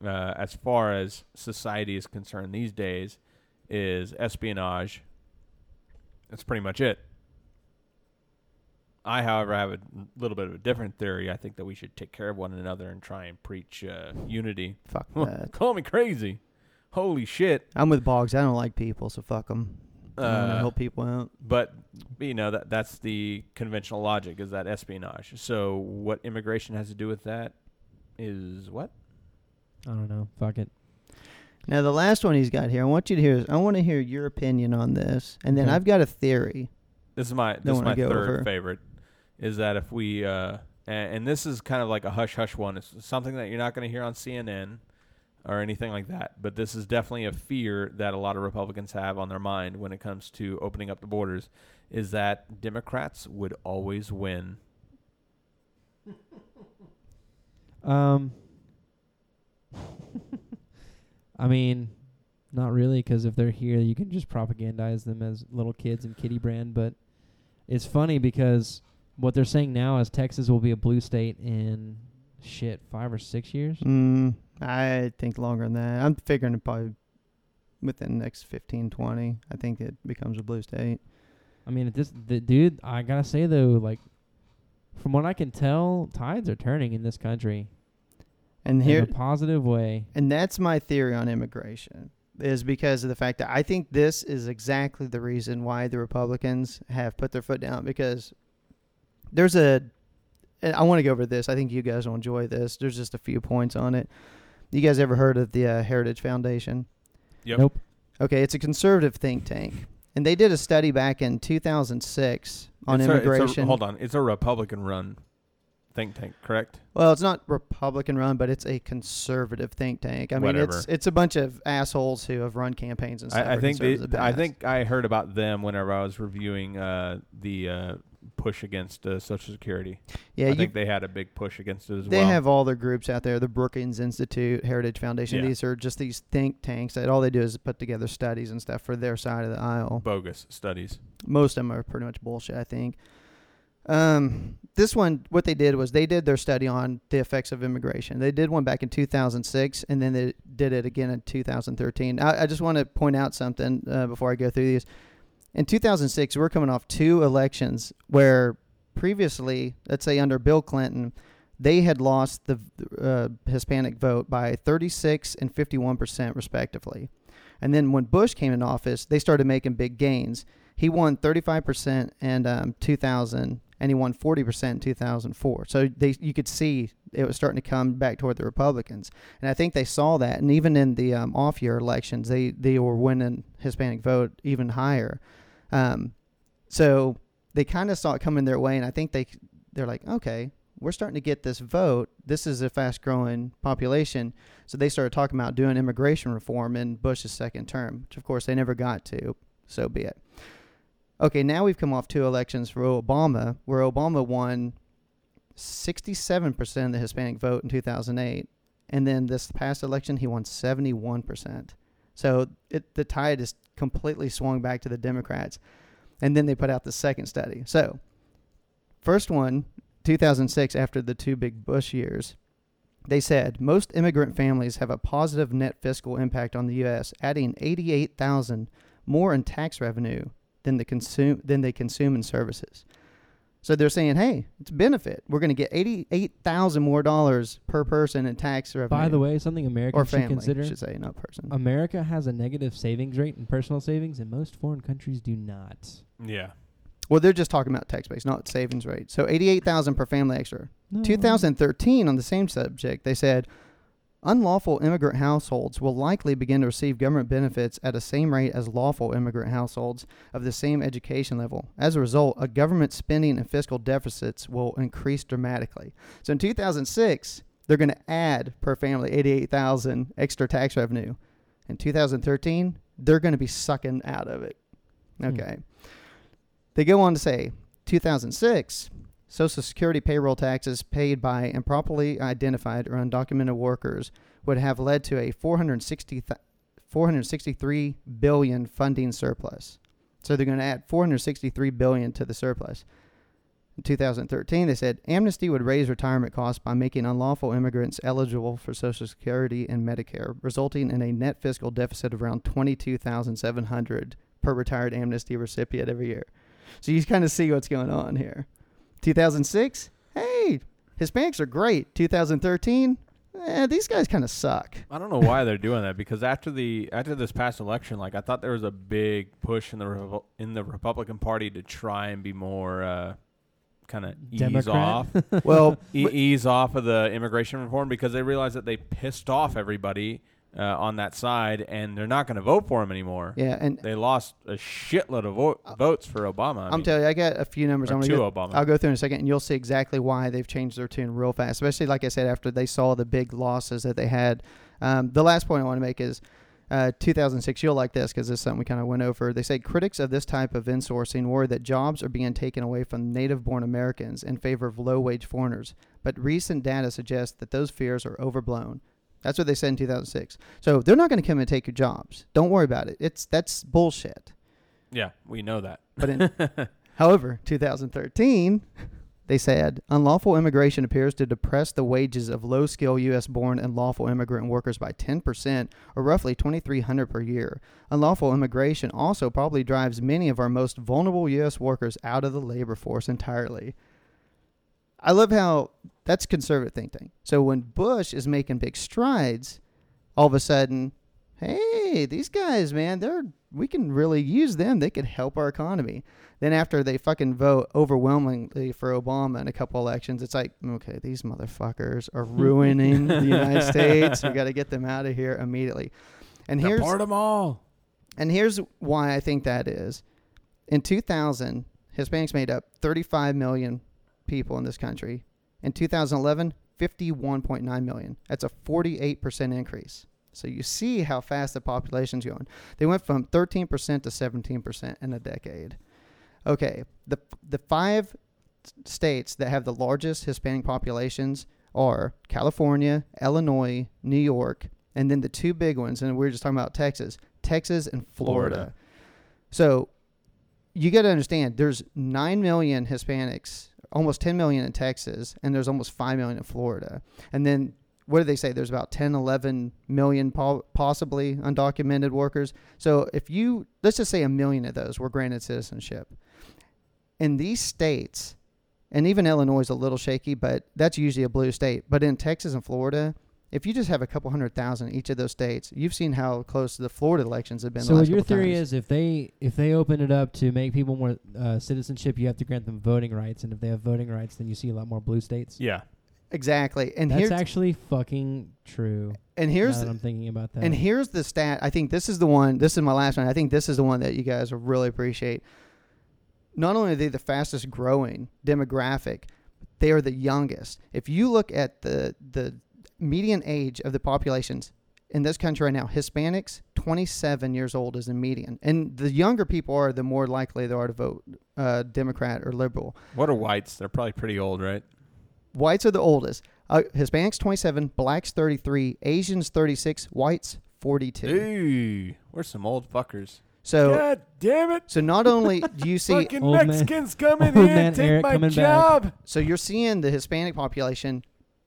Speaker 3: uh, as far as society is concerned these days is espionage that's pretty much it I, however, have a little bit of a different theory. I think that we should take care of one another and try and preach uh, unity.
Speaker 2: Fuck
Speaker 3: Huh,
Speaker 2: that.
Speaker 3: Call me crazy. Holy shit.
Speaker 2: I'm with Boggs. I don't like people, so fuck them. I want to
Speaker 3: Uh,
Speaker 2: help people out.
Speaker 3: But, you know, that that's the conventional logic is that espionage. So, what immigration has to do with that is what?
Speaker 4: I don't know. Fuck it.
Speaker 2: Now, the last one he's got here, I want you to hear. I want to hear your opinion on this, and then
Speaker 4: Okay.
Speaker 2: I've got a theory.
Speaker 3: This is my
Speaker 2: Don't
Speaker 3: this is
Speaker 2: wanna
Speaker 3: my
Speaker 2: go
Speaker 3: third
Speaker 2: over.
Speaker 3: favorite. Is that if we uh, a- and, this is kind of like a hush hush one. It's something that you're not going to hear on CNN or anything like that. But this is definitely a fear that a lot of Republicans have on their mind when it comes to opening up the borders. Is that Democrats would always win?
Speaker 4: Um, I mean, not really, because if they're here, you can just propagandize them as little kids and kitty brand. But it's funny because what they're saying now is Texas will be a blue state in shit five or six years.
Speaker 2: Mm, I think longer than that. I'm figuring it probably within the next 15, 20. I think it becomes a blue state.
Speaker 4: I mean, it just the dude. I gotta say though, like from what I can tell, tides are turning in this country
Speaker 2: And
Speaker 4: in
Speaker 2: here,
Speaker 4: a positive way.
Speaker 2: and that's my theory on immigration. is because of the fact that I think this is exactly the reason why the Republicans have put their foot down because there's a and I want to go over this. I think you guys will enjoy this. There's just a few points on it. You guys ever heard of the uh, Heritage Foundation?
Speaker 3: Yep.
Speaker 4: Nope.
Speaker 2: Okay, it's a conservative think tank. And they did a study back in 2006 on
Speaker 3: It's a- it's a-
Speaker 2: immigration.
Speaker 3: hold on, it's a Republican run think tank, correct?
Speaker 2: Well, it's not Republican run, but it's a conservative think tank. I mean, it's
Speaker 3: Whatever.
Speaker 2: it's a bunch of assholes who have run campaigns and stuff.
Speaker 3: I, I
Speaker 2: for
Speaker 3: think
Speaker 2: conservatives in
Speaker 3: they,
Speaker 2: the
Speaker 3: I
Speaker 2: past.
Speaker 3: think I heard about them whenever I was reviewing uh, the uh, push against uh, Social Security.
Speaker 2: yeah,
Speaker 3: I
Speaker 2: you,
Speaker 3: think they had a big push against it as
Speaker 2: they
Speaker 3: well.
Speaker 2: have all their groups out there. The Brookings Institute, Heritage Foundation.
Speaker 3: Yeah.
Speaker 2: These are just these think tanks that all they do is put together studies and stuff for their side of the aisle.
Speaker 3: bogus studies.
Speaker 2: most of them are pretty much bullshit i think um, this one what they did was they did their study on the effects of immigration they did one back in 2006 and then they did it again in 2013 i, I just want to point out something uh, before i go through these in 2006 we're coming off two elections where previously let's say under bill clinton they had lost the uh, hispanic vote by 36 and 51 percent respectively and then when bush came in office they started making big gains he won 35% in um, 2000 and he won 40% in 2004 so they you could see it was starting to come back toward the republicans and i think they saw that and even in the um, off year elections they, they were winning hispanic vote even higher um, so they kind of saw it coming their way and i think they they're like okay we're starting to get this vote this is a fast growing population so they started talking about doing immigration reform in bush's second term which of course they never got to so be it okay, now we've come off two elections for Obama, where Obama won 67% of the Hispanic vote in 2008. And then this past election, he won 71%. So it, the tide is completely swung back to the Democrats. And then they put out the second study. So, first one, 2006, after the two big Bush years, they said most immigrant families have a positive net fiscal impact on the U.S., adding 88,000 more in tax revenue than the consume than they consume in services. So they're saying, hey, it's a benefit. We're going to get eighty-eight thousand more dollars per person in tax revenue.
Speaker 4: By the way, something America
Speaker 2: or
Speaker 4: should
Speaker 2: family,
Speaker 4: consider.
Speaker 2: I should say, not person.
Speaker 4: America has a negative savings rate in personal savings, and most foreign countries do not.
Speaker 3: Yeah.
Speaker 2: Well, they're just talking about tax base, not savings rate. So eighty-eight thousand per family extra.
Speaker 4: No.
Speaker 2: 2013, on the same subject, they said unlawful immigrant households will likely begin to receive government benefits at the same rate as lawful immigrant households of the same education level. As a result, a government spending and fiscal deficits will increase dramatically. So in 2006, they're going to add per family 88,000 extra tax revenue. In 2013, they're going to be sucking out of it.
Speaker 4: Hmm.
Speaker 2: Okay. They go on to say 2006 Social Security payroll taxes paid by improperly identified or undocumented workers would have led to a 460 th- 463 billion funding surplus. So they're going to add 463 billion to the surplus. In 2013, they said amnesty would raise retirement costs by making unlawful immigrants eligible for Social Security and Medicare, resulting in a net fiscal deficit of around 22,700 per retired amnesty recipient every year. So you kind of see what's going on here. 2006, hey, Hispanics are great. 2013, eh, these guys kind of suck.
Speaker 3: I don't know why they're doing that because after the after this past election, like I thought there was a big push in the Revo- in the Republican Party to try and be more uh, kind of ease
Speaker 4: Democrat?
Speaker 3: off
Speaker 2: Well,
Speaker 3: e- ease off of the immigration reform because they realized that they pissed off everybody uh, on that side and they're not going to vote for him anymore.
Speaker 2: yeah, and
Speaker 3: They lost a shitload of vo- votes for Obama. I
Speaker 2: I'm
Speaker 3: mean,
Speaker 2: telling you, I got a few numbers.
Speaker 3: or
Speaker 2: I'm
Speaker 3: to
Speaker 2: gonna go,
Speaker 3: Obama.
Speaker 2: I'll go through in a second, and you'll see exactly why they've changed their tune real fast. Especially, like I said, after they saw the big losses that they had. Um, the last point I want to make is uh, 2006. You'll like this because this is something we kind of went over. They say critics of this type of insourcing worry that jobs are being taken away from native-born Americans in favor of low-wage foreigners, but recent data suggests that those fears are overblown. That's what they said in 2006. So they're not going to come and take your jobs. Don't worry about it. It's that's bullshit.
Speaker 3: yeah, we know that.
Speaker 2: But in, however, 2013, they said unlawful immigration appears to depress the wages of low-skilled U.S.-born and lawful immigrant workers by 10%, or roughly 2,300 per year. Unlawful immigration also probably drives many of our most vulnerable U.S. workers out of the labor force entirely. I love how that's conservative think tank. So when Bush is making big strides, all of a sudden, hey, these guys, man, they're we can really use them. They could help our economy. Then after they fucking vote overwhelmingly for Obama in a couple elections, it's like, okay, these motherfuckers are ruining the United States. We got to get them out of here immediately. And here's
Speaker 3: them all.
Speaker 2: and here's why I think that is. In 2000, Hispanics made up 35 million people in this country. In 2011, 51.9 million. That's a 48% increase. So you see how fast the population's going. They went from 13% to 17% in a decade. Okay, the the five s- states that have the largest Hispanic populations are California, Illinois, New York, and then the two big ones, and we were just talking about Texas, Texas and Florida.
Speaker 3: Florida.
Speaker 2: So you got to understand, there's nine million Hispanics, almost ten million in Texas, and there's almost five million in Florida, and then. What do they say? There's about 10, 11 million po- possibly undocumented workers. So if you, let's just say a million of those were granted citizenship in these states, and even Illinois is a little shaky, but that's usually a blue state. But in Texas and Florida, if you just have a couple hundred thousand in each of those states, you've seen how close the Florida elections have been. the
Speaker 4: So
Speaker 2: last
Speaker 4: your
Speaker 2: couple
Speaker 4: theory
Speaker 2: times.
Speaker 4: is if they if they open it up to make people more uh, citizenship, you have to grant them voting rights, and if they have voting rights, then you see a lot more blue states.
Speaker 3: Yeah.
Speaker 2: exactly, and
Speaker 4: That's
Speaker 2: here's
Speaker 4: actually fucking true.
Speaker 2: and
Speaker 4: now
Speaker 2: here's
Speaker 4: that I'm thinking about that.
Speaker 2: And here's the stat. I think this is the one. This is my last one. I think this is the one that you guys will really appreciate. Not only are they the fastest growing demographic, they are the youngest. If you look at the the median age of the populations in this country right now, Hispanics 27 years old is the median, and the younger people are, the more likely they are to vote uh, Democrat or liberal.
Speaker 3: What are whites? They're probably pretty old, right?
Speaker 2: Whites are the oldest. Uh, Hispanics 27, blacks 33, Asians 36, whites 42.
Speaker 3: Ooh, we're some old fuckers.
Speaker 2: So
Speaker 3: God damn it!
Speaker 2: So not only do you see,
Speaker 3: Fucking
Speaker 4: Old man-
Speaker 3: Mexicans come in
Speaker 4: old
Speaker 3: here
Speaker 4: man
Speaker 3: and take
Speaker 4: Eric
Speaker 3: my
Speaker 4: coming back.
Speaker 3: job.
Speaker 2: so you're seeing the Hispanic population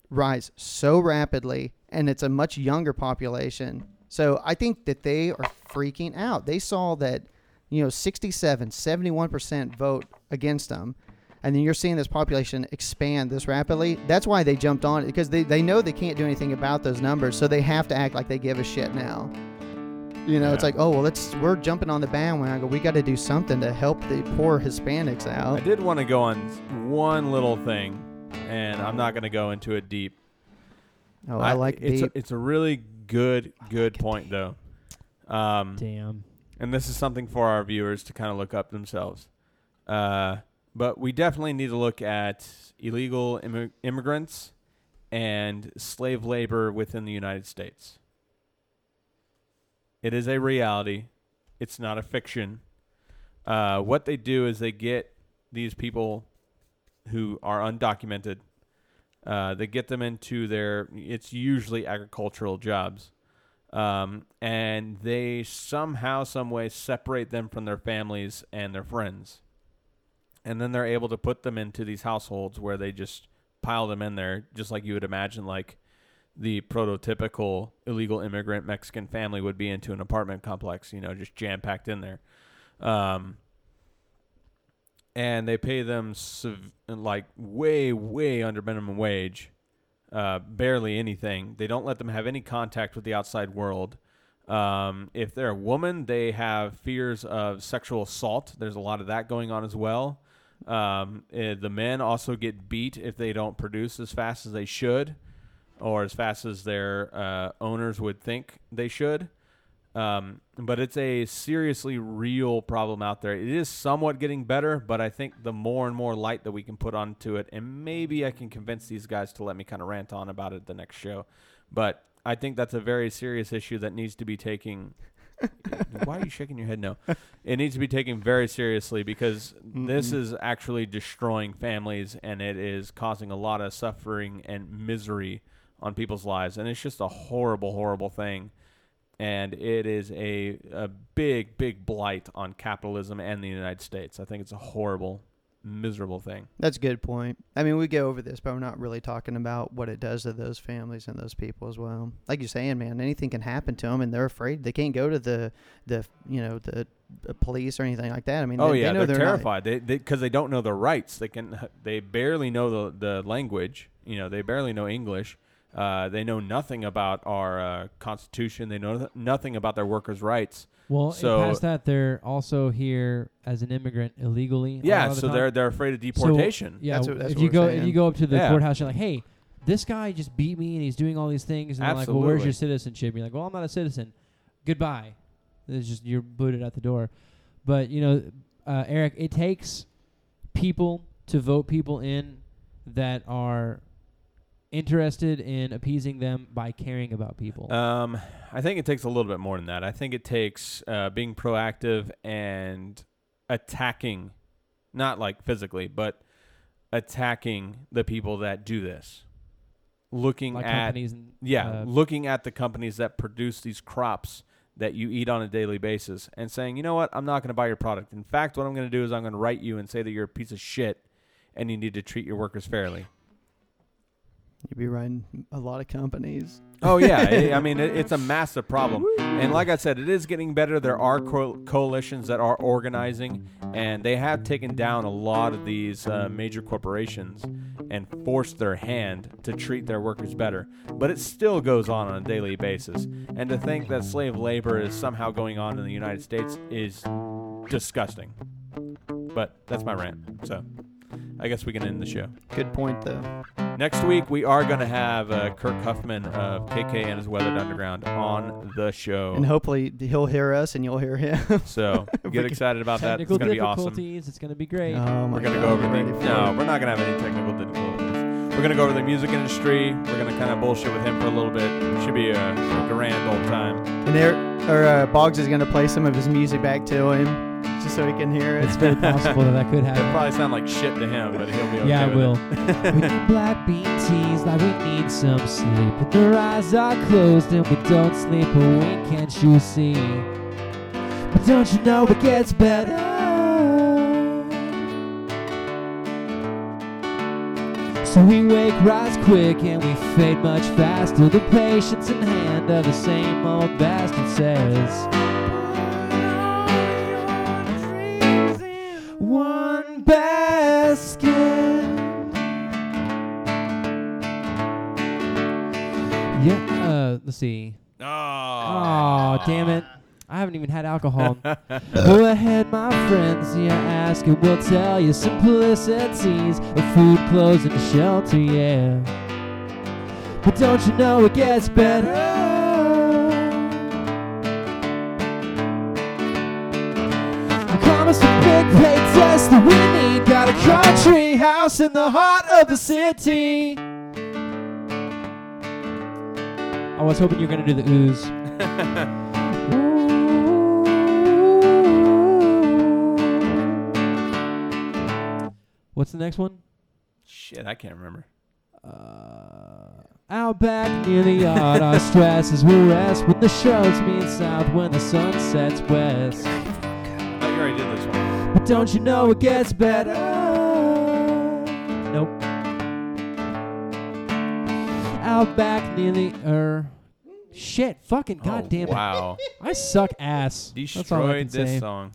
Speaker 2: rise so rapidly, and it's a much younger population. So I think that they are freaking out. They saw that, you know, 67, 71% vote against them. And then you're seeing this population expand this rapidly. That's why they jumped on it because they, they know they can't do anything about those numbers. So they have to act like they give a shit now. You know, it's
Speaker 3: Yeah.
Speaker 2: like, oh, well, let's, we're jumping on the bandwagon. We got to do something to help the poor Hispanics
Speaker 4: Oh.
Speaker 2: out.
Speaker 3: I did want to go on s- one little thing, and I'm not going to go into it deep.
Speaker 2: Oh, I, like
Speaker 3: it's
Speaker 2: deep.
Speaker 3: A, it's a really good good point though, um,
Speaker 4: Damn.
Speaker 3: and this is something for our viewers to kind of look up themselves. Uh, but we definitely need to look at illegal immi- immigrants and slave labor within the United States. It is a reality. It's not a fiction. Uh, what they do is they get these people who are undocumented. Uh, they get them into their. It's usually agricultural jobs, um, and they somehow, some way, separate them from their families and their friends, and then they're able to put them into these households where they just pile them in there, just like you would imagine, like the prototypical illegal immigrant Mexican family would be into an apartment complex, you know, just jam packed in there. Um, and they pay them sev- like way, way under minimum wage, uh, barely anything. They don't let them have any contact with the outside world. Um, if they're a woman, they have fears of sexual assault. There's a lot of that going on as well. Um, eh, the men also get beat if they don't produce as fast as they should, or as fast as their uh, owners would think they should. Um, but it's a seriously real problem out there. It is somewhat getting better, but I think the more and more light that we can put onto it, and maybe I can convince these guys to let me kind of rant on about it the next show. But I think that's a very serious issue that needs to be taking. Why are you shaking your head? No, it needs to be taken very seriously because this is actually destroying families and it is causing a lot of suffering and misery on people's lives, and it's just a horrible, horrible thing and it is a a big big blight on capitalism and the United States. I think it's a horrible, miserable thing.
Speaker 2: That's a good point. I mean, we go over this, but we're not really talking about what it does to those families and those people as well. Like you're saying, man, anything can happen to them, and they're afraid. They can't go to the the you know the, the police or anything like that. I mean,
Speaker 3: oh
Speaker 2: they,
Speaker 3: yeah,
Speaker 2: they know
Speaker 3: are
Speaker 2: not-
Speaker 3: terrified. They because they, don't know their rights. They can they barely know the the language. You know, they barely know English. Uh, they know nothing about our uh, constitution. They know th- nothing about their workers' rights.
Speaker 4: Well,
Speaker 3: So-
Speaker 4: and past that, they're also here as an immigrant illegally. a lot
Speaker 3: Yeah,
Speaker 4: of the
Speaker 3: so
Speaker 4: time.
Speaker 3: they're they're afraid of
Speaker 4: So,
Speaker 3: deportation.
Speaker 4: yeah,
Speaker 2: That's what- that's
Speaker 4: if
Speaker 2: what
Speaker 4: you
Speaker 2: we're
Speaker 4: go if
Speaker 2: saying.
Speaker 4: you go up to the
Speaker 3: Yeah.
Speaker 4: courthouse, you're like, hey, this guy just beat me and he's doing all these things, and they're like, well, where's
Speaker 3: Absolutely.
Speaker 4: your citizenship? And you're like, well, I'm not a citizen. Goodbye. It's just you're booted out the door. But you know, uh, Eric, it takes people to vote people in that are interested in appeasing them by caring about people.
Speaker 3: Um, I think it takes a little bit more than that. I think it takes uh, being proactive and attacking, not like physically, but attacking the people that do this. Looking
Speaker 4: like
Speaker 3: at
Speaker 4: companies and
Speaker 3: yeah,
Speaker 4: uh,
Speaker 3: looking at the companies that produce these crops that you eat on a daily basis and saying, you know what, I'm not going to buy your product. In fact, what I'm going to do is I'm going to write you and say that you're a piece of shit and you need to treat your workers fairly.
Speaker 2: You'd be running a lot of companies.
Speaker 3: Oh yeah, I- I mean it, it's a massive problem, and like I said, it is getting better. There are co- coalitions that are organizing, and they have taken down a lot of these uh, major corporations and forced their hand to treat their workers better. But it still goes on on a daily basis, and to think that slave labor is somehow going on in the United States is disgusting. But that's my rant. So. I guess we can end the show.
Speaker 2: Good point, though.
Speaker 3: Next week, we are going to have uh, Kirk Huffman of KK and his Weathered Underground on the show.
Speaker 2: And hopefully he'll hear us and you'll hear him.
Speaker 3: So get excited about that. It's
Speaker 4: technical
Speaker 3: going to be awesome.
Speaker 4: difficulties. It's gonna be great.
Speaker 2: Oh my
Speaker 3: We're going to
Speaker 2: God,
Speaker 3: go over
Speaker 2: I'm
Speaker 3: the.
Speaker 2: ready for
Speaker 3: No,
Speaker 2: it.
Speaker 3: we're not going to have any technical difficulties. We're going to go over the music industry. We're going to kind of bullshit with him for a little bit. Should be a grand old time.
Speaker 2: And there, or uh, Boggs is gonna play some of his music back to him, just so he can hear it.
Speaker 4: It's very possible that that could
Speaker 3: It'll
Speaker 4: happen.
Speaker 3: probably sound like shit to him, but he'll be okay.
Speaker 4: Yeah, I
Speaker 3: with
Speaker 4: will.
Speaker 3: it.
Speaker 4: we need black bean teas like we need some sleep. But their eyes are closed and we don't sleep, but we can't you see? But don't you know it gets better? So we wake, rise quick, and we fade much faster. The patience in hand of the same old bastard says. one basket. Yeah, uh, let's see.
Speaker 3: Oh.
Speaker 4: Oh, damn it. I haven't even had alcohol. Go ahead, my friends, yeah, ask and we'll tell you simplicities of food, clothes, and shelter, yeah. But don't you know it gets better? I promise a big pay test that we need. Got a country house in the heart of the city. I was hoping you were gonna do the ooze. What's the next one?
Speaker 3: Shit, I can't remember.
Speaker 4: Uh, out back near the yard, our stresses will rest when the shows mean south, when the sun sets west.
Speaker 3: I thought you already did this one.
Speaker 4: But don't you know it gets better? Nope. Out back near the er. Shit, fucking goddamn
Speaker 3: oh, wow.
Speaker 4: it. I suck ass. That's all I can
Speaker 3: Destroyed this
Speaker 4: say.
Speaker 3: song.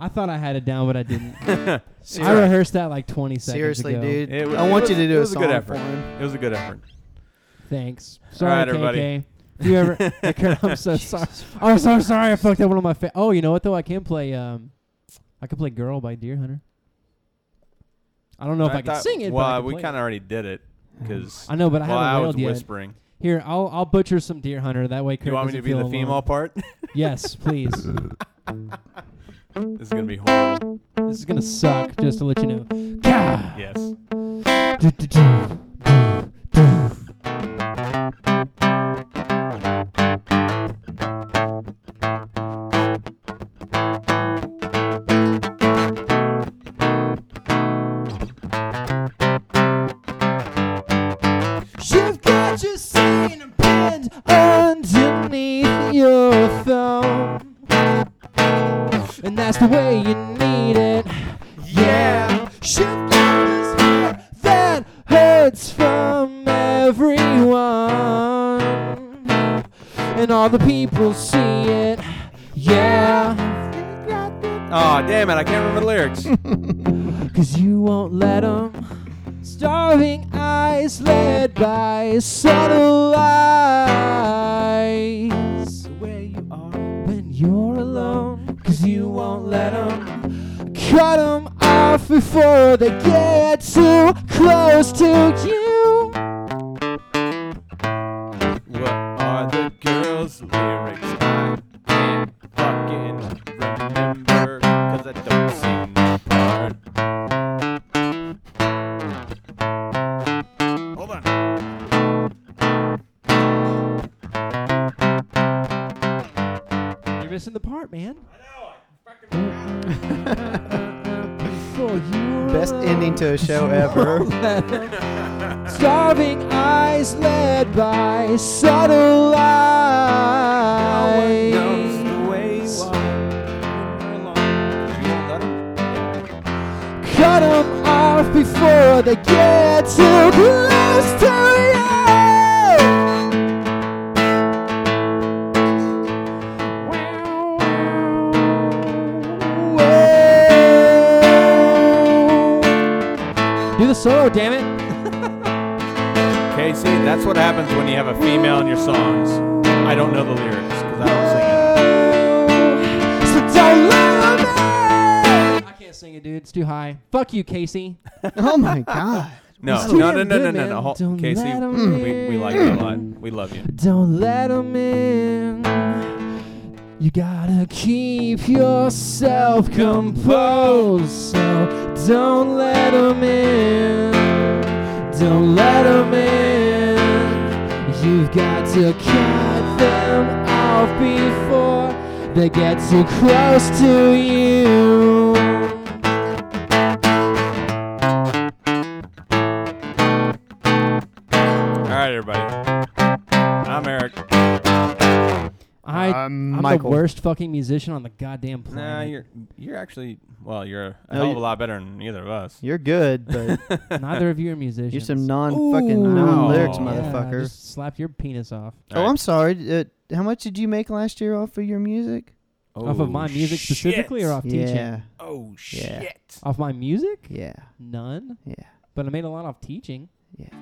Speaker 4: I thought I had it down, but I didn't. I
Speaker 2: Seriously,
Speaker 4: rehearsed that like 20 seconds
Speaker 2: seriously
Speaker 4: ago.
Speaker 2: dude,
Speaker 3: It wa-
Speaker 2: I
Speaker 3: it
Speaker 2: want
Speaker 3: was-
Speaker 2: you to
Speaker 3: it
Speaker 2: do a
Speaker 3: was a
Speaker 2: song
Speaker 3: good
Speaker 2: for
Speaker 3: effort.
Speaker 2: him.
Speaker 3: It was a good effort.
Speaker 4: Thanks.
Speaker 3: All
Speaker 4: Sorry,
Speaker 3: right,
Speaker 4: KK.
Speaker 3: everybody.
Speaker 4: If you ever, Kurt, I'm so sorry. Oh, I'm so sorry. I fucked up one of my. Fa- oh, you know what though? I can play. Um, I can play "Girl" by Deer Hunter. I don't know if I, can
Speaker 3: thought-
Speaker 4: sing it. but
Speaker 3: Well,
Speaker 4: I can
Speaker 3: we
Speaker 4: play it.
Speaker 3: kind of already did it because
Speaker 4: I know, but I
Speaker 3: well,
Speaker 4: haven't
Speaker 3: I was
Speaker 4: wailed yet.
Speaker 3: whispering.
Speaker 4: Here, I'll I'll butcher some Deer Hunter. That way, Kurt
Speaker 3: you want me to
Speaker 4: doesn't
Speaker 3: be the
Speaker 4: feel alone.
Speaker 3: female part?
Speaker 4: Yes, please. this
Speaker 3: this is gonna be horrible.
Speaker 4: is gonna suck. Just to let you know. Gah!
Speaker 3: Yes.
Speaker 4: Do, do, do, do, do. You've got your sin pinned underneath your thumb. And that's the way you need it. Yeah. You've got this hair that hurts from everyone. And all the people see it. Yeah.
Speaker 3: Oh damn it! I can't remember the lyrics.
Speaker 4: Cause you won't let 'em starving eyes led by subtle lies. Where you are when you're alone, cause you won't let 'em cut 'em off before they get too close to you.
Speaker 3: What are the girls' lyrics? I can't fucking remember because I don't sing the part. Hold on.
Speaker 4: You're missing the part, man. Before you
Speaker 2: Best ending to a show ever.
Speaker 4: Starving eyes led by subtle lies. Cut 'em off before they get too close to you. Do the solo, damn it.
Speaker 3: Okay, see, that's what happens when you have a female in your songs. I don't know the lyrics because I don't sing
Speaker 4: So don't love me. I can't sing it, dude. It's too high. Fuck you, Casey.
Speaker 2: oh my god.
Speaker 3: it. No,
Speaker 4: It's too
Speaker 3: no, no,
Speaker 4: damn
Speaker 3: no, no,
Speaker 4: good,
Speaker 3: no,
Speaker 4: man.
Speaker 3: no. Hold-
Speaker 4: Don't
Speaker 3: Casey,
Speaker 4: let 'em
Speaker 3: we, we like you a
Speaker 4: in.
Speaker 3: lot. We love you.
Speaker 4: Don't let 'em in. You gotta keep yourself composed. So don't let 'em in. Don't let 'em in. You've got to cut them off before they get too close to you.
Speaker 3: All right, everybody. I'm Eric.
Speaker 4: I,
Speaker 2: Um,
Speaker 4: I'm
Speaker 2: Michael.
Speaker 4: the worst fucking musician on the goddamn planet.
Speaker 3: Nah, you're you're actually well, you're a
Speaker 2: No,
Speaker 3: hell of a
Speaker 2: you-
Speaker 3: lot better than either of us.
Speaker 2: You're good, but
Speaker 4: Neither of you are musicians.
Speaker 2: you're some non fucking non lyrics,
Speaker 3: Ooh.
Speaker 2: motherfucker.
Speaker 4: Yeah, just slap your penis off.
Speaker 2: oh, I'm sorry. Uh, how much did you make last year off of your music?
Speaker 1: Oh,
Speaker 4: off of my music specifically or off teaching?
Speaker 2: Yeah,
Speaker 3: Oh
Speaker 2: Yeah.
Speaker 3: shit!
Speaker 4: Off my music?
Speaker 2: yeah,
Speaker 4: None.
Speaker 2: yeah.
Speaker 4: But I made a lot off teaching.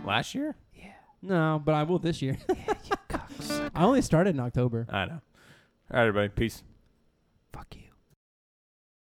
Speaker 3: Last year?
Speaker 4: No, but I will this year. I only started in October.
Speaker 3: I know. All right, everybody. Peace.
Speaker 2: Fuck you.